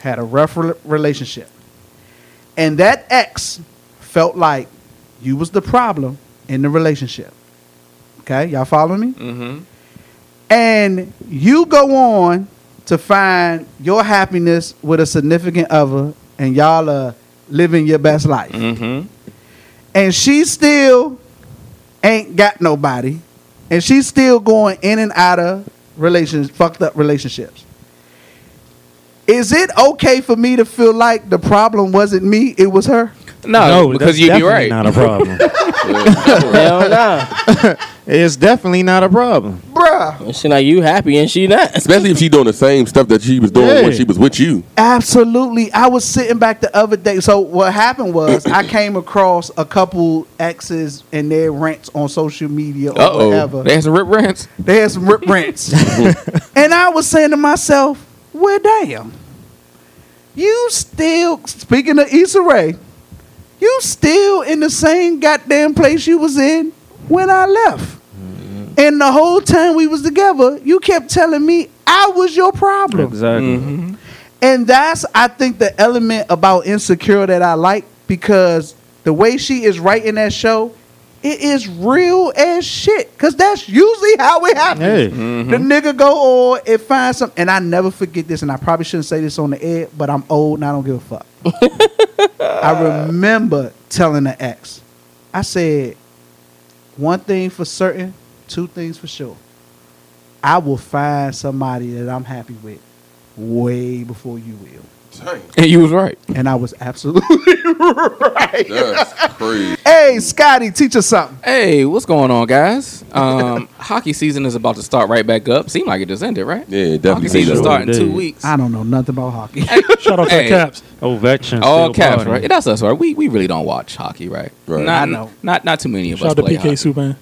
had a rough rel- relationship, and that ex felt like you was the problem in the relationship, okay, y'all following me?
Mm-hmm.
And you go on to find your happiness with a significant other and y'all are living your best life.
Mm-hmm.
And she still ain't got nobody. And she's still going in and out of relations, fucked up relationships. Is it okay for me to feel like the problem wasn't me, it was her?
No,
that's
because you'd be
definitely
right.
Not a problem.
[LAUGHS]
[LAUGHS]
Hell no.
it's definitely not a problem.
Bruh.
She like you happy and she not.
Especially if she doing the same stuff that she was doing when
Yeah.
she was with you.
Absolutely. I was sitting back the other day. So what happened was I came across a couple exes and their rants on social media or
Uh oh.
whatever.
They had some rip rants.
They had some rip
[LAUGHS]
rants. and I was saying to myself, well, damn. You still, speaking of Issa Rae, you still in the same goddamn place you was in when I left.
Mm-hmm.
And the whole time we was together, you kept telling me I was your problem.
Exactly.
And that's, I think, the element about Insecure that I like because the way she is writing that show, it is real as shit. Because that's usually how it happens.
Hey.
The nigga go on and find some. And I never forget this, and I probably shouldn't say this on the air, but I'm old and I don't give a
[LAUGHS]
fuck. I remember telling the ex, I said, one thing for certain, two things for sure. I will find somebody that I'm happy with way before you will.
And you was right.
And I was absolutely [LAUGHS]
That's crazy.
Hey, Scotty, teach us something.
Hey, what's going on, guys? Um, [LAUGHS] hockey season is about to start right back up. Seemed like it just ended, right?
Yeah, it
Hockey
definitely.
season
did.
start in two
did.
weeks.
I don't know nothing about hockey. [LAUGHS]
Shout out to
Hey.
the Caps.
Oh, veterans.
All
still
caps,
partying.
right? Yeah, That's us, right? We we really don't watch hockey, right?
Right.
Not,
I know.
Not not too many of
Shout
us
out to
play
PK
hockey.
Subban.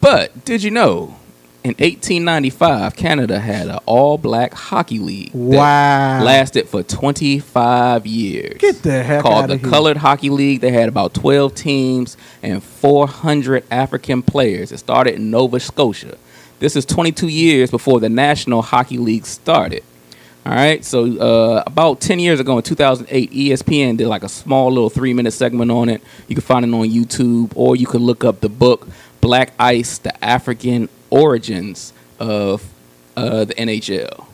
But did you know, in 1895, Canada had an all-black hockey league. that
Wow.
Lasted for 25 years.
Get the heck
called
out
the
of here.
Colored Hockey League. They had about 12 teams and 400 African players. It started in Nova Scotia. This is 22 years before the National Hockey League started. All right, so uh, about 10 years ago in 2008, ESPN did like a small little three minute segment on it. You can find it on YouTube, or you could look up the book Black Ice The African Origins of uh, the NHL.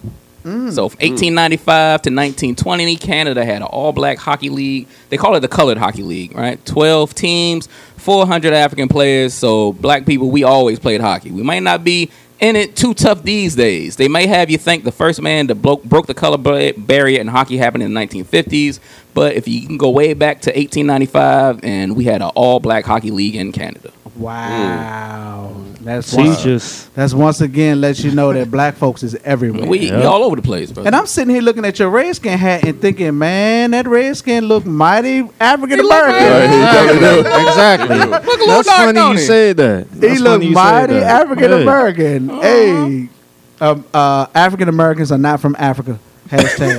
Mm.
[LAUGHS]
So
Hmm,
from 1895 to 1920, Canada had an all-black hockey league. They call it the Colored Hockey League, right? 12 teams, 400 African players. So black people, we always played hockey. We might not be in it too tough these days. They may have you think the first man to blo- broke the color ba- barrier in hockey happened in the 1950s, but if you can go way back to 1895, and we had an all-black hockey league in Canada.
Wow. That's
See,
once,
just
that's once again lets you know that black folks is everywhere.
We, we all over the place, bro.
and I'm sitting here looking at your redskin hat and thinking, man, that redskin look mighty African American. [LAUGHS]
exactly.
Look a little
That's
dark,
funny
don't
you
it?
said that.
He
That's
look
funny you
mighty
said that.
African
Yeah.
American.
Uh-huh.
Hey, um, uh, African Americans are not from Africa. Hashtag.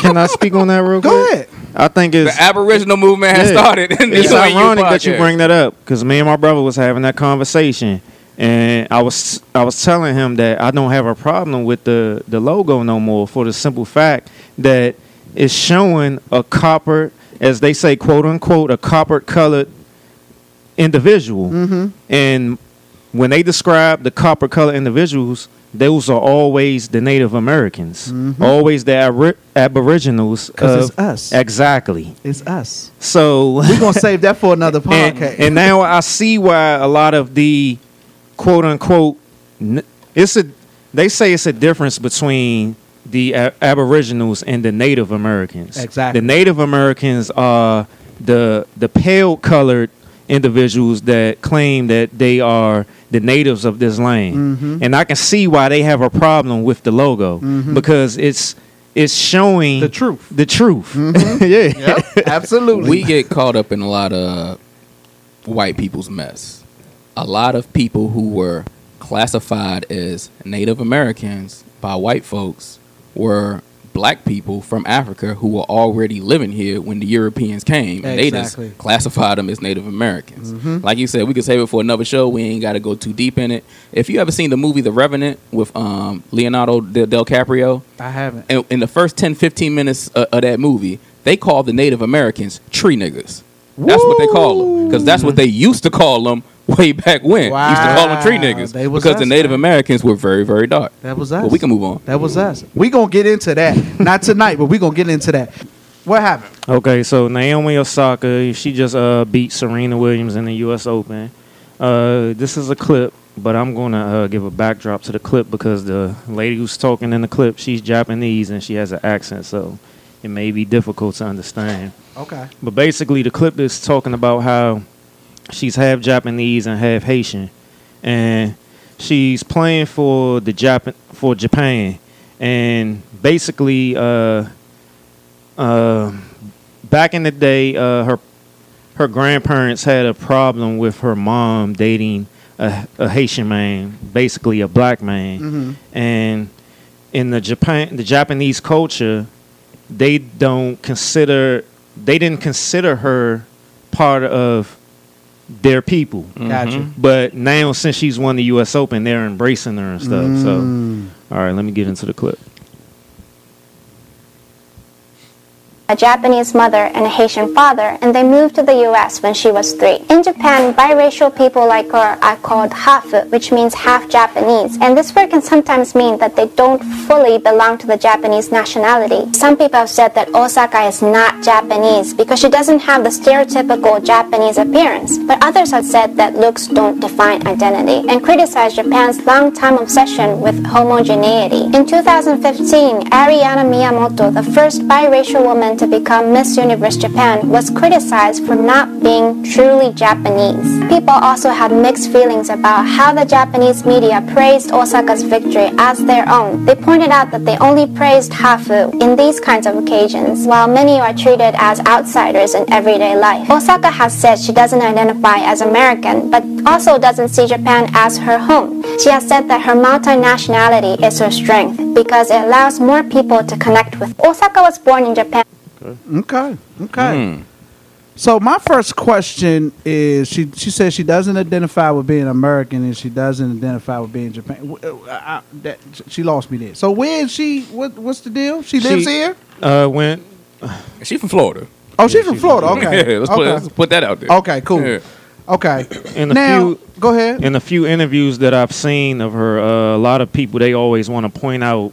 [LAUGHS] Can I speak on that real
Go
quick?
ahead.
I think it's
the Aboriginal movement has
Yeah.
started. In the
it's
UAU
ironic that you
podcast.
bring that up because me and my brother was having that conversation, and I was I was telling him that I don't have a problem with the the logo no more for the simple fact that it's showing a copper, as they say, quote unquote, a copper colored individual,
Mm-hmm.
and when they describe the copper color individuals. Those are always the Native Americans, always the abri- Aboriginals.
Mm-hmm. 'Cause it's
of-
us.
Exactly.
It's us.
So
We're gonna save that for another
[LAUGHS] and,
podcast.
and now I see why a lot of the quote unquote n- it's a they say it's a difference between the a- aboriginals and the native americans.
Exactly.
The native americans are the the pale colored individuals that claim that they are the natives of this land.
Mm-hmm.
And I can see why they have a problem with the logo because it's it's showing
The truth. Mm-hmm.
The truth. [LAUGHS] yeah.
yep, absolutely.
we get caught up in a lot of white people's mess. A lot of people who were classified as Native Americans by white folks were black people from Africa who were already living here when the Europeans came. And they
Exactly. Mm-hmm.
just classified them as Native Americans. Like you said, we could save it for another show. We ain't got to go too deep in it. If you ever seen the movie The Revenant with um, Leonardo Del, Del Caprio,
I haven't.
in, in the first 10, 15 minutes of, of that movie, they called the Native Americans tree niggas. That's what they call them because that's what they used to call them way back when. Used to call them tree niggas
They was
because the
us,
Native Americans were very, very dark.
That was us.
But we can move on.
That was us. We gonna get into that. [LAUGHS] Not tonight, but we gonna get into that. What happened?
Okay, so Naomi Osaka, she just uh, beat Serena Williams in the U.S. Open. Uh, this is a clip, but I'm going to uh, give a backdrop to the clip because the lady who's talking in the clip, she's Japanese and she has an accent, so it may be difficult to understand.
Okay.
But basically, the clip is talking about how she's half Japanese and half Haitian, and she's playing for the Japan for Japan, and basically, uh, uh, back in the day, uh, her her grandparents had a problem with her mom dating a, a Haitian man, basically a black man,
Mhm.
and in the Japan the Japanese culture, they don't consider they didn't consider her part of their people. Mm-hmm.
Gotcha. Mhm.
But now since she's won the U.S. Open, they're embracing her and stuff.
Mm.
So, all right, let me get into the clip.
a Japanese mother and a Haitian father, and they moved to the US when she was three. In Japan, biracial people like her are called hafu, which means half Japanese, and this word can sometimes mean that they don't fully belong to the Japanese nationality. Some people have said that Osaka is not Japanese because she doesn't have the stereotypical Japanese appearance, but others have said that looks don't define identity and criticized Japan's long-time obsession with homogeneity. In 2015, Ariana Miyamoto, the first biracial woman to become Miss Universe Japan, was criticized for not being truly Japanese. People also had mixed feelings about how the Japanese media praised Osaka's victory as their own. They pointed out that they only praised Hafu in these kinds of occasions, while many are treated as outsiders in everyday life. Osaka has said she doesn't identify as American, but also doesn't see Japan as her home. She has said that her multinationality is her strength because it allows more people to connect with. Osaka was born in Japan.
Okay. Okay. Hmm. So my first question is: She she says she doesn't identify with being American, and she doesn't identify with being Japan. W- uh, I- that- she lost me there. So where is she? What what's the deal? She lives here.
Uh, went.
She from Florida.
Oh, she's from Florida. Okay.
yeah, let's, put,
okay.
let's put that out there.
Okay, cool.
Yeah.
Okay.
In a
now,
few-
go ahead.
In a few interviews that I've seen of her, uh, a lot of people they always want to point out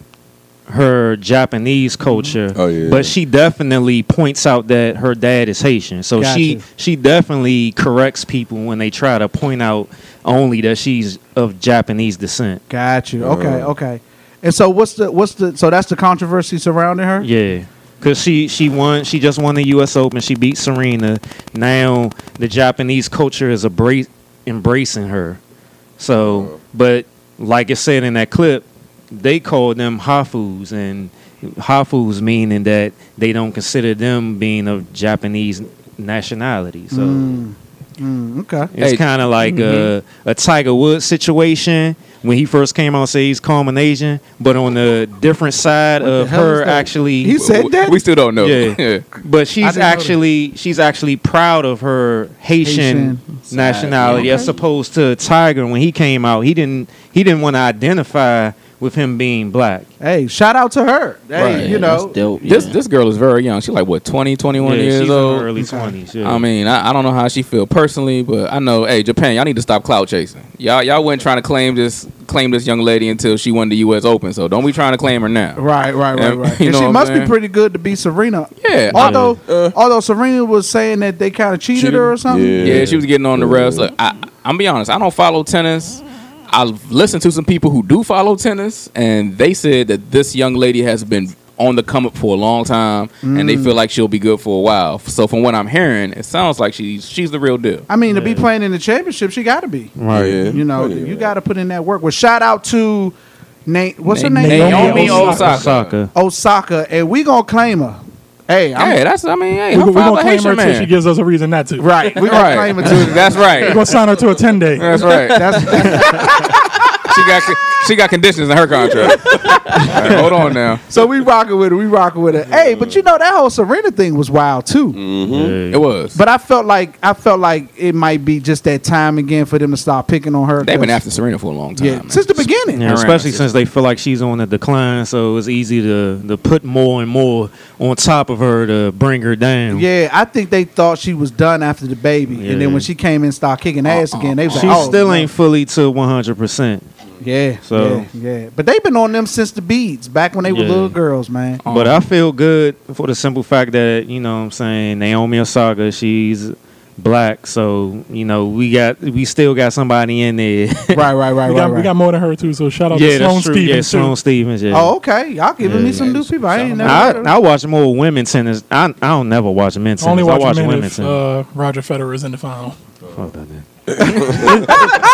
her Japanese culture. Oh yeah. But she definitely points out that her dad is Haitian. So she
Gotcha.
she definitely corrects people when they try to point out only that she's of Japanese descent.
Got you. Okay.
Uh.
Okay. And so what's the what's the so that's the controversy surrounding her?
Yeah. Cause she she won she just won the U.S. Open she beat Serena now the Japanese culture is abra- embracing her so but like it said in that clip they call them hafus and hafus meaning that they don't consider them being of Japanese nationality so
Mm. Mm, okay. Mm-hmm.
it's kind of like uh a, Tiger Woods situation when he first came out. Say he's calm Asian, but on the different side of
hell is
her
that?
actually,
He said W- that? we still don't know.
Yeah,
[LAUGHS] Yeah.
but
I didn't
she's
know that.
actually she's actually proud of her Haitian,
Haitian side,
nationality
yeah.
as opposed to Tiger when he came out. He didn't he didn't want to identify with him being black.
Hey, shout out to her. Hey,
Right.
you know.
This this girl is very young. She's like what 20, 21
Yeah,
years
she's in her
old.
early 20s, yeah.
I mean, I, I don't know how she feel personally, but I know, hey, Japan, y'all need to stop clout chasing. Y'all y'all wasn't trying to claim this claim this young lady until she won the U.S. Open, so don't be trying to claim her now.
Right, right, right,
And-
right.
you
And
know
she
what
must
I'm
be
saying?
pretty good to be Serena.
Yeah. uh,
Although, although Serena was saying that they kind of cheated, her or something.
Yeah. she was getting on the refs. Like, I, I'm be honest, I don't follow tennis. I've listened to some people who do follow tennis, and they said that this young lady has been on the come up for a long time, and they
Mm.
feel like she'll be good for a while. So from what I'm hearing, it sounds like she's she's the real deal.
I mean, to be playing in the championship, she got to be.
Right, yeah.
You know,
Oh, Yeah.
you got to put in that work. Well, shout out to Nate. What's her
Na-
name?
Naomi Osaka. Osaka.
Osaka, and we gonna claim her. Hey, I'm,
Hey, that's- I mean, hey,
we, we gonna claim her until she gives us a reason not to.
Right, we gonna Right. claim her
[LAUGHS]
till-
That's right.
[LAUGHS]
[LAUGHS]
We're gonna sign her to a ten day.
That's right.
That's-
[LAUGHS] she got she got conditions in her
[LAUGHS]
contract. All right, hold on now.
So we rocking with it. We rocking with it. Hey, but you know that whole Serena thing was wild too.
Mm-hmm. It was.
But I felt like I felt like it might be just that time again for them to start picking on her.
They've been
'cause-
after Serena for a long time.
yeah, since the beginning.
Yeah, especially since they feel like she's on the decline, so it's easy to, to put more and more on top of her to bring her down.
Yeah, I think they thought she was done after the baby, and then when she came in, and started kicking ass
Uh-uh.
again. They was
She
like, oh,
still
no.
ain't fully to 100%.
Yeah.
So,
yeah, yeah. But they've been on them since the beads back when they were
Yeah.
little girls, man.
but I feel good for the simple fact that, you know what I'm saying, Naomi Osaka, she's black, so, you know, we got we still got somebody in there. [LAUGHS]
right, right, right,
we, got, we got more than her too. So shout out
Yeah,
to Sloan
that's true. Yeah,
Stevens. too.
Sloan Stevens, yeah.
Oh, okay. Y'all giving me
Yeah.
some new people. I ain't never.
I,
heard of
I watch more women tennis. I, I don't never watch men tennis.
I only watch,
I watch
men uh,
women
if
tennis.
uh, Roger Federer is in the final.
Fuck that nigga.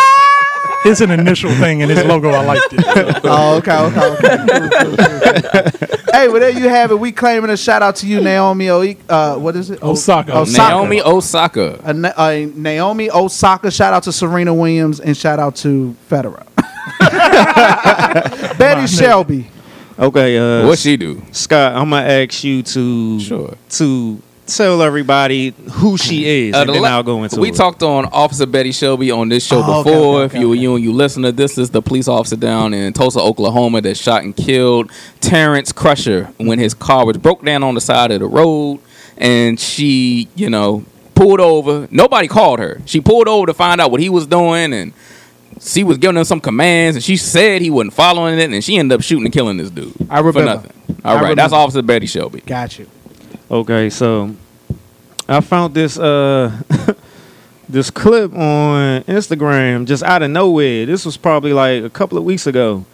It's an initial thing, and his logo I liked it.
Oh, okay, okay. okay. Cool, cool, cool. hey, well, there you have it. We claiming a shout out to you, Naomi. O- uh, what is it? O-
Osaka.
Naomi Osaka.
A Na- a Naomi Osaka. Shout out to Serena Williams and shout out to Federer. [LAUGHS] Betty Shelby.
Okay, uh,
What she do?
Scott, I'm gonna ask you to
Sure.
to tell everybody who she is,
Uh,
and
the
then
la-
I'll go into
we
it.
talked on Officer Betty Shelby on this show
Oh, okay,
before.
okay,
if you were you and you listener, this is the police officer down in Tulsa, Oklahoma, that shot and killed Terrence Crusher when his car was broke down on the side of the road, and she, you know, pulled over. Nobody called her. She pulled over to find out what he was doing, and she was giving him some commands, and she said he wasn't following it, and she ended up shooting and killing this dude.
I remember.
For nothing.
I
All right, that's
remember.
Officer Betty Shelby.
Got you.
Okay, so I found this uh [LAUGHS] this clip on Instagram just out of nowhere. This was probably like a couple of weeks ago,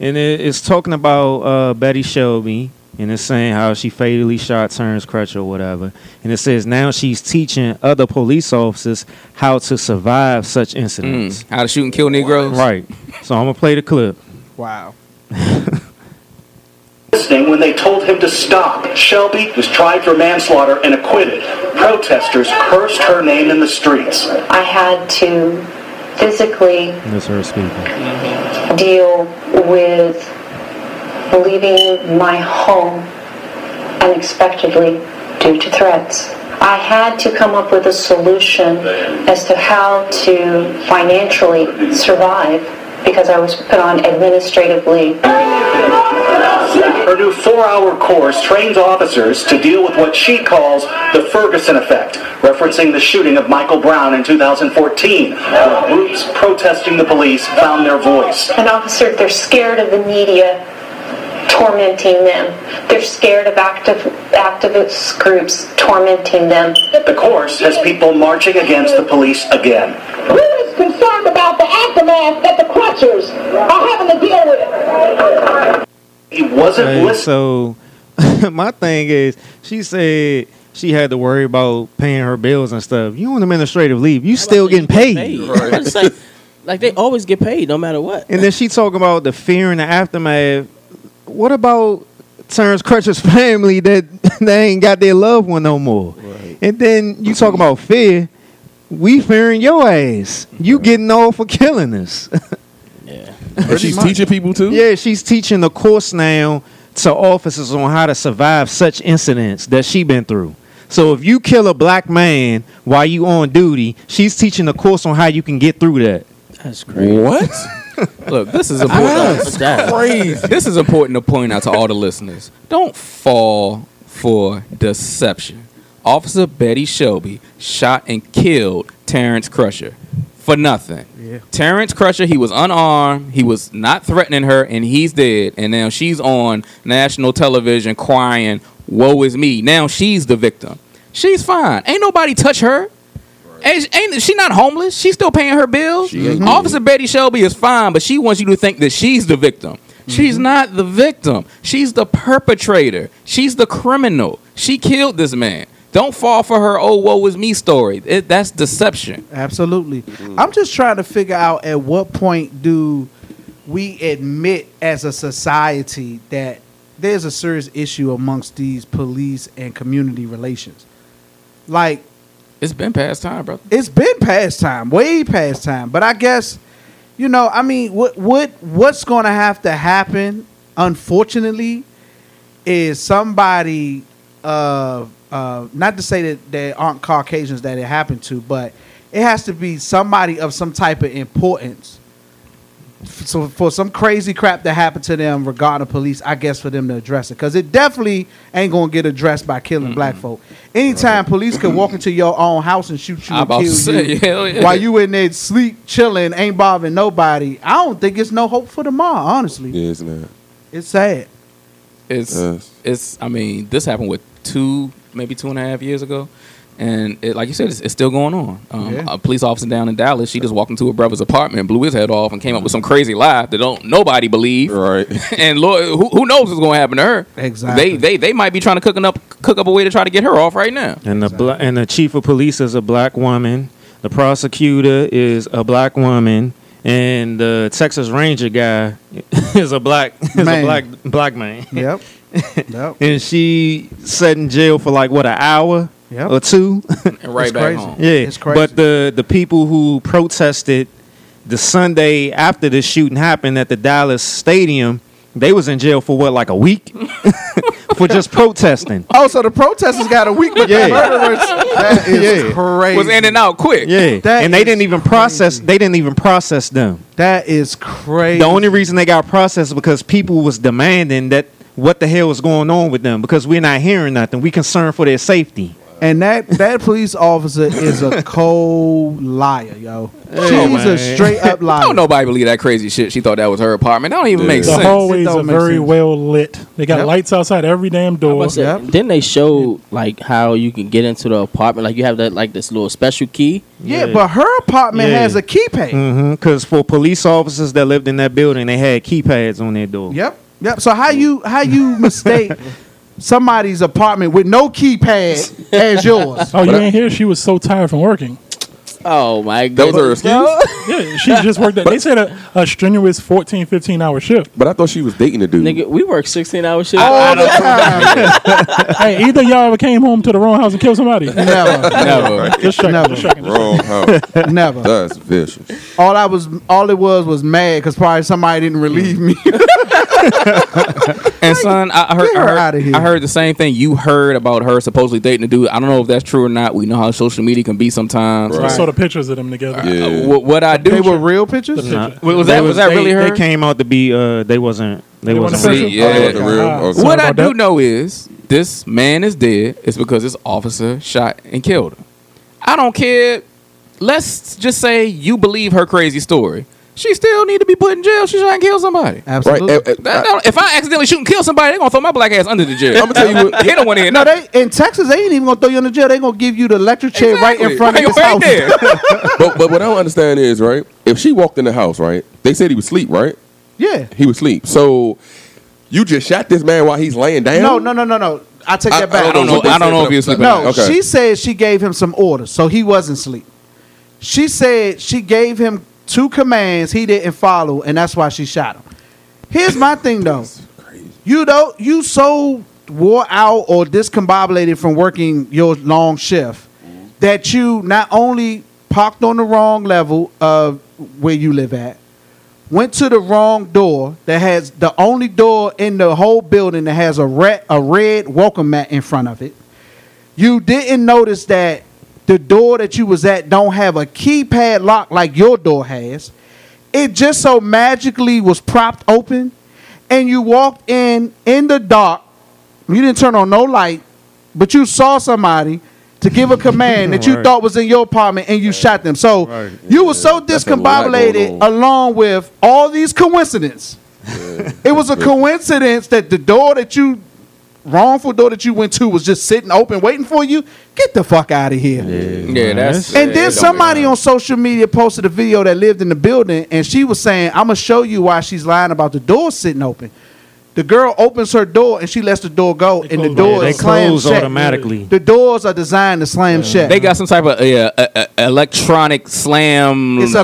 and it, it's talking about uh Betty Shelby, and it's saying how she fatally shot Terrence Crutcher or whatever, and it says now she's teaching other police officers how to survive such incidents.
Mm, How to shoot and kill Negroes.
Right. So I'm gonna play the clip.
Wow.
listening when they told him to stop. Shelby was tried for manslaughter and acquitted. Protesters cursed her name in the streets.
I had to physically
That's her speaking.
deal with leaving my home unexpectedly due to threats. I had to come up with a solution as to how to financially survive because I was put on administrative leave.
Her new four-hour course trains officers to deal with what she calls the Ferguson effect, referencing the shooting of Michael Brown in 2014, where groups protesting the police found their voice.
An officer, they're scared of the media tormenting them. They're scared of active activist groups tormenting them.
The course has people marching against the police again.
We're concerned about the aftermath that the crutchers are having to deal with.
He wasn't
Hey,
listening.
so [LAUGHS] my thing is, she said she had to worry about paying her bills and stuff. You on administrative leave? You still getting paid? [LAUGHS]
It's like, like they always get paid no matter what.
and then she talking about the fear and the aftermath. What about Terrence Crutcher's [LAUGHS] family that they ain't got their loved one no more? And then you talk about fear. We fearing your ass. You getting off for killing us. [LAUGHS]
And she's teaching people too.
Yeah, she's teaching the course now to officers on how to survive such incidents that she been through. So if you kill a black man while you on duty, she's teaching a course on how you can get through that.
That's crazy.
What?
[LAUGHS]
Look, this is important. This is important to point out to all the listeners. Don't fall for deception. Officer Betty Shelby shot and killed Terrence Crusher for nothing. Terrence Crusher, he was unarmed, he was not threatening her, and he's dead. And now she's on national television crying, Woe is me. Now she's the victim. She's fine. Ain't nobody touch her. Ain't, ain't she not homeless? She's still paying her bills. Officer Betty Shelby is fine, but she wants you to think that she's the victim. She's not the victim. She's the perpetrator. She's the criminal. She killed this man. Don't fall for her "oh woe is me" story. It, that's deception.
Absolutely. I'm just trying to figure out at what point do we admit as a society that there's a serious issue amongst these police and community relations. Like
It's been past time, brother.
it's been past time, way past time. But I guess you know, I mean, what what what's going to have to happen, unfortunately, is somebody, uh, uh, not to say that there aren't Caucasians that it happened to, but it has to be somebody of some type of importance. F- So for some crazy crap that happened to them regarding police, I guess for them to address it, because it definitely ain't gonna get addressed by killing black folk. Anytime police could walk into your own house and shoot you,
I
and
about
kill
to say,
you
[LAUGHS] hell yeah.
while you in there sleep chilling, ain't bothering nobody. I don't think it's no hope for tomorrow. Honestly,
Yeah, it's not.
it's sad.
It's it's. I mean, this happened with two, maybe two and a half years ago, and it, like you said, it's, it's still going on. Um,
Yeah.
A police officer down in Dallas, she just walked into her brother's apartment, blew his head off, and came up with some crazy lie that don't nobody believe.
Right.
[LAUGHS] and Lord, who, who knows what's going to happen to her?
Exactly.
They they they might be trying to cooking up cook up a way to try to get her off right now.
And the bla- and the chief of police is a black woman. The prosecutor is a black woman, and the Texas Ranger guy [LAUGHS] is a black is a
Man.
black black man. [LAUGHS]
Yep. yep.
And she sat in jail for like what an hour
Yep.
or two.
And right
It's
back
crazy.
home.
Yeah,
It's crazy.
But the the people who protested the Sunday after the shooting happened at the Dallas Stadium, they was in jail for what like a week [LAUGHS] for just protesting.
Oh, so the protesters got a week,
[LAUGHS]
but
Yeah.
the murderers that is
[LAUGHS] Yeah.
crazy.
Was in and out quick.
Yeah,
That
and they didn't even process. They didn't even process them.
That is crazy.
The only reason they got processed because people was demanding that what the hell was going on with them because we're not hearing nothing. We concerned for their safety.
And that that police officer
[LAUGHS]
is a cold liar, yo. She's a straight up liar.
Don't nobody believe that crazy shit. She thought that was her apartment. That don't even make
the
sense.
hallways
It
are
don't make
very
sense.
well lit. They got
Yep.
lights outside every damn door.
Then they show like how you can get into the apartment? Like you have that like this little special key.
Yeah, but her apartment
Yeah.
has a keypad.
Because Mm-hmm. for police officers that lived in that building, they had keypads on their door.
Yep. Yep. So how you
[LAUGHS]
how you mistake somebody's apartment with no keypad as yours?
Oh, you ain't here? She was so tired from working.
Oh my
That was her
goodness.
excuse.
[LAUGHS]
Yeah, she just
[LAUGHS]
worked. At, they said a, a strenuous 14, 15 hour shift.
But I thought she was dating a dude.
Nigga, we work sixteen hour shifts.
[LAUGHS] hey, either y'all ever came home to the wrong house and killed
[LAUGHS]
somebody.
[LAUGHS] Never.
Never.
Just checking.
Never.
Just checking.
Wrong house.
Never.
That's vicious.
All I was, all it was, was mad because probably somebody didn't relieve me.
And son, I I heard,
Get
I
her
heard,
outta here.
I heard the same thing you heard about her supposedly dating a dude. I don't know if that's true or not. We know how social media can be sometimes.
I saw the pictures of them together.
Uh,
Yeah.
what, what I do?
they were real pictures.
Nah.
was, was
They
that was, that
they-
really her?
They came out to be. Uh, they wasn't. They,
They
wasn't.
wasn't
real.
official?
yeah.
Oh,
The real-
God.
oh, sorry
what I
about
do
that.
know is this man is dead. It's because this officer shot and killed him. I don't care. Let's just say you believe her crazy story. She still need to be put in jail. She shot and killed somebody.
Right.
Absolutely.
eh, eh,
That- that- if I accidentally shoot and kill somebody, they're gonna throw my black ass under the jail. I'm gonna tell you what. They don't want to hear
No,
nothing.
they in Texas. They ain't even gonna throw you in the jail. They gonna give you the electric chair right in front of this
Right
house.
there.
[LAUGHS] but but what I don't understand is right. If she walked in the house, right? They said he was asleep, right?
Yeah.
He was asleep. So you just shot this man while he's laying down?
No, no, no, no, no. I take
I-
that
I
back.
don't know.
what they
I don't
said,
know
but
if he was
I'm-
sleeping.
No,
Okay.
she said she gave him some orders, so he wasn't asleep. She said she gave him two commands he didn't follow, and that's why she shot him. Here's my thing though. You don't you so wore out or discombobulated from working your long shift that you not only parked on the wrong level of where you live at, went to the wrong door that has the only door in the whole building that has a red a red welcome mat in front of it. You didn't notice that the door that you was at don't have a keypad lock like your door has. It just so magically was propped open and you walked in in the dark. You didn't turn on no light, but you saw somebody to give a command that you
[LAUGHS] Right.
thought was in your apartment and you shot them. So
Right.
you were so
That's a lot going
discombobulated
on.
along with all these coincidences. It was a coincidence that the door that you wrongful door that you went to was just sitting open waiting for you. Get the fuck out of here.
Yeah, that's.
And
yeah,
then somebody on social media posted a video that lived in the building and she was saying, I'm gonna show you why she's lying about the door sitting open. The girl opens her door and she lets the door go, and the
close-
door
Yeah,
they
is slammed
close
shut.
automatically.
The doors are designed to slam shut.
They got some type of uh, uh, uh, electronic slam doors
yeah,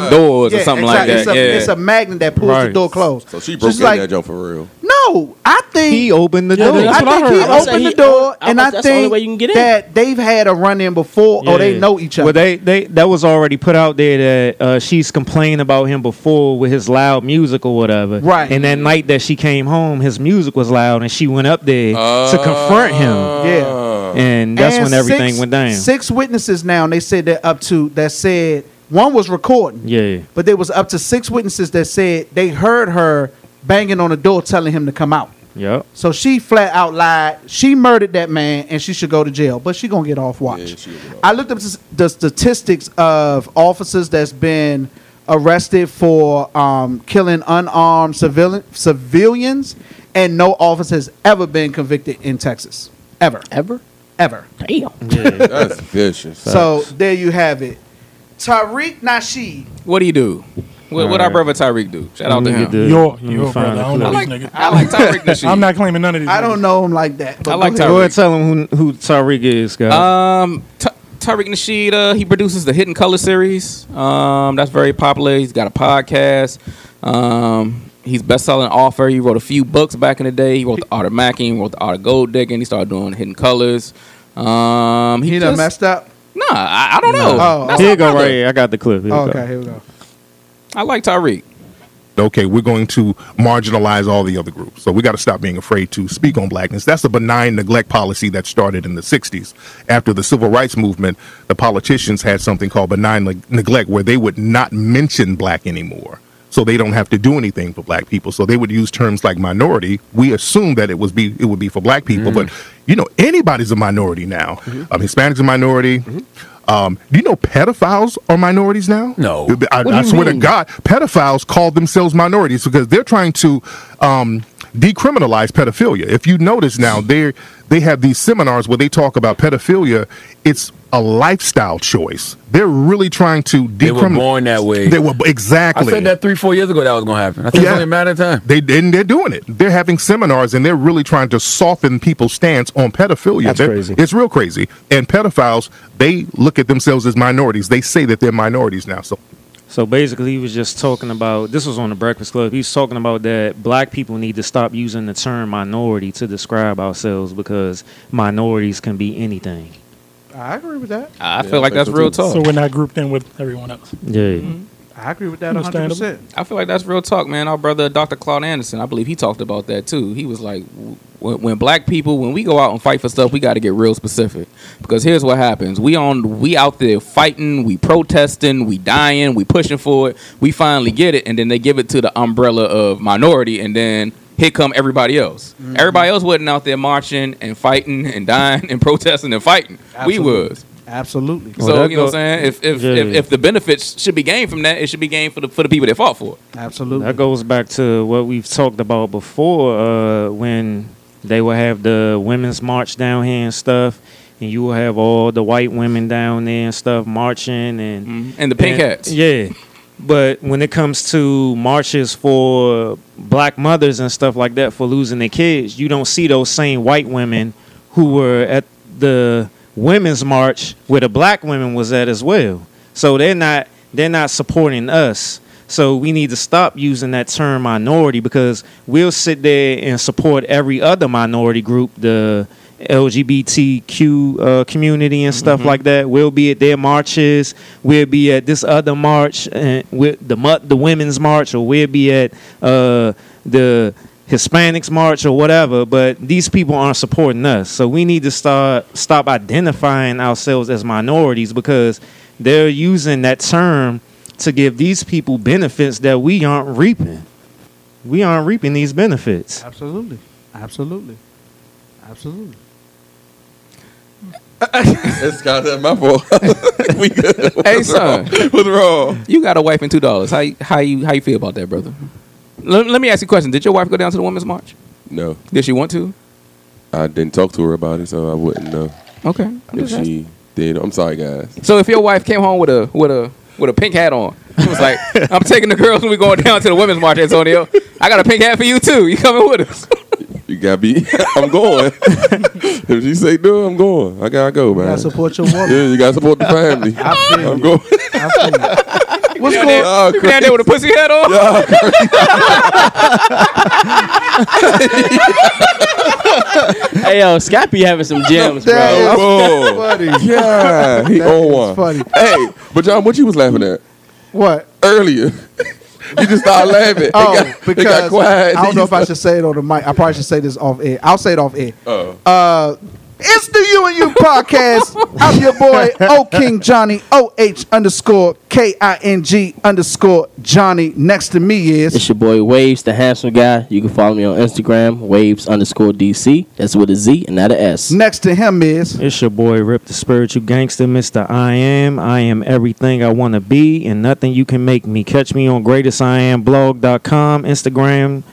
or something
exactly.
like that.
It's a,
yeah.
it's a magnet that pulls the
Right.
door closed.
So Oh, she broke
she's
in
like-
that joke for real.
No, I think
he opened the
I
door.
think he opened the door, and I think that they've had a run in before, or Oh, they
Yeah.
know each other.
Well, they, they that was already put out there that uh, she's complained about him before with his loud music or whatever.
Right.
And that night that she came home, his music was loud, and she went up there to confront him.
Yeah.
And that's
And
when everything
six-
went down.
Six witnesses now, and they said they're up to that said one was recording,
Yeah.
but there was up to six witnesses that said they heard her banging on the door, telling him to come out.
Yep.
So she flat out lied. She murdered that man, and she should go to jail. But she gonna get off watch. I looked up s- the statistics of officers that's been arrested for um, killing unarmed civilian civilians, and no officer has ever been convicted in Texas. Ever.
Ever.
Ever.
Damn.
That's vicious.
So there you have it. Tariq Nasheed.
What do you do? What, what our brother Tyreek do? Shout out to
Nigga
him.
do.
Your, your brother. I don't know
like-
this nigga.
I like Tyreek Nasheed.
I'm not claiming none of these.
I don't know him like that. but
I like
go
Go
ahead.
ahead, tell him who, who Tariq is, guys.
Um, Ty- Tariq Nasheed, uh, he produces the Hidden Color series. Um, that's very popular. He's got a podcast. Um, he's best-selling author. He wrote a few books back in the day. He wrote the Art of Macking, wrote the Art of Gold Digging. He started doing Hidden Colors. Um, he,
He done
just,
messed up.
Nah, I, I don't know.
Oh,
That's
here you
my
go,
brother.
right here. I got the clip. Here we
Oh,
go.
okay, here we go.
I like Tyreek.
okay, we're going to marginalize all the other groups. So we got to stop being afraid to speak on blackness. That's a benign neglect policy that started in the 60s. After the civil rights movement, the politicians had something called benign neg- neglect where they would not mention black anymore. So they don't have to do anything for black people. So they would use terms like minority. We assumed that it was be it would be for black people, but
Mm-hmm.
you know anybody's a minority now. Um, Hispanics a minority.
Mm-hmm.
Um, do you know pedophiles are minorities now? No, I,
What do
I
you
swear to
mean?
God. God, pedophiles call themselves minorities because they're trying to um, decriminalize pedophilia. If you notice now, they they have these seminars where they talk about pedophilia. It's a lifestyle choice. They're really trying to decriminalize.
They were born that way.
They were exactly.
I said that three, four years ago that was going to happen. I think it's only a matter of time.
They and they're doing it. They're having seminars and they're really trying to soften people's stance on pedophilia.
That's
They're-
crazy.
It's real crazy. And pedophiles, they look at themselves as minorities. They say that they're minorities now. So
So basically, he was just talking about this was on the Breakfast Club. He was talking about that black people need to stop using the term minority to describe ourselves because minorities can be anything.
I agree with that.
I feel like that's real talk.
So we're not grouped in with everyone else.
Yeah.
Mm-hmm. I agree with that
Understandable.
100%.
I feel like that's real talk, man. Our brother, Dr. Claude Anderson, I believe he talked about that too. He was like, w- when, when black people, when we go out and fight for stuff, we got to get real specific because here's what happens: we on, we out there fighting, we protesting, we dying, we pushing for it. We finally get it, and then they give it to the umbrella of minority, and then here come everybody else.
Mm-hmm.
Everybody else wasn't out there marching and fighting and dying [LAUGHS] and protesting and fighting. We
Absolutely.
was.
Absolutely.
so you know what I'm saying? If if, if if the benefits should be gained from that, it should be gained for the for the people that fought for it.
Absolutely.
That goes back to what we've talked about before uh, when they will have the women's march down here and stuff, and you will have all the white women down there and stuff marching and
Mm-hmm. And the pink hats.
Yeah. But when it comes to marches for black mothers and stuff like that for losing their kids, you don't see those same white women who were at the women's march where the black women was at as well. So they're not they're not supporting us. So we need to stop using that term minority because we'll sit there and support every other minority group, the LGBTQ uh, community and stuff like that. We'll be at their marches. We'll be at this other march, and with the mo- the women's march, or we'll be at uh, the Hispanics march or whatever. But these people aren't supporting us, so we need to start stop identifying ourselves as minorities because they're using that term to give these people benefits that we aren't reaping. We aren't reaping these benefits.
Absolutely. Absolutely. Absolutely.
it's got that my fault. [LAUGHS] we good.
[LAUGHS] hey son,
what's wrong?
You got a wife and two dollars. How you- how you how you feel about that, brother? Let, let me ask you a question. Did your wife go down to the women's march?
No,
Did she want to?
I didn't talk to her about it, so I wouldn't know
Okay. I'm
if
just asking.
she did. I'm sorry, guys.
So if your wife came home with a with a with a pink hat on, it was like, I'm taking the girls and we going down to the women's march, Antonio. I got a pink hat for you too. You coming with us?
You got me. [LAUGHS] I'm going. if she say no, I'm going. I gotta go, man.
gotta support your woman.
Yeah, you gotta support the family.
[LAUGHS] I feel
I'm
you.
going.
I feel you. What's
uh,
You down
going
there- you down there with a pussy hat on?
[LAUGHS] hey yo, Scappy having some gems, bro.
That's funny. [LAUGHS] Yeah, he
That
on
is
one.
funny.
Hey, [LAUGHS] but John, what you was laughing at
What?
earlier? [LAUGHS] you just started laughing.
Oh,
it got, it got
because
quiet.
I don't
You
know
[LAUGHS]
if
[LAUGHS]
I should say it on the mic. I probably should say this off air. I'll say it off air.
Oh.
Uh, it's the You and You podcast. I'm your
[LAUGHS]
boy O King Johnny O H underscore K I N G underscore Johnny. Next to me is
It's your boy Waves, the handsome guy. You can follow me on Instagram, Waves underscore DC. That's with a Z and not an S.
Next to him is
It's your boy Rip the Spiritual Gangster, Mr. I Am. I am everything I want to be and nothing you can make me. Catch me on greatestiamblog.com, Instagram,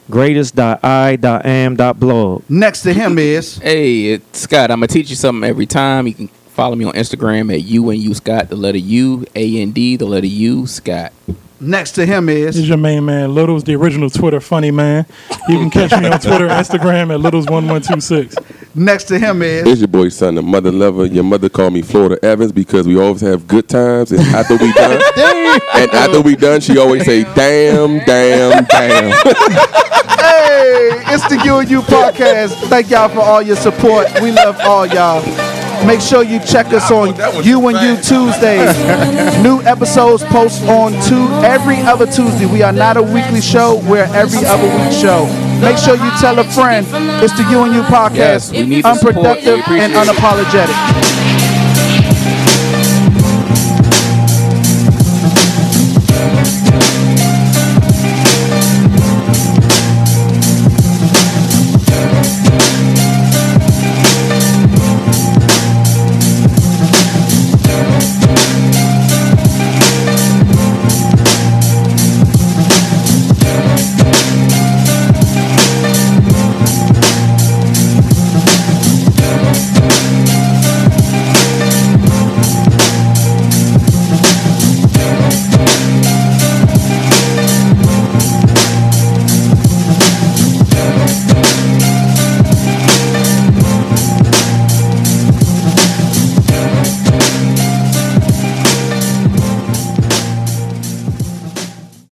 greatest.i.am.blog.
Next to him is
Hey, it's Scott. I'm gonna teach you something every time. You can follow me on Instagram at U and U Scott, the letter U, A N D, the letter U, Scott.
Next to him is
is your main man Littles, the original Twitter funny man. You can catch me on
[LAUGHS]
Twitter, Instagram at Littles one one two six.
Next to him is
It's your boy son, the mother lover. Your mother called me Florida Evans because we always have good times. And after we done, and after we done, she always say, "Damn, damn, damn."
Hey, it's the You and You podcast. Thank y'all for all your support. We love all y'all. Make sure you check us on You and You Tuesdays. New episodes post on two every other Tuesday. We are not a weekly show. We're every other week show. Make sure you tell a friend. It's the You and You podcast.
Yes, we need the support.
Unproductive
We appreciate
and
it.
unapologetic.